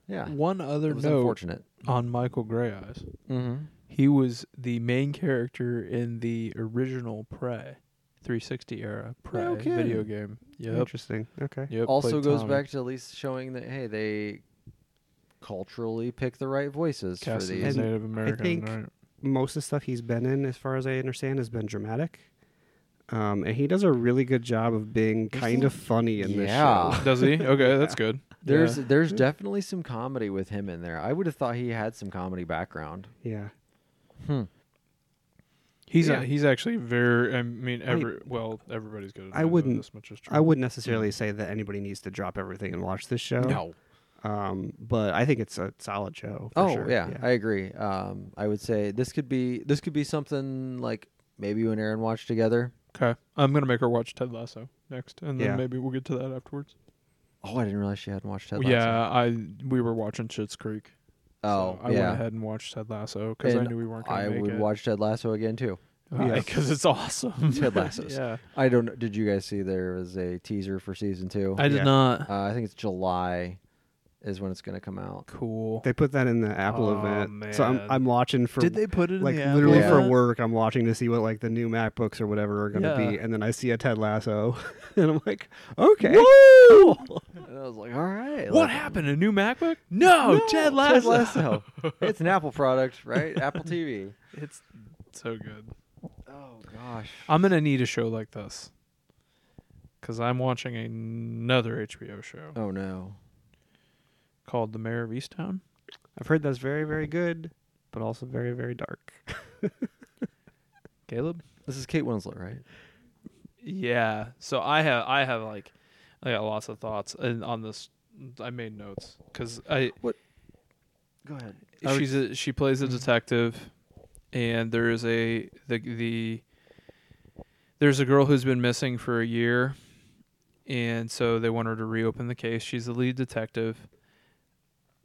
yeah,
One
Ah, it
other
was
note
unfortunate.
on Michael Gray Eyes.
Mm-hmm.
He was the main character in the original Prey 360 era Prey
No kidding.
video game. Yep.
Interesting. Okay.
yep
Also
played
goes
Tommy.
back to at least showing that hey, they culturally pick the right voices
Cast
for
him
these.
as
And
Native American.
think-
right.
most of the stuff he's been in, as far as I understand, has been dramatic. Um, and he does a really good job of being kind of funny in this
Yeah.
show.
Does he? Okay, that's good.
There's
Yeah.
there's definitely some comedy with him in there. I would have thought he had some comedy background.
Yeah.
He's
Yeah.
a, he's actually very. I mean,
I mean,
every well, everybody's good.
I wouldn't-
This much is true.
I wouldn't
Hmm.
necessarily say that anybody needs to drop everything and watch this show. Um, but I think it's a solid show. for
oh
sure.
yeah, I agree. Um, I would say this could be this could be something like maybe you and Aaron watch together.
Okay, I'm gonna make her watch Ted Lasso next, and then
Yeah.
maybe we'll get to that afterwards.
Oh, I didn't realize she hadn't watched Ted. Lasso.
yeah, I we were watching Schitt's Creek.
Oh
so I went
yeah.
ahead and watched Ted Lasso because I
And
knew we weren't gonna
I
make
would
it.
watch Ted Lasso again too.
Yeah.
because it's awesome.
Ted Lasso's.
yeah.
I don't. know. Did you guys see there was a teaser for season two?
I did
Yeah.
not.
uh, I think it's July, is when it's going to come out.
Cool.
They put that in the Apple
Oh,
event. So I'm,
man.
I'm watching for
Did they put it in
like
the
literally
Apple
for
event?
work. I'm watching to see what like the new MacBooks or whatever are going to be,
Yeah.
and then I see a Ted Lasso, and I'm like, okay, cool.
And I was like, all right.
What
like,
happened? A new MacBook? No, Ted
Ted
Lasso.
Lasso. it's an Apple product, right? Apple TV.
It's so good.
Oh gosh.
I'm gonna need a show like this because I'm watching another HBO show
Oh no.
Called The Mayor of Easttown.
I've heard that's very, very good, but also very, very dark.
Caleb?
This is Kate Winslet, right?
Yeah. So I have I have like I got lots of thoughts and on this. I made notes because I
Go ahead. Mm-hmm.
I would-
she's a, she plays a detective, and there is a the the there's a girl who's been missing for a year, and so they want her to reopen the case. She's the lead detective,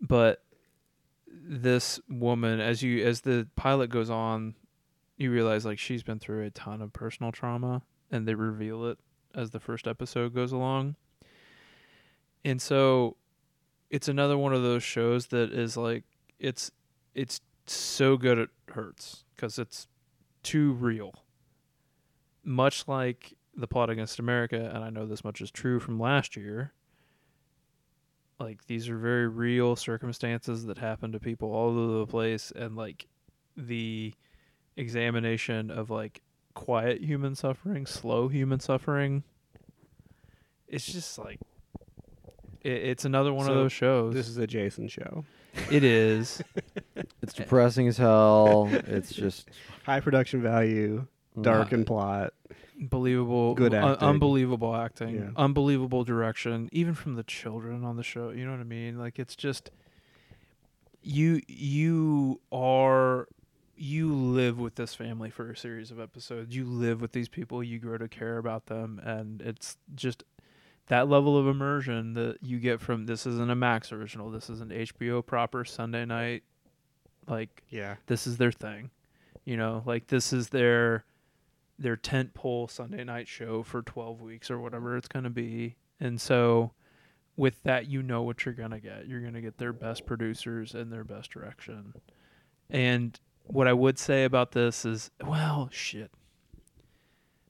but this woman, as you as the pilot goes on, you realize like she's been through a ton of personal trauma, and they reveal it as the first episode goes along. And so it's another one of those shows that is like it's it's so good it hurts because it's too real. Much like the plot against America, and I know this much is true from last year. Like these are very real circumstances that happen to people all over the place, and like the examination of like quiet human suffering, slow human suffering. It's just like it, it's another one of
So
those shows.
This is a Jason show.
It is.
It's depressing as hell. It's just
High production value, dark and plot.
believable
Good
un-
acting.
unbelievable acting
Yeah.
unbelievable direction even from the children on the show you know what i mean like it's just you you are you live with this family for a series of episodes you live with these people you grow to care about them and it's just that level of immersion that you get from this isn't a max original this is an hbo proper sunday night like
Yeah.
this is their thing you know like this is their their tent pole sunday night show for 12 weeks or whatever it's going to be and so with that you know what you're going to get you're going to get their best producers and their best direction and what i would say about this is well shit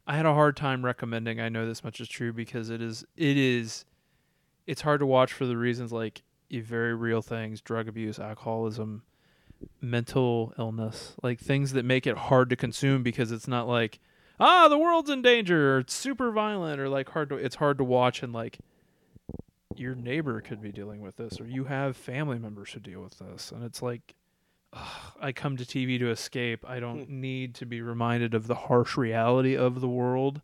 i had a hard time recommending i know this much is true because it is it is it's hard to watch for the reasons like eh, very real things drug abuse alcoholism mental illness, like things that make it hard to consume because it's not like ah the world's in danger or it's super violent or like hard to it's hard to watch and like your neighbor could be dealing with this or you have family members who deal with this and it's like ugh, I come to TV to escape. I don't need to be reminded of the harsh reality of the world.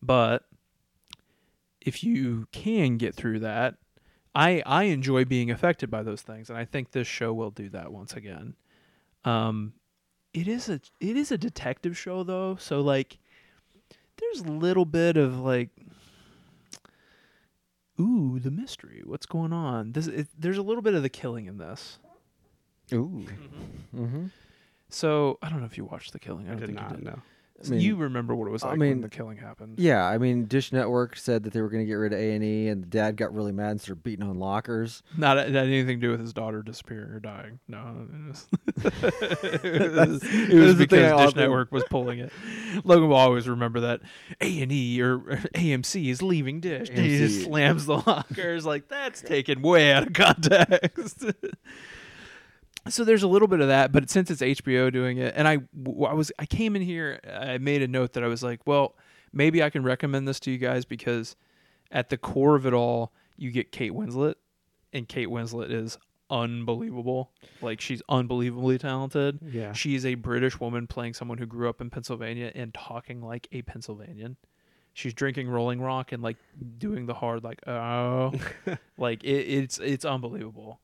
But if you can get through that, I I enjoy being affected by those things, and I think this show will do that once again. Um, it is a it is a detective show though, so like there's a little bit of like, ooh, the mystery, what's going on? This it, there's a little bit of the killing in this.
ooh. Mm-hmm.
So I don't know if you watched the killing.
I
I, don't
did
think you
not
did.
know.
I mean-
you remember what it was
I
like
mean-
when the killing happened.
Yeah, I mean, Dish Network said that they were going to get rid of A and E, and the dad got really mad and started beating on lockers.
Not that had anything to do with his daughter disappearing or dying. No, it was, it
the
was
thing I
because Dish
often-
Network was pulling it. Logan will always remember that A and E or AMC is leaving Dish. And he just
AMC.
slams the lockers like that's taken way out of context. so there's a little bit of that, but since it's HBO doing it, and I, w- I was I came in here, I made a note that I was like, well, maybe I can recommend this to you guys because at the core of it all, you get Kate Winslet, and Kate Winslet is unbelievable. Like she's unbelievably talented.
Yeah.
She is a British woman playing someone who grew up in Pennsylvania and talking like a Pennsylvanian. She's drinking Rolling Rock and like doing the hard like oh, like it, it's it's unbelievable.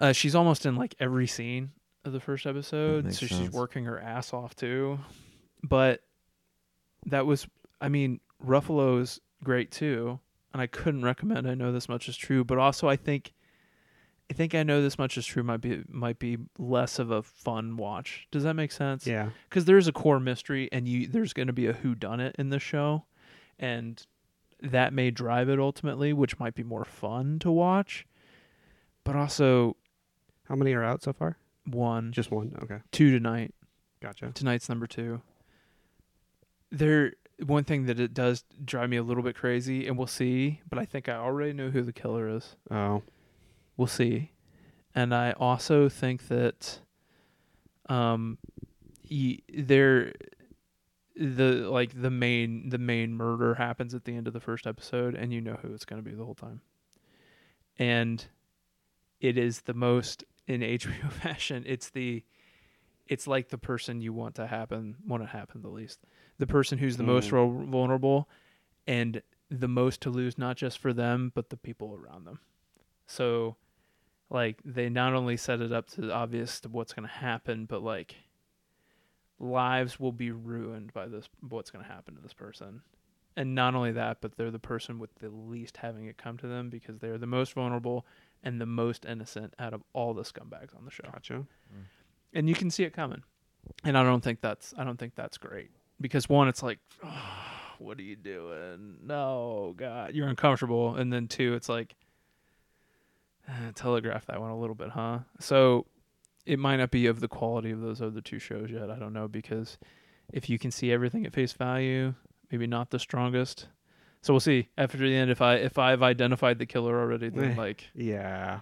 Uh, she's almost in like every scene of the first episode,
makes
so she's
sense.
working her ass off too. But that was, I mean, Ruffalo's great too, and I couldn't recommend. I know this much is true, but also I think I think I know this much is true might be might be less of a fun watch. Does that make sense?
Yeah.
Because there's a core mystery, and you there's going to be a who done it in the show, and that may drive it ultimately, which might be more fun to watch. But also
How many are out so far?
one,
Just one. Okay.
two tonight.
Gotcha.
Tonight's number two. There, one thing that it does drive me a little bit crazy, and we'll see. But I think I already know who the killer is.
Oh.
we'll see. And I also think that um y- there the like the main the main murder happens at the end of the first episode and you know who it's going to be the whole time. And it is the most in HBO fashion. It's the it's like the person you want to happen want to happen the least. The person who's the most
Mm.
most vul- vulnerable and the most to lose not just for them but the people around them. So like they not only set it up to the obvious to what's going to happen but like lives will be ruined by this what's going to happen to this person. And not only that, but they're the person with the least having it come to them because they're the most vulnerable and the most innocent out of all the scumbags on the show
Gotcha.
and you can see it coming. And I don't think that's I don't think that's great because one, it's like, what are you doing? No, God, you're uncomfortable. And then two, it's like, uh, telegraph that one a little bit, huh? So it might not be of the quality of those other two shows yet. I don't know because if you can see everything at face value, maybe not the strongest. So we'll see after the end if I if I've identified the killer already. Then
Eh.
like,
Yeah.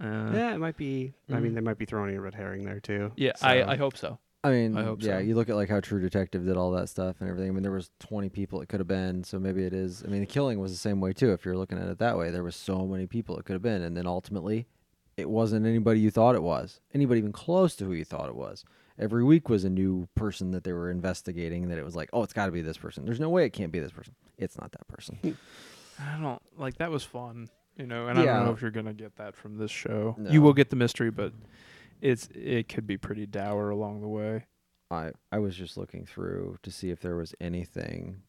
Mm-hmm.
uh,
Yeah, it might be. I
Mhm.
mean, they might be throwing a red herring there too.
yeah,
So-
I I hope so.
I mean,
I hope
yeah,
so.
you look at like how True Detective did all that stuff and everything. I mean, there was 20 people it could have been, so maybe it is. I mean, the killing was the same way too. If you're looking at it that way, there was so many people it could have been, and then ultimately, it wasn't anybody you thought it was, anybody even close to who you thought it was. Every week was a new person that they were investigating. That it was like, oh, it's got to be this person. There's no way it can't be this person. It's not that person.
I don't like that was fun, you know, and I
Yeah.
don't know if you're gonna get that from this show.
No.
You will get the mystery, but it's it could be pretty dour along the way.
I I was just looking through to see if there was anything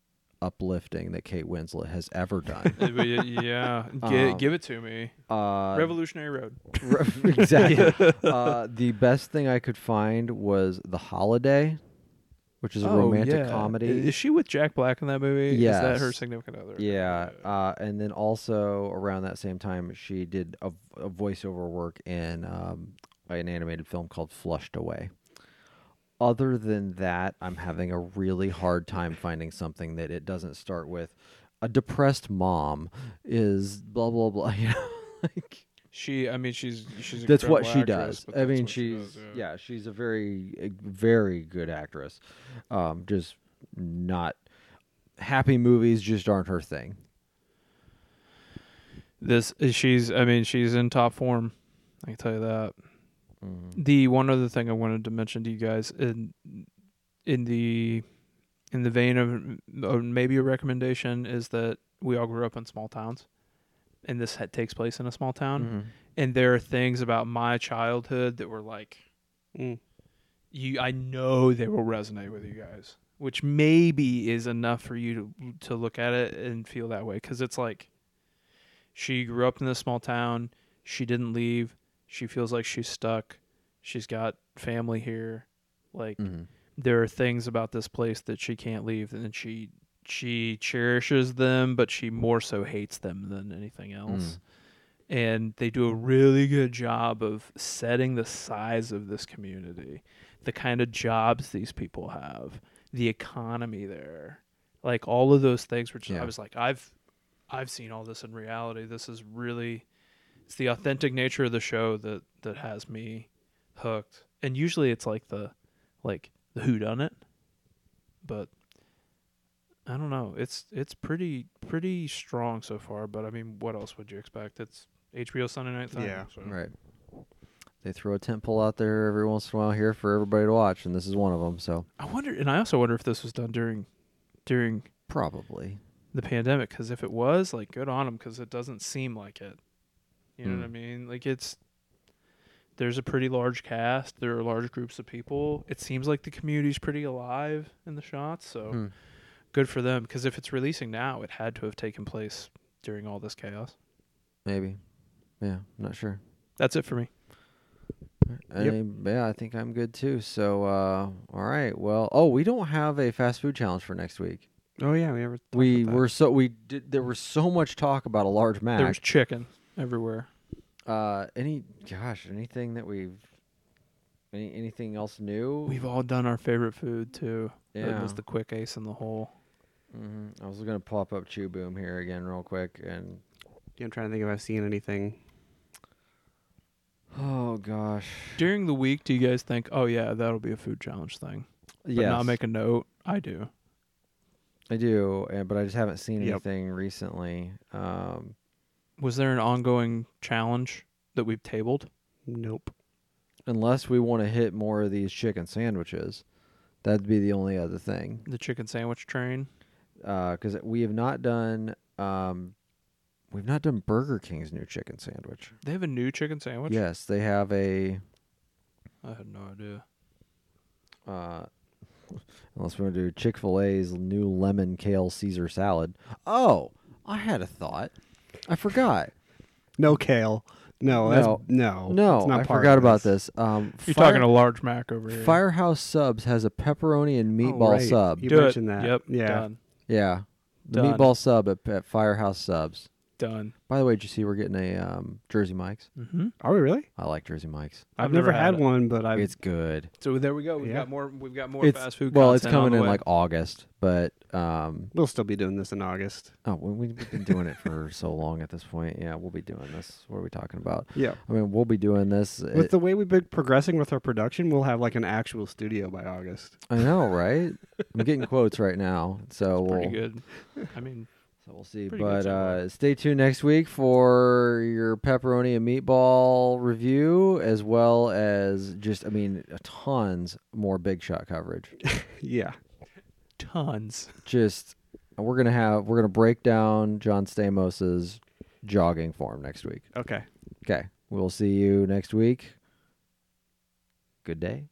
uplifting that Kate Winslet has ever done.
Uh, but y- yeah, Gi-
Um,
give it to me.
uh,
Revolutionary Road.
Re- exactly. uh, the best thing I could find was The Holiday, which is a romantic comedy.
Oh, I- Is she with Jack Black in that movie? Is that her
Yes.
significant other?
yeah,
Uh,
uh, and then also around that same time, she did a, a voiceover work in um, an animated film called Flushed Away. Other than that, I'm having a really hard time finding something that it doesn't start with. A depressed mom is blah blah blah. You know, like
she. I mean, she's she's.
that's what she
incredible actress,
does.
but
I
that's
mean,
what she
she's
does,
yeah. she's a very a very good actress. Um, just not happy movies just aren't her thing.
This she's. I mean, she's in top form. I can tell you that. The one other thing I wanted to mention to you guys in in the in the vein of or maybe a recommendation is that we all grew up in small towns, and this ha- takes place in a small town,
Mm-hmm.
and there are things about my childhood that were like
Mm.
you. I know they will resonate with you guys, which maybe is enough for you to to look at it and feel that way because it's like she grew up in this small town, she didn't leave, she feels like she's stuck, she's got family here, like
Mhm.
there are things about this place that she can't leave and she she cherishes them but she more so hates them than anything else and they do a really good job of setting the size of this community the kind of jobs these people have the economy there like all of those things which
Yeah.
i was like i've i've seen all this in reality this is really it's the authentic nature of the show that that has me hooked and usually it's like the like the who done it but i don't know it's it's pretty pretty strong so far but i mean what else would you expect it's hbo sunday night thing,
Yeah.
so.
Right. They throw a tent pole out there every once in a while here for everybody to watch, and this is one of them. So
i wonder and i also wonder if this was done during during
probably.
the pandemic because if it was like good on them because it doesn't seem like it you know what i
Mm.
mean like it's there's a pretty large cast there are large groups of people it seems like the community's pretty alive in the shots so
Hmm.
good for them because if it's releasing now it had to have taken place during all this chaos
Maybe. Yeah, I'm not sure.
that's it for me
I
Yep.
mean, yeah, I think I'm good too. So, uh, all right. Well, oh, we don't have a fast food challenge for next week.
Oh yeah, we never. talked
We
about that.
were so we did. There was so much talk about a large mac.
there's chicken everywhere
Uh, any gosh, anything that we've any anything else new?
we've all done our favorite food too
yeah.
that was the quick ace in the hole
hmm I was gonna pop up Chew Boom here again real quick, and
Yeah, I'm trying to think if I've seen anything.
oh gosh,
during the week do you guys think oh yeah that'll be a food challenge thing but
yeah,
not make a note i do
I do, and but I just haven't seen
Yep.
anything recently. Um,
was there an ongoing challenge that we've tabled
Nope.
unless we want to hit more of these chicken sandwiches, that'd be the only other thing.
the chicken sandwich train
because we have not done um, we've not done Burger King's new chicken sandwich.
They have a new chicken sandwich.
Yes, they have a
I had no idea.
uh, unless we want to do Chick Fil A's new lemon kale Caesar salad. Oh, I had a thought. I forgot.
No kale. No, that's,
No.
no,
no,
Oh, it's not
I
part
forgot
of
about this. Um,
You're
Fire-
talking a large Mac over here.
Firehouse Subs has a pepperoni and
Oh,
meatball
right.
sub.
You
Do it.
mentioned that.
Yep.
Yeah.
Done.
Yeah, the
Done.
meatball sub at, at Firehouse Subs.
Done.
By the way, did you see we're getting a um, Jersey Mike's?
Mm-hmm.
Are we really?
I like Jersey Mike's.
I've, never, had,
it.
one, but I've
it's good.
So there we go. We've
Yeah.
got more. We've got more
It's-
fast food.
Well, it's
content on
coming
the
in
way.
like August, but um,
We'll still be doing this in August.
oh, we- we've been doing it for so long at this point. Yeah, we'll be doing this. What are we talking about?
Yeah.
I mean, we'll be doing this.
With
it-
the way we've been progressing with our production, we'll have like an actual studio by August.
I know, right? I'm getting quotes right now, so we'll
pretty good. I mean,
so we'll see.
Pretty
but
good so far.
uh, stay tuned next week for your pepperoni and meatball review, as well as just I mean, tons more big shot coverage.
Yeah.
tons.
just we're gonna have we're gonna break down John Stamos's jogging form next week.
Okay.
Okay, we'll see you next week. Good day.